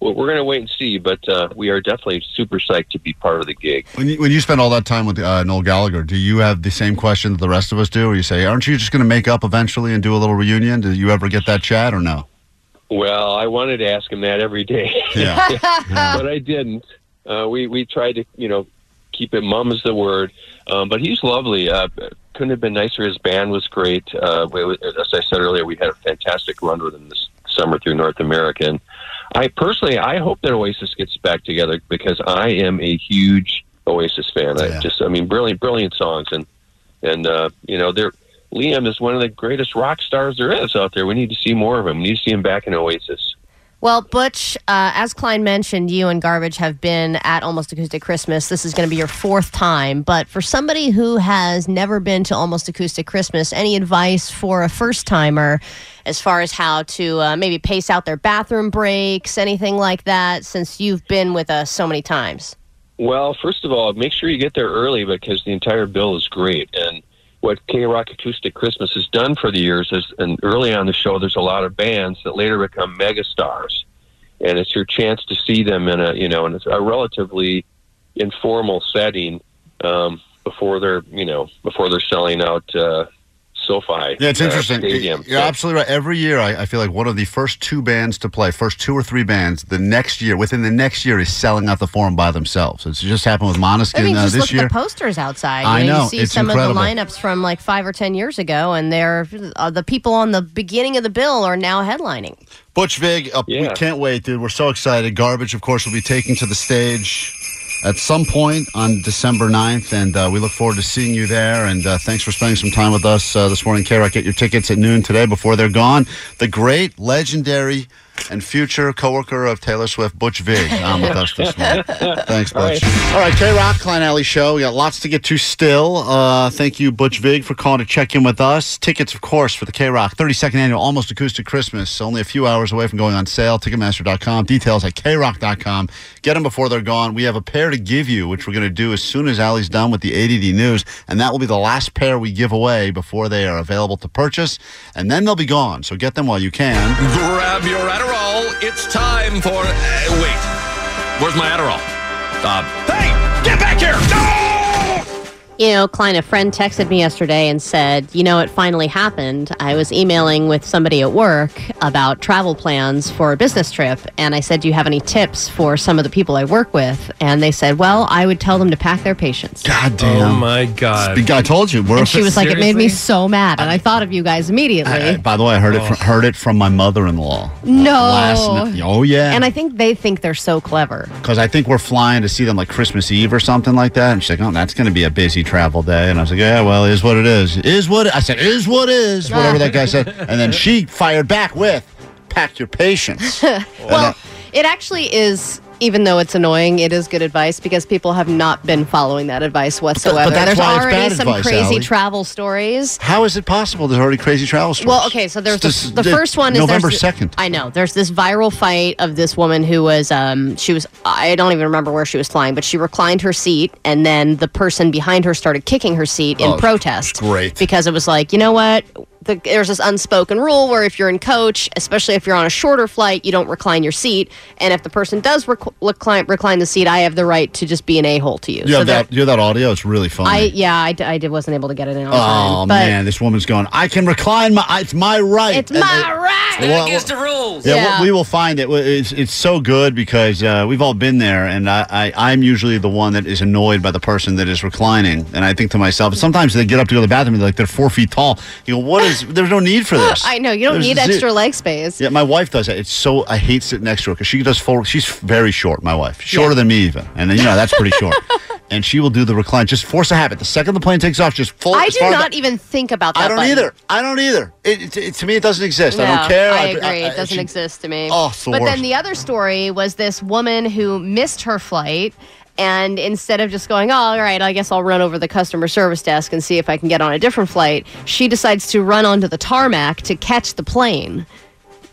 S4: Well, we're going to wait and see, but uh, we are definitely super psyched to be part of the gig.
S6: When you, when you spend all that time with uh, Noel Gallagher, do you have the same question that the rest of us do? Or you say, aren't you just going to make up eventually and do a little reunion? Do you ever get that chat or no?
S4: Well, I wanted to ask him that every day,
S6: Yeah.
S4: but I didn't. Uh, we we tried to, you know, keep it mum is the word. Um, but he's lovely. Uh, couldn't have been nicer. His band was great. Uh, we, as I said earlier, we had a fantastic run with him this summer through North America. And I personally, I hope that Oasis gets back together because I am a huge Oasis fan. I just, I mean, brilliant, brilliant songs, and and uh, you know, they're Liam is one of the greatest rock stars there is out there. We need to see more of him. We need to see him back in Oasis.
S7: Well, Butch, uh, as Klein mentioned, you and Garbage have been at Almost Acoustic Christmas. This is going to be your fourth time. But for somebody who has never been to Almost Acoustic Christmas, any advice for a first timer as far as how to uh, maybe pace out their bathroom breaks, anything like that, since you've been with us so many times?
S4: Well, first of all, make sure you get there early because the entire bill is great. And what K Rock Acoustic Christmas has done for the years is, and early on the show, there's a lot of bands that later become megastars, and it's your chance to see them in a you know in a relatively informal setting um, before they're you know before they're selling out uh, SoFi.
S6: Yeah, it's
S4: uh,
S6: interesting.
S4: Stadium.
S6: You're
S4: So-
S6: absolutely right. Every year, I, I feel like one of the first two bands to play, first two or three bands, the next year, within the next year, is selling out the forum by themselves. It's just happened with Måneskin
S7: I mean,
S6: uh,
S7: just
S6: this
S7: look
S6: year.
S7: at the posters outside.
S6: I
S7: You
S6: know,
S7: You see
S6: it's
S7: some
S6: incredible.
S7: of the lineups from like five or ten years ago, and they're uh, the people on the beginning of the bill are now headlining.
S6: Butch Vig, uh, we can't wait, dude. We're so excited. Garbage, of course, will be taken to the stage at some point on December 9th, and uh, we look forward to seeing you there. And uh, thanks for spending some time with us uh, this morning, K-Rock. Get your tickets at noon today before they're gone. The great, legendary, and future co-worker of Taylor Swift, Butch Vig, on with us this morning. Thanks, Butch. All right, K Rock Klein Alley Show. We got lots to get to still. Uh, thank you, Butch Vig, for calling to check in with us. Tickets, of course, for the K Rock 32nd annual Almost Acoustic Christmas. Only a few hours away from going on sale. Ticketmaster.com. Details at krock.com. Get them before they're gone. We have a pair to give you, which we're going to do as soon as Allie's done with the ADD news, and that will be the last pair we give away before they are available to purchase, and then they'll be gone. So get them while you can.
S13: Grab your Adderall. It's time for. Uh, wait. Where's my Adderall? Uh, hey! Get back here!
S7: You know, Klein, a friend texted me yesterday and said, you know, it finally happened. I was emailing with somebody at work about travel plans for a business trip. And I said, do you have any tips for some of the people I work with? And they said, well, I would tell them to pack their patience.
S6: God damn.
S32: Oh my God.
S6: I told you. We're
S7: and she was like, it made me so mad. And I thought of you guys immediately.
S6: I- I- by the way, I heard it from, heard it from my mother in law.
S7: no.
S6: Last night. Oh yeah.
S7: And I think they think they're so clever.
S6: because I think we're flying to see them like Christmas Eve or something like that. And she's like, "Oh, that's going to be a busy travel day." And I was like, "Yeah, well, is what it is. Is what I said. Is what is. Whatever that guy said." And then she fired back with, "Pack your patience." And
S7: well, it actually is. Even though it's annoying, it is good advice because people have not been following that advice whatsoever.
S6: that's
S7: There's
S6: why it's
S7: already
S6: bad
S7: some
S6: advice,
S7: crazy
S6: Ally.
S7: travel stories.
S6: how is it possible? There's already crazy travel stories.
S7: Well, okay, so there's
S6: This-
S7: the, the
S6: this-
S7: first one is
S6: November
S7: there's-
S6: 2nd.
S7: I know there's this viral fight of this woman who was um she was I don't even remember where she was flying, but she reclined her seat and then the person behind her started kicking her seat in
S25: Oh,
S7: protest.
S25: great.
S7: because it was like you know what. The, there's this unspoken rule where if you're in coach, especially if you're on a shorter flight, you don't recline your seat. And if the person does rec- recline, recline the seat, I have the right to just be an a hole to you.
S6: You have
S7: there-
S6: that. You have that audio. It's really funny.
S7: I yeah, I, d- I did, wasn't able to get it in. On
S6: Oh
S7: time, but
S6: man, this woman's going. I can recline my. It's my right.
S7: It's
S6: And
S7: my
S6: they-
S7: right.
S6: Well, well-
S2: the rules.
S6: Yeah, we we will find it. It's it's so good because uh, we've all been there, and I, I I'm usually the one that is annoyed by the person that is reclining, and I think to myself, sometimes they get up to go to the bathroom, and they're like they're four feet tall. You go, what is? There's no need for this.
S7: I know you don't
S6: There's
S7: need
S6: ze-
S7: extra leg space.
S6: Yeah, my wife does that. It's so I hate sitting next to her because she does full. She's very short. My wife, shorter than me even, and then you know that's pretty short. And she will do the recline. Just force a habit. The second the plane takes off, just full.
S7: I
S6: as
S7: do
S6: far
S7: not
S6: back-
S7: even think about that.
S6: I don't
S7: button.
S6: either. I don't either. It, it, it- to me, it doesn't exist. I
S7: No,
S6: don't care.
S7: I agree. it doesn't
S6: she-
S7: exist to me.
S6: Oh, it's the
S7: but
S6: worst.
S7: then the other story was this woman who missed her flight. And instead of just going, oh, all right, I guess I'll run over the customer service desk and see if I can get on a different flight, she decides to run onto the tarmac to catch the plane,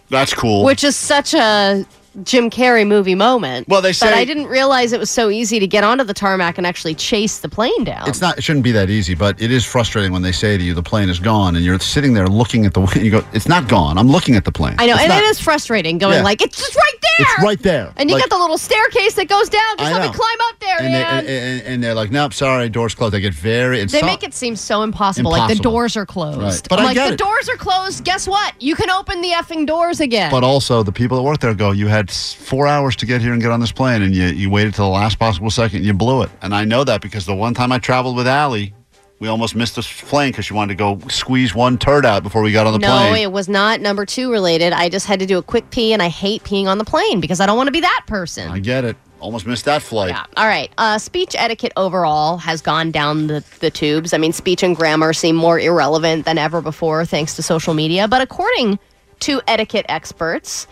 S6: That's cool.
S7: which is such a Jim Carrey movie moment.
S6: Well, they
S7: but
S6: say-
S7: I didn't realize it was so easy to get onto the tarmac and actually chase the plane down.
S6: It's not. It shouldn't be that easy, but it is frustrating when they say to you the plane is gone, and you're sitting there looking at the. And you go, it's not gone. I'm looking at the plane.
S7: I know,
S6: It's
S7: and
S6: not-
S7: it is frustrating going
S6: Yeah.
S7: like it's just right there,
S6: It's right there.
S7: and you
S6: Like,
S7: got the little staircase that goes down. Just
S6: I
S7: let me
S6: know.
S7: climb up there,
S6: and,
S7: man.
S6: they, and, and they're like, nope, sorry, doors closed. They get very. And
S7: they
S6: so-
S7: make it seem so impossible. Like the
S6: Impossible.
S7: doors are closed.
S6: Right. But
S7: I'm
S6: I
S7: like
S6: get
S7: the
S6: it.
S7: doors are closed. Guess what? You can open the effing doors again.
S6: But also, the people that work there go, you had s- four hours to get here and get on this plane, and you, you waited till the last possible second, and you blew it. And I know that because the one time I traveled with Allie, we almost missed this plane because she wanted to go squeeze one turd out before we got on the
S7: no,
S6: plane.
S7: it was not number two related. I just had to do a quick pee, and I hate peeing on the plane because I don't want to be that person.
S6: I get it. Almost missed that flight.
S7: All right. Uh, speech etiquette overall has gone down the, the tubes. I mean, speech and grammar seem more irrelevant than ever before thanks to social media. But according to etiquette experts,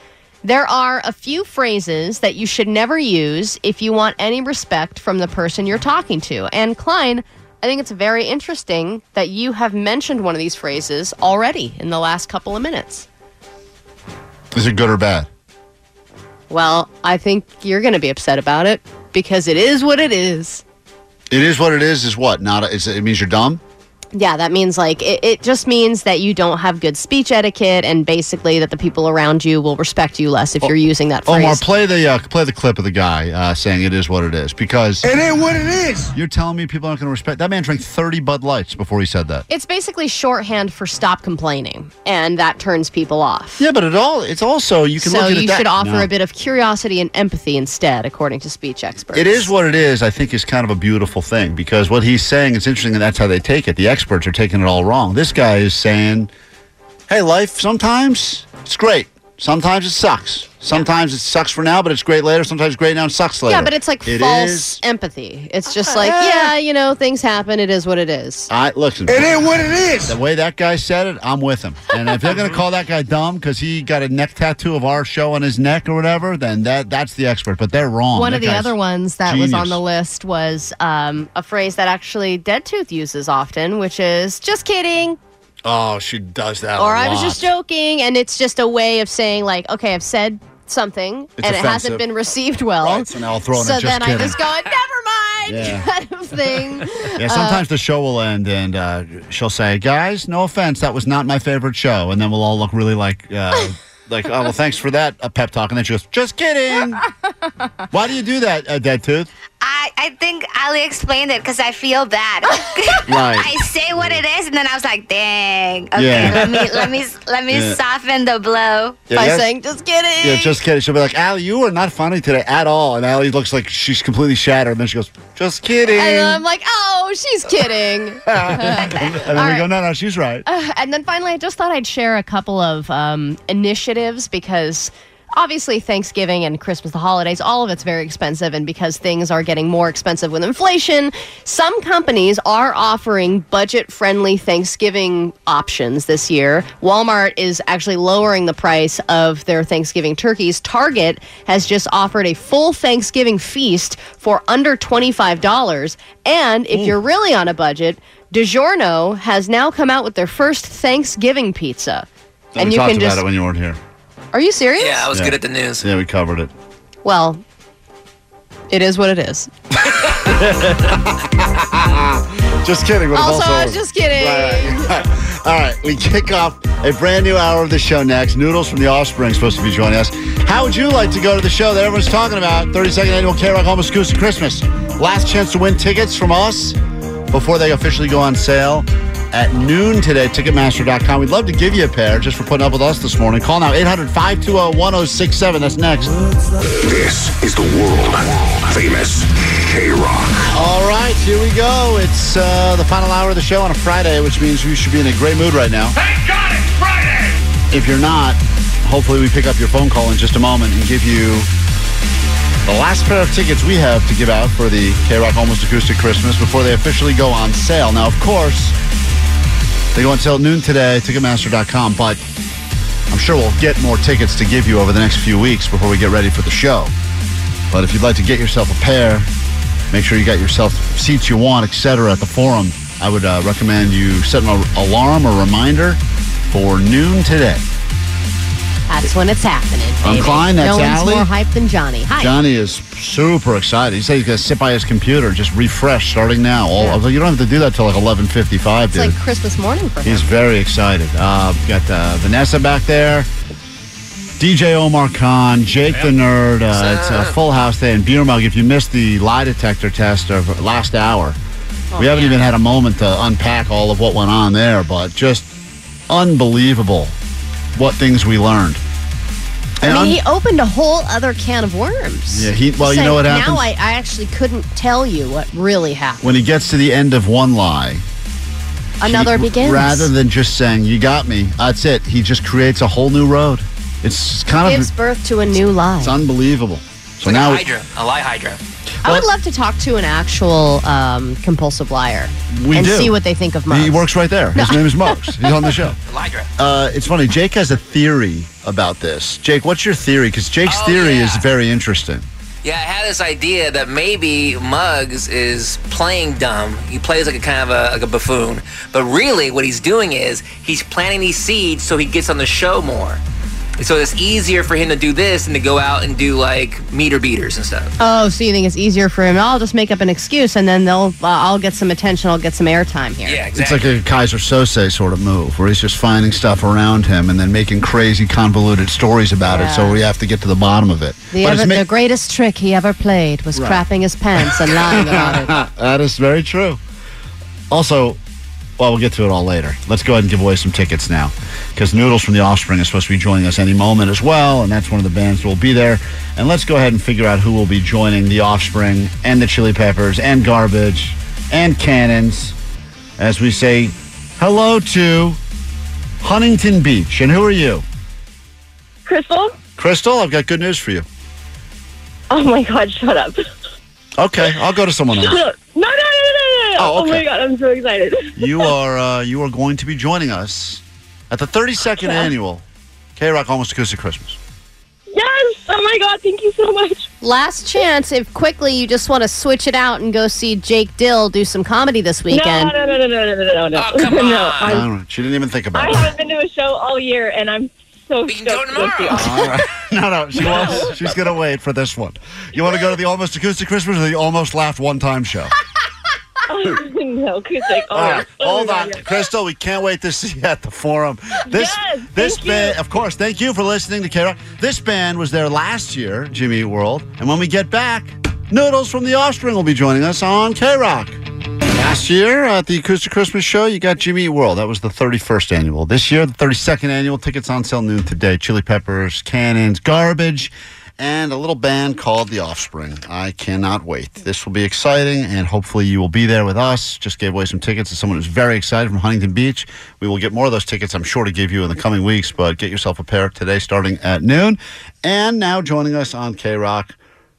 S7: there are a few phrases that you should never use if you want any respect from the person you're talking to. And Klein, I think it's very interesting that you have mentioned one of these phrases already in the last couple of minutes.
S6: Is it good or bad?
S7: Well, I think you're going to be upset about it because it is what it is.
S6: It is what it is, is what? Not a, is it, it means you're dumb?
S7: Yeah, that means like it, it just means that you don't have good speech etiquette and basically that the people around you will respect you
S6: Oh,
S7: less if you're using that phrase.
S6: Omar, play the uh, play the clip of the guy uh, saying it is what it is because it is what it is. You're telling me people aren't going to respect that man drank 30 Bud Lights before he said that.
S7: It's basically shorthand for stop complaining and that turns people off.
S6: Yeah, but it all it's also you can
S7: so
S6: look at it
S7: you
S6: that-
S7: should offer
S6: No.
S7: a bit of curiosity and empathy instead, according to speech experts.
S6: It is what it is, I think, is kind of a beautiful thing because what he's saying is interesting, and that's how they take it. The experts are taking it all wrong. This guy is saying, hey, life, sometimes it's great. Sometimes it sucks. Sometimes it sucks for now, but it's great later. Sometimes it's great now and sucks later.
S7: Yeah, but it's like
S6: It
S7: false
S6: is-
S7: empathy. It's just like, Uh, yeah, you know, things happen. It is what it is.
S6: I listen.
S7: It
S6: is what it is. The way that guy said it, I'm with him. And if you're going to call that guy dumb because he got a neck tattoo of our show on his neck or whatever, then that that's the expert. But they're wrong.
S7: One
S6: That
S7: of the
S6: guy's-
S7: other ones that was on
S6: genius.
S7: the list was um, a phrase that actually Dead Tooth uses often, which is "just kidding"
S6: Oh, she does that. a
S7: or "I was
S6: lot.
S7: just joking," and it's just a way of saying like, "Okay, I've said something
S6: It's
S7: and it
S6: offensive.
S7: hasn't been received well."
S6: Right, so now I'll throw in a
S7: So
S6: "just
S7: then I
S6: kidding."
S7: just go, "Never mind,"
S6: Yeah.
S7: kind of thing.
S6: Yeah, sometimes the show will end and uh, she'll say, "Guys, no offense, that was not my favorite show," and then we'll all look really like, uh, like, "Oh, well, thanks for that a pep talk," and then she goes, "Just kidding." Why do you do that, uh, Dead Tooth?
S1: I, I think Ali explained it because I feel bad.
S6: Right.
S1: I say what it is, and then I was like, "Dang, okay,
S6: Yeah.
S1: let me let me let me
S6: Yeah.
S1: soften the blow
S6: Yeah, By that's- saying,
S7: "Just kidding."
S6: Yeah, just kidding. She'll be like, "Allie, you are not funny today at all," and Allie looks like she's completely shattered. And then she goes, "Just kidding,"
S7: Uh, And I'm like, "Oh, she's kidding."
S6: and then we go, "No, no, she's right."
S7: Uh, and then finally, I just thought I'd share a couple of um, initiatives because obviously Thanksgiving and Christmas, the holidays, all of it's very expensive. And because things are getting more expensive with inflation, some companies are offering budget friendly Thanksgiving options this year. Walmart is actually lowering the price of their Thanksgiving turkeys. Target has just offered a full Thanksgiving feast for under $25. And if you're really on a budget, DiGiorno has now come out with their first Thanksgiving pizza.
S6: Oh, we talked about it when you weren't here.
S7: Are you serious?
S33: Yeah, I was
S6: Yeah.
S33: good at the news.
S6: Yeah, we covered it.
S7: Well, it is what it is.
S6: Just kidding. but it's
S7: Also, I was just kidding.
S6: Right, right, right. All right, we kick off a brand new hour of the show next. Noodles from the Offspring is supposed to be joining us. How would you like to go to the show that everyone's talking about? 32nd annual K Rock Almost Goose Christmas. Last chance to win tickets from us before they officially go on sale at noon today. Ticketmaster.com. We'd love to give you a pair just for putting up with us this morning. Call now 800 520 1067. That's next.
S2: This is the world famous K Rock.
S6: All right, here we go. It's uh, the final hour of the show on a Friday, which means you should be in a great mood right now. Thank God it's Friday! If you're not, hopefully we pick up your phone call in just a moment and give you the last pair of tickets we have to give out for the K Rock Almost Acoustic Christmas before they officially go on sale. Now, of course, they go on sale at noon today, Ticketmaster.com, but I'm sure we'll get more tickets to give you over the next few weeks before we get ready for the show. But if you'd like to get yourself a pair, make sure you got yourself seats you want, etc. at the forum. I would uh, recommend you set an alarm or reminder for noon today.
S17: That's when it's happening.
S6: I'm
S17: baby.
S6: Klein, that's
S17: no one's
S6: Allie.
S17: more hyped than Johnny. Hi.
S6: Johnny is super excited. He said he's gonna sit by his computer, just refresh starting now. All I was like, you don't have to do that till like 11:55,
S17: It's
S6: dude.
S17: like Christmas morning for him.
S6: He's very excited. Uh, got uh, Vanessa back there, DJ Omar Khan, Jake the Nerd. Uh, it's a full house day. And Beer Mug, if you missed the lie detector test of last hour,
S17: Oh,
S6: we haven't even had a moment to unpack all of what went on there, but just unbelievable what things we learned.
S17: I
S6: And
S17: mean,
S6: I'm-
S17: he opened a whole other can of worms.
S6: Yeah, he- well, you know
S17: Saying,
S6: what
S17: Now
S6: happens?
S17: I, I actually couldn't tell you what really happened.
S6: when he gets to the end of one lie,
S17: Another
S6: he-
S17: begins.
S6: Rather than just saying "you got me," that's it. He just creates a whole new road. It's kind
S17: gives
S6: of
S17: birth to a new lie.
S6: it's unbelievable. So
S8: like
S6: now
S8: a hydra, a lie hydra.
S17: I would love to talk to an actual um, compulsive liar
S6: we
S17: and
S6: do.
S17: see what they think of
S6: He
S17: Muggs.
S6: works right there. His name is Muggs. He's on the show.
S8: Hydra.
S6: Uh, it's funny. Jake has a theory about this. Jake, what's your theory? Because Jake's
S8: Oh,
S6: theory is very interesting.
S8: Yeah, I had this idea that maybe Muggs is playing dumb. He plays like a kind of a, like a buffoon, but really what he's doing is he's planting these seeds so he gets on the show more. So it's easier for him to do this than to go out and do like meter beaters and stuff.
S17: Oh, so you think it's easier for him? I'll just make up an excuse, and then they'll. Uh, I'll get some attention. I'll get some airtime here.
S8: Yeah,
S6: It's like a Kaiser Sose sort of move, where he's just finding stuff around him and then making crazy, convoluted stories about it. So
S17: Yeah.
S6: we have to get to the bottom of it.
S17: The,
S6: But it's
S17: ever,
S6: ma-
S17: the greatest trick he ever played was
S6: Right.
S17: crapping his pants and lying about it.
S6: that is very true. Also, well, we'll get to it all later. Let's go ahead and give away some tickets now because Noodles from The Offspring is supposed to be joining us any moment as well, and that's one of the bands that will be there. And let's go ahead and figure out who will be joining The Offspring and the Chili Peppers and Garbage and Cannons as we say hello to Huntington Beach. And who are you?
S3: Crystal?
S6: Crystal, I've got good news for you.
S3: Oh my God, shut up.
S6: Okay, I'll go to someone
S3: No, no,
S6: else.
S3: no, no, no, no.
S6: Oh,
S3: Oh,
S6: okay.
S3: my God, I'm so excited.
S6: you are uh, you are going to be joining us at the 32nd annual K Rock Almost Acoustic Christmas.
S17: Yes! Oh my God! Thank you so much. Last chance. If quickly you just want to switch it out and go see Jake Dill do some comedy this weekend.
S3: No, no, no, no, no, no, Oh, no, no.
S17: come
S3: no,
S6: I
S3: I'm,
S6: don't know. She didn't even think about
S3: I
S6: it.
S3: haven't been to a show all year, and I'm so we can go
S6: All right. No, no, she wants, she's gonna wait for this one. You want to go to the Almost Acoustic Christmas or the Almost Laughed One Time Show?
S3: no, acoustic. Oh,
S6: All right,
S3: oh
S6: hold
S3: my
S6: on,
S3: God, yes.
S6: Crystal. We can't wait to see you at the forum. This,
S3: Yes,
S6: this
S3: thank
S6: band, of course. Thank you for listening to K Rock. This band was there last year, Jimmy Eat World, and when we get back, Noodles from the Offspring will be joining us on K Rock. Last year at the Acoustic Christmas Show, you got Jimmy Eat World. That was the 31st annual. This year, the 32nd annual. Tickets on sale noon today. Chili Peppers, Cannons, Garbage, and a little band called The Offspring. I cannot wait. This will be exciting, and hopefully, you will be there with us. Just gave away some tickets to someone who's very excited from Huntington Beach. We will get more of those tickets, I'm sure, to give you in the coming weeks, but get yourself a pair today starting at noon. And now, joining us on K Rock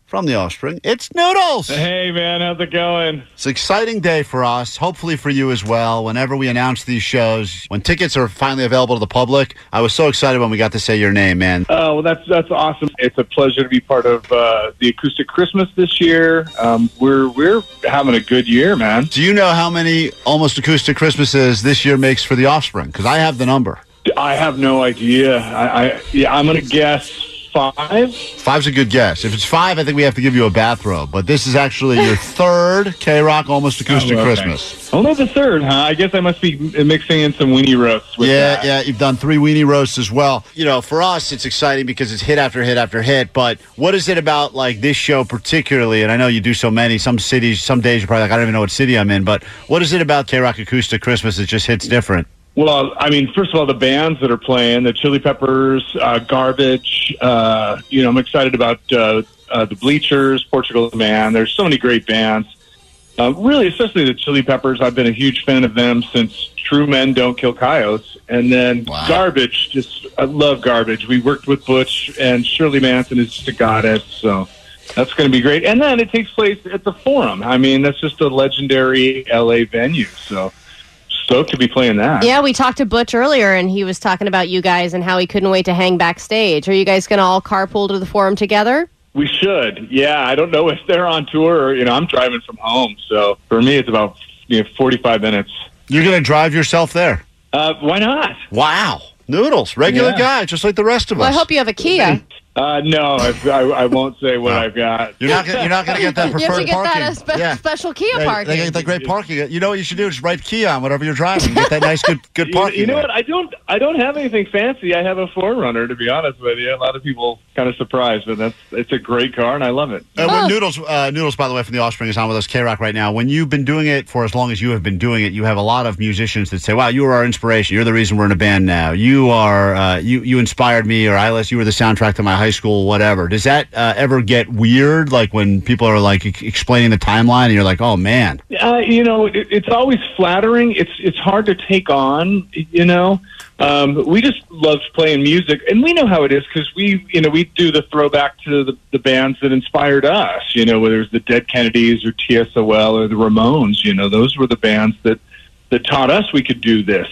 S6: from The Offspring, it's Noodles.
S12: Hey man, how's it going?
S6: It's an exciting day for us, hopefully for you as well. Whenever we announce these shows, when tickets are finally available to the public, I was so excited when we got to say your name, man.
S12: Oh, well, that's that's awesome. It's a pleasure to be part of uh, the Acoustic Christmas this year. Um, we're we're having a good year, man.
S6: Do you know how many almost acoustic Christmases this year makes for the offspring? Because I have the number.
S12: I have no idea. I, I yeah, I'm gonna guess five.
S6: Five's a good guess. If it's five, I think we have to give you a bathrobe. But this is actually your third K Rock almost acoustic
S12: Oh, okay.
S6: Christmas.
S12: Only the third, huh? I guess I must be m- mixing in some weenie roasts. With
S6: yeah,
S12: that.
S6: yeah, you've done three weenie roasts as well. You know, for us, it's exciting because it's hit after hit after hit. But what is it about like this show particularly? And I know you do so many. Some cities, some days you're probably like, I don't even know what city I'm in. But what is it about K Rock Acoustic Christmas that just hits different?
S12: Well, I mean, first of all, the bands that are playing, the Chili Peppers, uh, Garbage. Uh, you know, I'm excited about uh, uh, the Bleachers, Portugal the Man. There's so many great bands. Uh, really, especially the Chili Peppers. I've been a huge fan of them since True Men Don't Kill Coyotes, and then Garbage. Just I love Garbage. We worked with Butch and Shirley Manson is just a goddess. So. That's going to be great, and then it takes place at the Forum. I mean, that's just a legendary LA venue. So stoked to be playing that.
S17: Yeah, we talked to Butch earlier, and he was talking about you guys and how he couldn't wait to hang backstage. Are you guys going to all carpool to the forum together?
S12: We should. Yeah, I don't know if they're on tour. Or, you know, I'm driving from home, so for me, it's about you know 45 minutes.
S6: You're going to drive yourself there?
S12: Uh, why not?
S6: Wow. Noodles, regular
S12: Yeah.
S6: guy, just like the rest of
S7: Well, I
S6: us.
S7: hope you have a Kia.
S12: Uh, no, I, I, I won't say what I've got.
S6: You're not gonna- you're not gonna get that
S7: you have to
S6: preferred
S7: get
S17: uh,
S6: parking.
S7: that a spe-
S6: Yeah.
S7: special Kia
S6: They-
S7: parking.
S6: They, get that great parking. You know what you should do is write Kia on whatever you're driving. Get that nice, good, good
S12: You,
S6: parking.
S12: you know
S6: there.
S12: what? I don't. I don't have anything fancy. I have a Forerunner, to be honest with you. A lot of people kind of surprised, but that's it's a great car, and I love it.
S6: Uh, when Noodles, uh, Noodles, by the way, from the Offspring is on with us, K Rock, right now. When you've been doing it for as long as you have been doing it, you have a lot of musicians that say, "Wow, you were our inspiration. You're the reason we're in a band now. You are, uh, you you inspired me, or I list you were the soundtrack to my high school, whatever." Does that uh, ever get weird? Like when people are like e- explaining the timeline, and you're like, "Oh man."
S12: Uh, you know, it, it's always flattering. It's it's hard to take on. You know, um, we just loved playing music, and we know how it is because we, you know, we do the throwback to the, the bands that inspired us. You know, whether it's the Dead Kennedys or TSOL or the Ramones. You know, those were the bands that that taught us we could do this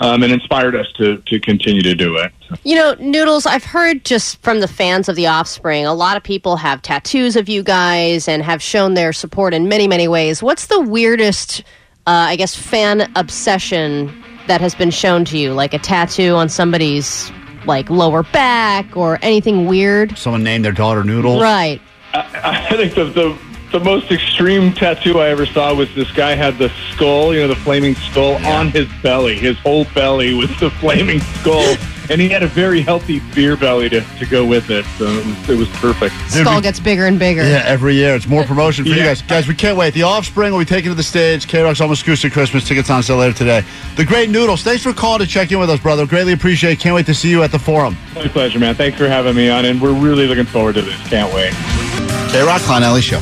S12: um, and inspired us to to continue to do it.
S17: You know, Noodles, I've heard just from the fans of The Offspring, a lot of people have tattoos of you guys and have shown their support in many, many ways. What's the weirdest, uh, I guess, fan obsession that has been shown to you? Like a tattoo on somebody's, like, lower back or anything weird?
S6: Someone named their daughter Noodles.
S17: Right.
S12: I think the, the the most extreme tattoo I ever saw was this guy had the skull, you know, the flaming skull on his belly. His whole belly was the flaming skull, and he had a very healthy beer belly to, to go with it. So it was, it was perfect.
S17: Skull gets bigger and bigger.
S6: Yeah, every year it's more promotion for you guys. Guys, we can't wait. The Offspring will be taken to the stage. K Rock's almost acoustic Christmas. Tickets on sale later today. The Great Noodles, thanks for calling to check in with us, brother. Greatly appreciate. it. Can't wait to see you at the forum.
S12: My pleasure, man. Thanks for having me on, and we're really looking forward to this. Can't wait.
S6: K Rock Klein Alley Show.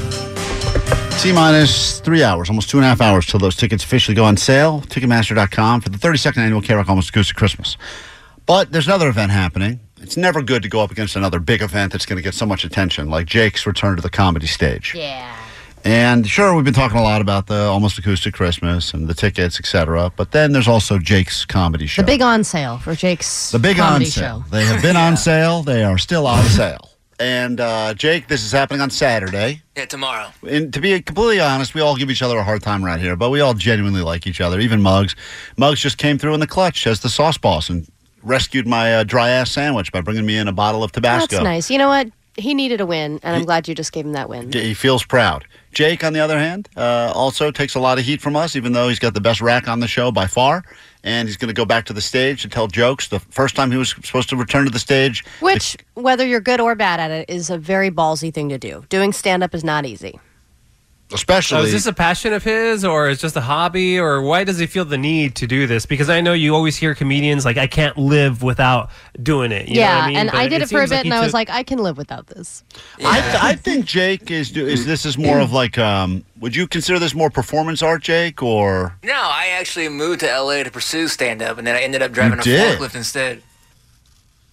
S6: T minus three hours, almost two and a half hours till those tickets officially go on sale. Ticketmaster.com for the 32nd annual K Rock Almost Acoustic Christmas. But there's another event happening. It's never good to go up against another big event that's going to get so much attention, like Jake's return to the comedy stage.
S17: Yeah.
S6: And sure, we've been talking a lot about the almost acoustic Christmas and the tickets, etc. But then there's also Jake's comedy show.
S17: The big on sale for Jake's
S6: The big on
S17: comedy
S6: sale.
S17: show.
S6: They have been on sale. They are still on sale. And uh, Jake, this is happening on Saturday.
S8: Yeah, tomorrow.
S6: And to be completely honest, we all give each other a hard time around here, but we all genuinely like each other. Even Muggs, Muggs just came through in the clutch as the sauce boss and rescued my uh, dry ass sandwich by bringing me in a bottle of Tabasco.
S17: That's nice. You know what? He needed a win, and I'm glad you just gave him that win.
S6: Yeah, He feels proud. Jake, on the other hand, uh, also takes a lot of heat from us, even though he's got the best rack on the show by far. And he's going to go back to the stage to tell jokes. The first time he was supposed to return to the stage,
S17: Which, whether you're good or bad at it, is a very ballsy thing to do. Doing stand up is not easy.
S6: especially.
S22: So Oh, is this a passion of his, or is just a hobby, or why does he feel the need to do this? Because I know you always hear comedians like, "I can't live without doing it." You know
S17: yeah,
S22: what I mean?
S17: and
S22: But
S17: I did it, for a
S22: seems
S17: bit,
S22: he
S17: and I
S22: took-
S17: was like, I can live without this.
S6: I, th- I think Jake is do- is this is more of like um, would you consider this more performance art, Jake, or
S8: No, I actually moved to LA to pursue stand up, and then I ended up driving a
S6: did?
S8: forklift instead.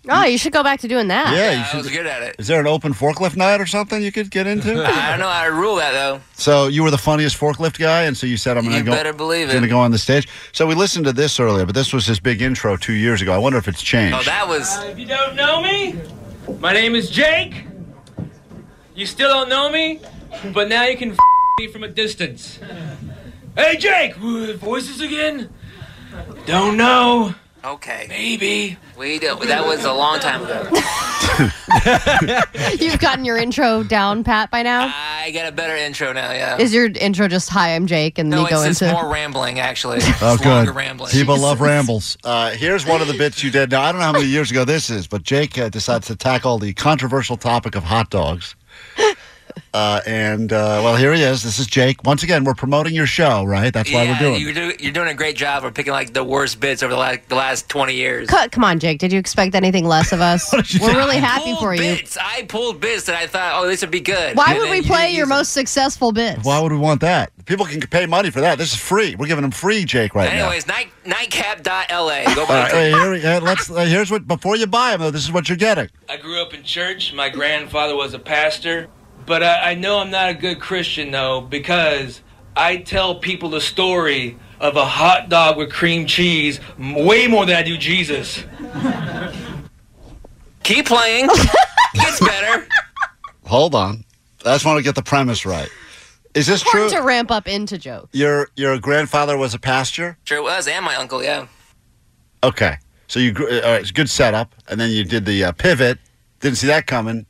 S17: Oh, you should go back to doing
S7: Ah.
S17: that.
S6: yeah?
S8: I was good at it.
S6: Is there an open forklift night or something you could get
S8: I
S6: into?
S8: don't know how to rule that though.
S6: so you were the funniest forklift guy, and so you said I'm going
S8: You
S6: to go.
S8: better believe
S6: Going to
S8: it.
S6: go on the stage. So we listened to this earlier, but this was his big intro two years ago. I wonder if it's changed.
S8: Oh, that was.
S19: Uh, if you don't know me, my name is Jake. You still don't know me, but now you can f- me from a distance. Hey, Jake! w- Voices again? Don't know.
S8: Okay.
S19: Maybe.
S8: We do. That was a long time ago.
S17: You've gotten your intro down, Pat, by now.
S8: I got a better intro now. Yeah.
S17: Is your intro just "Hi, I'm Jake," and
S8: no,
S17: you go
S8: it's, it's
S17: into?
S8: more rambling actually.
S6: Oh,
S8: It's
S6: good.
S8: Longer rambling.
S6: People love rambles. Uh, here's one of the bits you did. Now, I don't know how many years ago this is, but Jake uh, decides to tackle the controversial topic of hot dogs. Uh, and, uh, well, here he is. This is Jake. Once again, we're promoting your show, right? That's why
S8: yeah,
S6: we're doing
S8: You're,
S6: it.
S8: do, you're doing a great job of picking like the worst bits over the last the last 20 years.
S17: Cut, come on, Jake. Did you expect anything less of us? We're really happy for you.
S8: Bits. I pulled bits that I thought, oh, this would be good.
S17: Why
S8: And
S17: would
S8: then
S17: we
S8: you
S17: play
S8: didn't
S17: your
S8: use it.
S17: most successful bits?
S6: Why would we want that? People can pay money for that. This is free. We're giving them free, Jake, right now.
S8: Anyways, night, nightcap.la. Go
S6: All
S8: buy
S6: right,
S8: it.
S6: hey, here we- uh, let's, uh, here's what, before you buy them, though, this is what you're getting.
S19: I grew up in church. My grandfather was a pastor. But I, I know I'm not a good Christian, though, because I tell people the story of a hot dog with cream cheese m- way more than I do Jesus.
S8: Keep playing. Gets better.
S6: Hold on. I just want to get the premise right. Is this true?
S17: Important to ramp up into jokes.
S6: Your, your grandfather was a pastor?
S8: Sure was, and my uncle, yeah.
S6: Okay. So you, gr- uh, all right, it's a good setup, and then you did the uh, pivot. Didn't see that coming.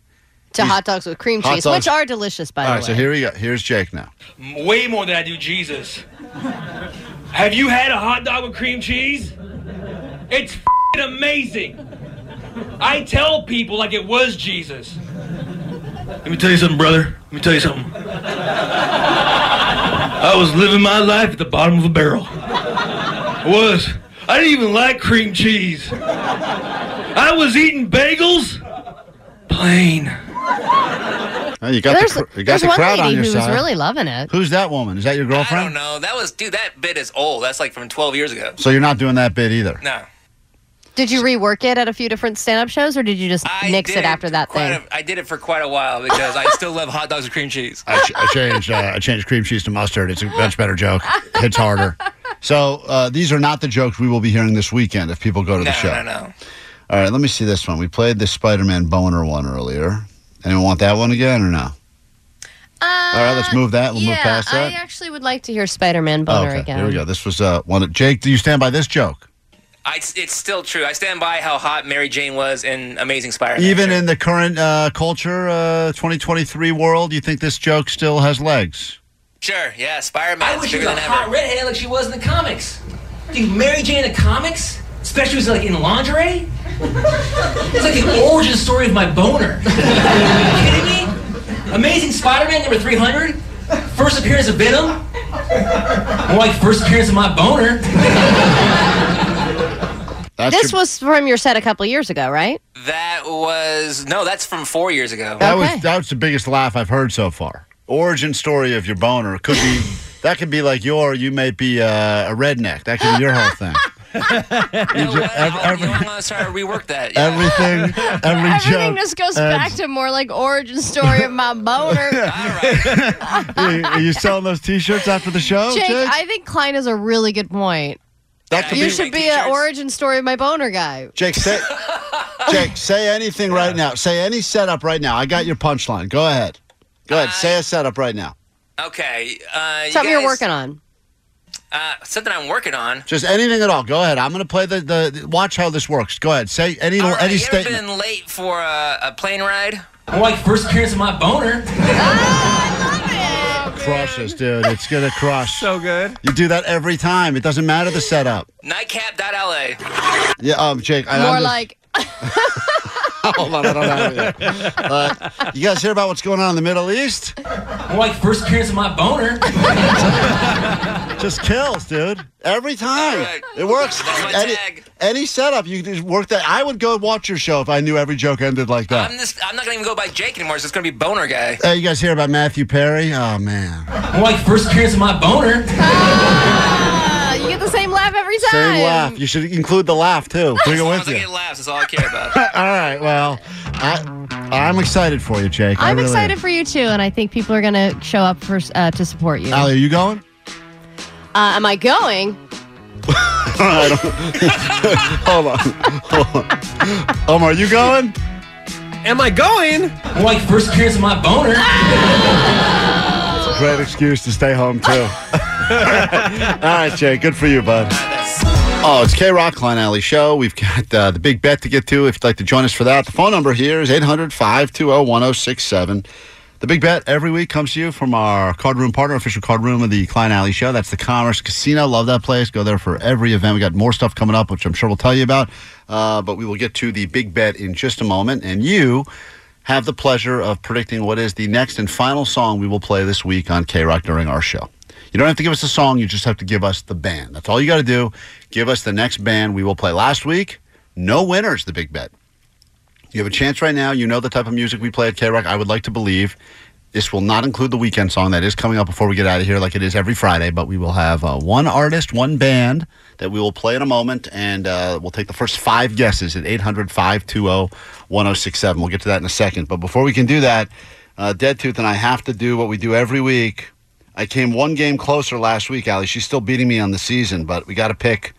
S17: to hot dogs with cream
S6: Hot
S17: cheese,
S6: dogs-
S17: which are delicious, by
S6: all
S17: the
S6: right,
S17: way.
S6: so here we go. Here's Jake now.
S19: Way more than I do Jesus. Have you had a hot dog with cream cheese? It's fing amazing. I tell people like it was Jesus. Let me tell you something, brother. Let me tell you something. I was living my life at the bottom of a barrel. I was. I didn't even like cream cheese. I was eating bagels. Plain.
S6: Oh, you got
S17: there's
S6: the, cr- you got
S17: there's
S6: the
S17: one
S6: crowd
S17: lady
S6: on your
S17: who's
S6: side.
S17: really loving it.
S6: Who's that woman? Is that your girlfriend?
S8: I don't know. That was dude. That bit is old. That's like from 12 years ago.
S6: So you're not doing that bit either.
S8: No,
S17: Did you rework it at a few different stand-up shows, or did you just nix it after that
S8: quite
S17: thing?
S8: a, I did it for quite a while because I still love hot dogs and cream cheese.
S6: I, ch- I changed. Uh, I changed cream cheese to mustard. It's a much better joke. Hits harder. So uh, these are not the jokes we will be hearing this weekend if people go to the
S8: No,
S6: show.
S8: no, no.
S6: All right, let me see this one. We played the Spider-Man boner one earlier. Anyone want that one again or no?
S17: Uh,
S6: All right, let's move that. We'll move
S17: yeah,
S6: past
S17: I
S6: that.
S17: actually would like to hear Spider-Man
S6: Oh,
S17: boner
S6: okay,
S17: again.
S6: here we go. This was uh, one. That, Jake, do you stand by this joke?
S8: I, it's still true. I stand by how hot Mary Jane was in Amazing Spider-Man.
S6: Even in the current uh, culture, uh, 2023 world, you think this joke still has legs?
S8: Sure, yeah, Spider-Man.
S5: I wish she
S8: bigger
S5: was a
S8: than
S5: hot
S8: ever.
S5: redhead like she was in the comics. Dude, Mary Jane in the comics, especially was like in lingerie. It's like the origin story of my boner. Are you kidding me? Amazing Spider-Man number 300. First appearance of Venom. More like first appearance of my boner.
S17: this was from your set a couple years ago, right?
S8: That was no. That's from four years ago.
S6: That was that was the biggest laugh I've heard so far. Origin story of your boner could be that could be like your you may be uh, a redneck. That could be your whole thing. You ju- ev- every-
S8: I'm gonna oh, start to rework that.
S6: everything, every
S17: Everything
S6: joke
S17: just goes
S6: adds-
S17: back to more like origin story of my boner.
S6: you, are you selling those T-shirts after the show,
S17: Jake,
S6: Jake?
S17: I think Klein is a really good point.
S6: that could
S17: you
S6: be.
S17: should be an origin story of my boner guy.
S6: Jake, say, Jake, say anything right now. Say any setup right now. I got your punchline. Go ahead. Go ahead. say a setup right now.
S8: Okay. Uh, you
S17: Something
S8: guys-
S17: you're working on.
S8: Uh, something I'm working on.
S6: Just anything at all. Go ahead. I'm going to play the, the, the- Watch how this works. Go ahead. Say any
S8: All right,
S6: any
S8: you ever
S6: statement.
S8: been late for a, a plane ride?
S5: More like first appearance of my boner.
S6: Crushes, dude. It's going to crush.
S5: So good.
S6: You do that every time. It doesn't matter the setup.
S8: Nightcap.la.
S6: Yeah, um, Jake. I,
S17: more
S6: I'm just-
S17: like
S6: Hold on, I don't have it. yet. Uh, you guys hear about what's going on in the Middle East?
S5: More like first appearance of my boner.
S6: Just kills, dude. Every time. It works. any, any setup, you can just work that. I would go watch your show if I knew every joke ended like that.
S8: I'm just. I'm not gonna even go by Jake anymore. So it's gonna be Boner Guy.
S6: Hey, you guys hear about Matthew Perry? Oh, man.
S5: More like first appearance of my boner.
S17: uh, you get the same laugh every time.
S6: Same laugh. You should include the laugh, too. Bring it with you.
S8: Laughs is all I care about.
S6: all right, well, I, I'm excited for you, Jake. I
S17: I'm
S6: really
S17: excited for you too, and I think people are going to show up for uh, to support you.
S6: Am. Allie, are you going?
S17: Uh, am I going?
S6: I don't- Hold on. Hold on. Omar, are you going?
S5: Am I going? More like first appearance of my boner.
S6: It's a great excuse to stay home, too. All right, Jay. Good for you, bud. Oh, it's K Rock Klein Alley Show. We've got uh, the big bet to get to. If you'd like to join us for that, the phone number here is 800 520 1067. The big bet every week comes to you from our card room partner, official card room of the Klein Alley Show. That's the Commerce Casino. Love that place. Go there for every event. We got more stuff coming up, which I'm sure we'll tell you about. Uh, but we will get to the big bet in just a moment. And you have the pleasure of predicting what is the next and final song we will play this week on K Rock during our show. You don't have to give us a song, you just have to give us the band. That's all you got to do. Give us the next band we will play. Last week, no winners, the big bet. You have a chance right now. You know the type of music we play at K Rock. I would like to believe this will not include the weekend song that is coming up before we get out of here, like it is every Friday. But we will have uh, one artist, one band that we will play in a moment, and uh, we'll take the first five guesses at 800 520 1067. We'll get to that in a second. But before we can do that, uh, Dead Tooth and I have to do what we do every week. I came one game closer last week, Allie. She's still beating me on the season, but we got to pick.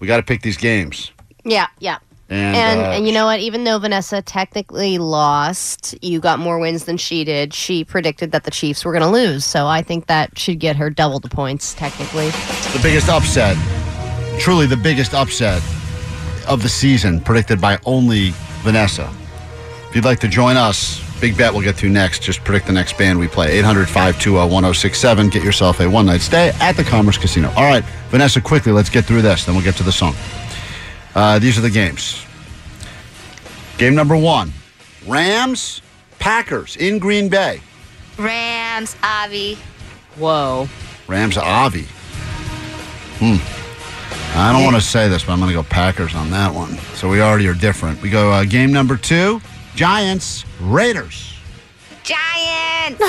S6: We got to pick these games.
S17: Yeah, yeah.
S6: And,
S17: And and,
S6: uh,
S17: you know what? Even though Vanessa technically lost, you got more wins than she did. She predicted that the Chiefs were going to lose, so I think that should get her double the points technically.
S6: The biggest upset, truly the biggest upset of the season predicted by only Vanessa. If you'd like to join us, big bet we'll get to next. Just predict the next band we play. 800 520 1067. Get yourself a one night stay at the Commerce Casino. All right, Vanessa, quickly, let's get through this, then we'll get to the song. Uh, these are the games. Game number one Rams, Packers in Green Bay.
S1: Rams, Avi.
S6: Whoa. Rams Avi. Hmm. I don't want to say this, but I'm going to go Packers on that one. So we already are different. We go uh, game number two Giants, Raiders.
S1: Giants.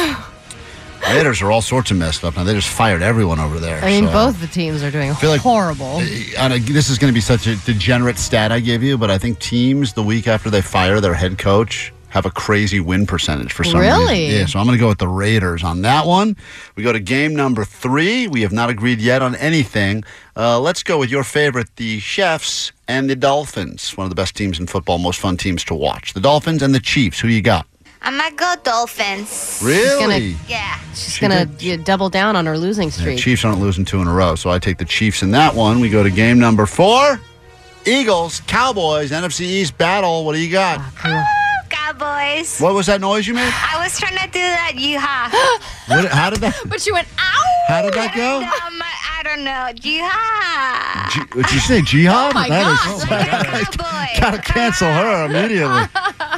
S6: Raiders are all sorts of messed up now. They just fired everyone over there.
S23: I mean,
S6: so-
S23: both the teams are doing
S6: feel like-
S23: horrible.
S6: I don't- this is going to be such a degenerate stat I give you, but I think teams the week after they fire their head coach have a crazy win percentage for some
S23: Really?
S6: reason. Yeah, so I'm going to go with the Raiders on that one. We go to game number three. We have not agreed yet on anything. Uh, let's go with your favorite, the Chefs and the Dolphins. One of the best teams in football, most fun teams to watch. The Dolphins and the Chiefs. Who you got?
S1: I might go Dolphins.
S6: Really?
S1: yeah.
S23: She's gonna yeah, double down on her losing
S6: The
S23: streak.
S6: Chiefs aren't losing two in a row, so I take the Chiefs in that one. We go to game number four. Eagles, Cowboys, NFC East battle. What do you got?
S1: Cowboys.
S6: What was that noise you made?
S1: I was trying to do that yeehaw.
S6: What, how did that?
S1: but you went
S7: "Ah."
S1: ow.
S6: How did that go?
S1: Um, I don't know. Yeehaw.
S6: G- did you say jihad?
S1: Oh my
S6: That is-
S1: gosh,
S6: gotta cancel her immediately.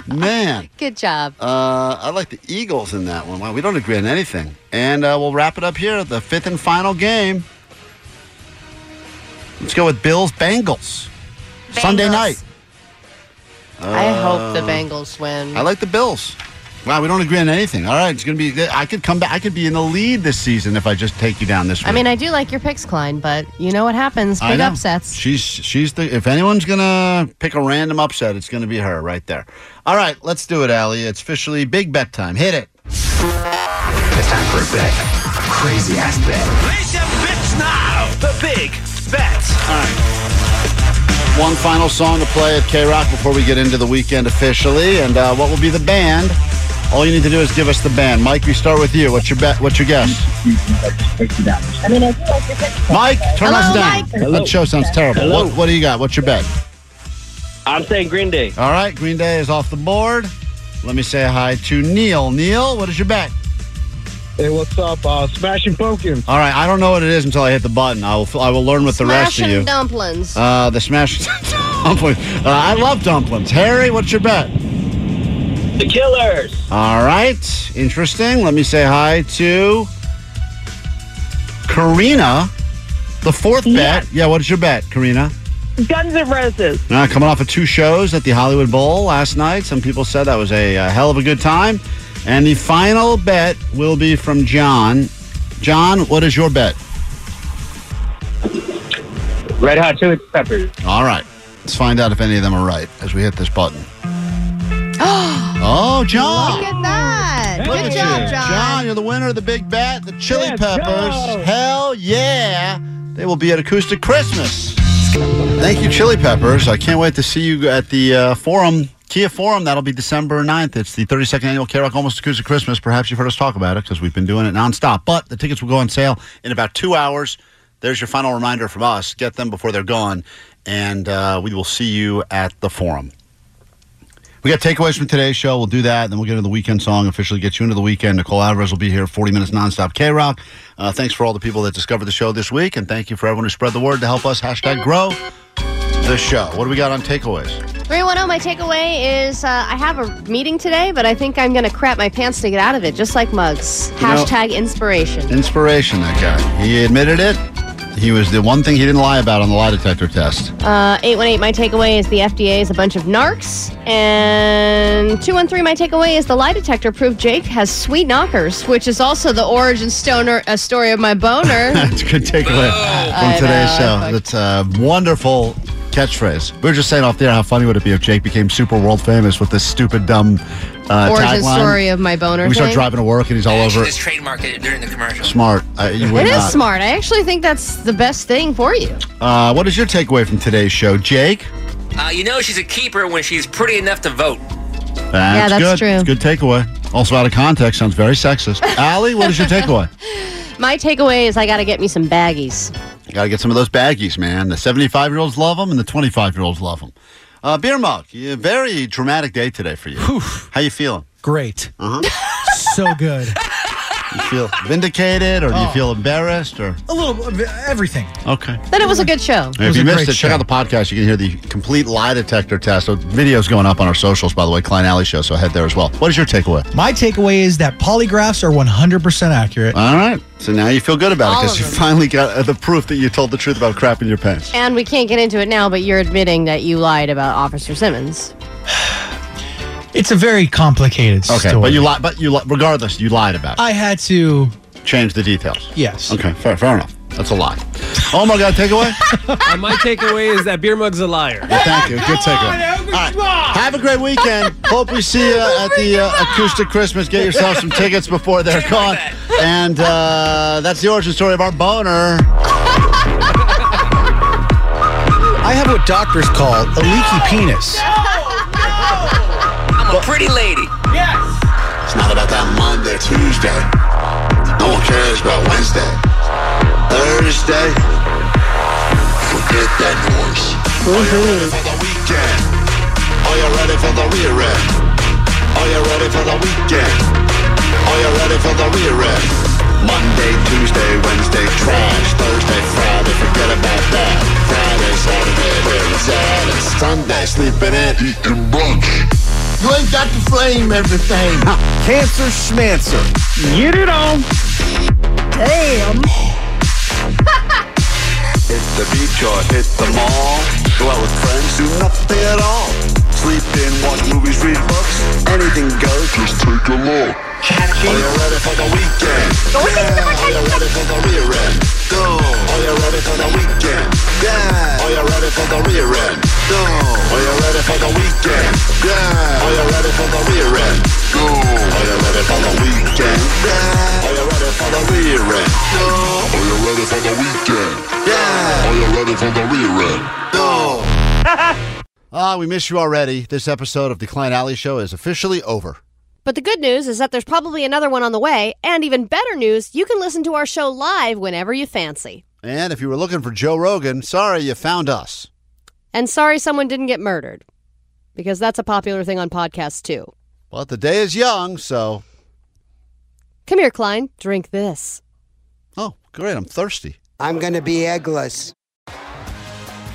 S6: Man,
S23: Good job.
S6: uh, I like the Eagles in that one. Wow, we don't agree on anything, and uh, we'll wrap it up here. The fifth and final game. Let's go with Bills Bengals. Sunday
S23: Bengals.
S6: night.
S23: I hope the
S6: Uh,
S23: Bengals win.
S6: I like the Bills. Wow, we don't agree on anything. All right, it's gonna be. I could come back. I could be in the lead this season if I just take you down this. Week.
S23: I mean, I do like your picks, Klein, but you know what happens?
S6: I
S23: Big
S6: know.
S23: upsets.
S6: She's she's the. If anyone's gonna pick a random upset, it's gonna be her right there. All right, let's do it, Allie. It's officially big bet time. Hit it.
S2: It's time for a bet. A crazy ass bet.
S13: Place your bets now. The big bets.
S6: All right. One final song to play at K Rock before we get into the weekend officially, and uh, what will be the band? All you need to do is give us the band. Mike, we start with you. What's your bet? What's your guess?
S3: I mean, I do like to get-
S6: Mike, turn
S3: Hello,
S6: us down.
S3: Mike.
S6: That show sounds terrible.
S3: Hello.
S6: What, what do you got? What's your bet?
S24: I'm saying Green Day.
S6: All right, Green Day is off the board. Let me say hi to Neil. Neil, what is your bet?
S24: Hey, what's up? Uh, smashing Pumpkins.
S6: All right, I don't know what it is until I hit the button. I will. I will learn with the rest of
S23: Smashing
S6: you.
S23: dumplings.
S6: Uh, the smash dumplings. Uh, I love dumplings. Harry, what's your bet?
S24: The Killers.
S6: All right, interesting. Let me say hi to Karina. The fourth bet. Yeah, what is your bet, Karina?
S3: Guns N' Roses.
S6: Uh, coming off of two shows at the Hollywood Bowl last night. Some people said that was a, uh hell of a good time. And the final bet will be from John. John, what is your bet?
S24: Red Hot Chili Peppers.
S6: All right. Let's find out if any of them are right as we hit this button. oh, John.
S23: Look at that.
S6: Look
S23: Good
S6: at
S23: job,
S6: you.
S23: John.
S6: John, you're the winner of the big bet, the Chili Peppers. Hell yeah. They will be at Acoustic Christmas. Thank you, Chili Peppers. I can't wait to see you at the uh, Forum, Kia Forum. That'll be December 9th. It's the 32nd annual K-Rock Almost Acoustic Christmas. Perhaps you've heard us talk about it because we've been doing it nonstop. But the tickets will go on sale in about two hours. There's your final reminder from us. Get them before they're gone. And uh, we will see you at the Forum. We got takeaways from today's show. We'll do that, and then we'll get into the weekend song. Officially get you into the weekend. Nicole Alvarez will be here, 40 minutes nonstop K Rock. Uh, thanks for all the people that discovered the show this week, and thank you for everyone who spread the word to help us hashtag grow the show. What do we got on takeaways?
S23: 310, oh, my takeaway is uh, I have a meeting today, but I think I'm going to crap my pants to get out of it, just like mugs.
S6: You know-
S23: Hashtag inspiration.
S6: Inspiration, that guy. He admitted it. He was the one thing he didn't lie about on the lie detector test.
S23: Uh, 818, my takeaway is the FDA is a bunch of narcs. And 213, my takeaway is the lie detector proved Jake has sweet knockers, which is also the origin stoner uh, story of my boner.
S6: That's a good takeaway
S23: Oh, I
S6: from today's
S23: know,
S6: show. That's a wonderful catchphrase. We were just saying off there how funny would it be if Jake became super world famous with this stupid, dumb uh,
S23: origin
S6: tagline?
S23: story of my boner.
S6: And we start
S23: thing.
S6: driving to work and he's all over.
S8: Just trademark it during the commercial.
S6: Smart. Uh, you would
S23: It is
S6: not.
S23: smart. I actually think that's the best thing for you.
S6: Uh, what is your takeaway from today's show, Jake?
S8: Uh, you know she's a keeper when she's pretty enough to vote.
S6: That's
S8: Yeah, that's
S6: good.
S8: true.
S6: It's a good takeaway. Also out of context, sounds very sexist. Allie, what is your takeaway?
S23: My takeaway is I got to get me some baggies.
S6: Got to get some of those baggies, man. The 75 year olds love them, and the 25 year olds love them. Uh, beer mug, yeah, very dramatic day today for you. How you feeling?
S11: Great.
S6: Uh-huh.
S11: So good.
S6: you feel vindicated, or do you
S11: Oh.
S6: feel embarrassed, or
S11: A little of everything.
S6: okay?
S23: Then it was a good show.
S6: if you missed it, check out the podcast. You can hear the complete lie detector test. So videos going up on our socials, by the way, Klein Alley Show. So head there as well. What is your takeaway?
S11: My takeaway is that polygraphs are 100% accurate.
S6: All right. So now you feel good about
S11: All
S6: it because
S11: of
S6: you
S11: them.
S6: finally got uh, the proof that you told the truth about crap in your pants.
S23: And we can't get into it now, but you're admitting that you lied about Officer Simmons.
S11: It's a very complicated
S6: Okay,
S11: story.
S6: but you lied. But you li- regardless, you lied about it.
S11: I had to.
S6: Change the details.
S11: Yes.
S6: Okay. Fair, fair enough. That's a lie. Oh my God! Takeaway.
S22: And my takeaway is that beer mug's a liar.
S6: Thank you. Good takeaway. All right. Have a great weekend. Hope we see you at the uh, Acoustic Christmas. Get yourself some tickets before they're gone. And uh, that's the origin story of our boner.
S11: I have what doctors call a leaky penis.
S5: Oh,
S8: I'm a pretty lady. Yes.
S2: It's not about that Monday, Tuesday. No one cares about Wednesday. Thursday. Forget that noise. Are you ready for the weekend? Are you ready for the re-read? Are you ready for the weekend? Are you ready for the re-read? Monday, Tuesday, Wednesday, trash. Thursday, Friday, forget about that. Friday, Saturday, where it's at. It's Sunday, sleeping in, eating brunch. You ain't got to flame everything.
S14: Cancer Schmancer.
S2: Get it on.
S14: Damn.
S2: Hit the beach or hit the mall. Go out with friends, do nothing at all. Sleep in, watch movies, read books. Anything goes, just take a look. Are you ready for the weekend? Yeah. Are you ready for the rear end? Go. Are you ready for the weekend? Yeah. Are you ready for the rear end? Go. Are you ready for the weekend? Yeah. Are you ready for the rear end? Go. Are you ready for the weekend? Yeah. Are you ready for the rear end? Go. Are you ready for the weekend? Yeah. Are you ready for the rear end? Go.
S6: Ah, we miss you already. This episode of the Klein Alley Show is officially over.
S7: But the good news is that there's probably another one on the way, and even better news, you can listen to our show live whenever you fancy.
S6: And if you were looking for Joe Rogan, sorry you found us.
S7: And sorry someone didn't get murdered, because that's a popular thing on podcasts too.
S6: But the day is young, so
S7: Come here, Klein, drink this.
S6: Oh, great, I'm thirsty.
S34: I'm going to be eggless.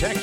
S35: Protect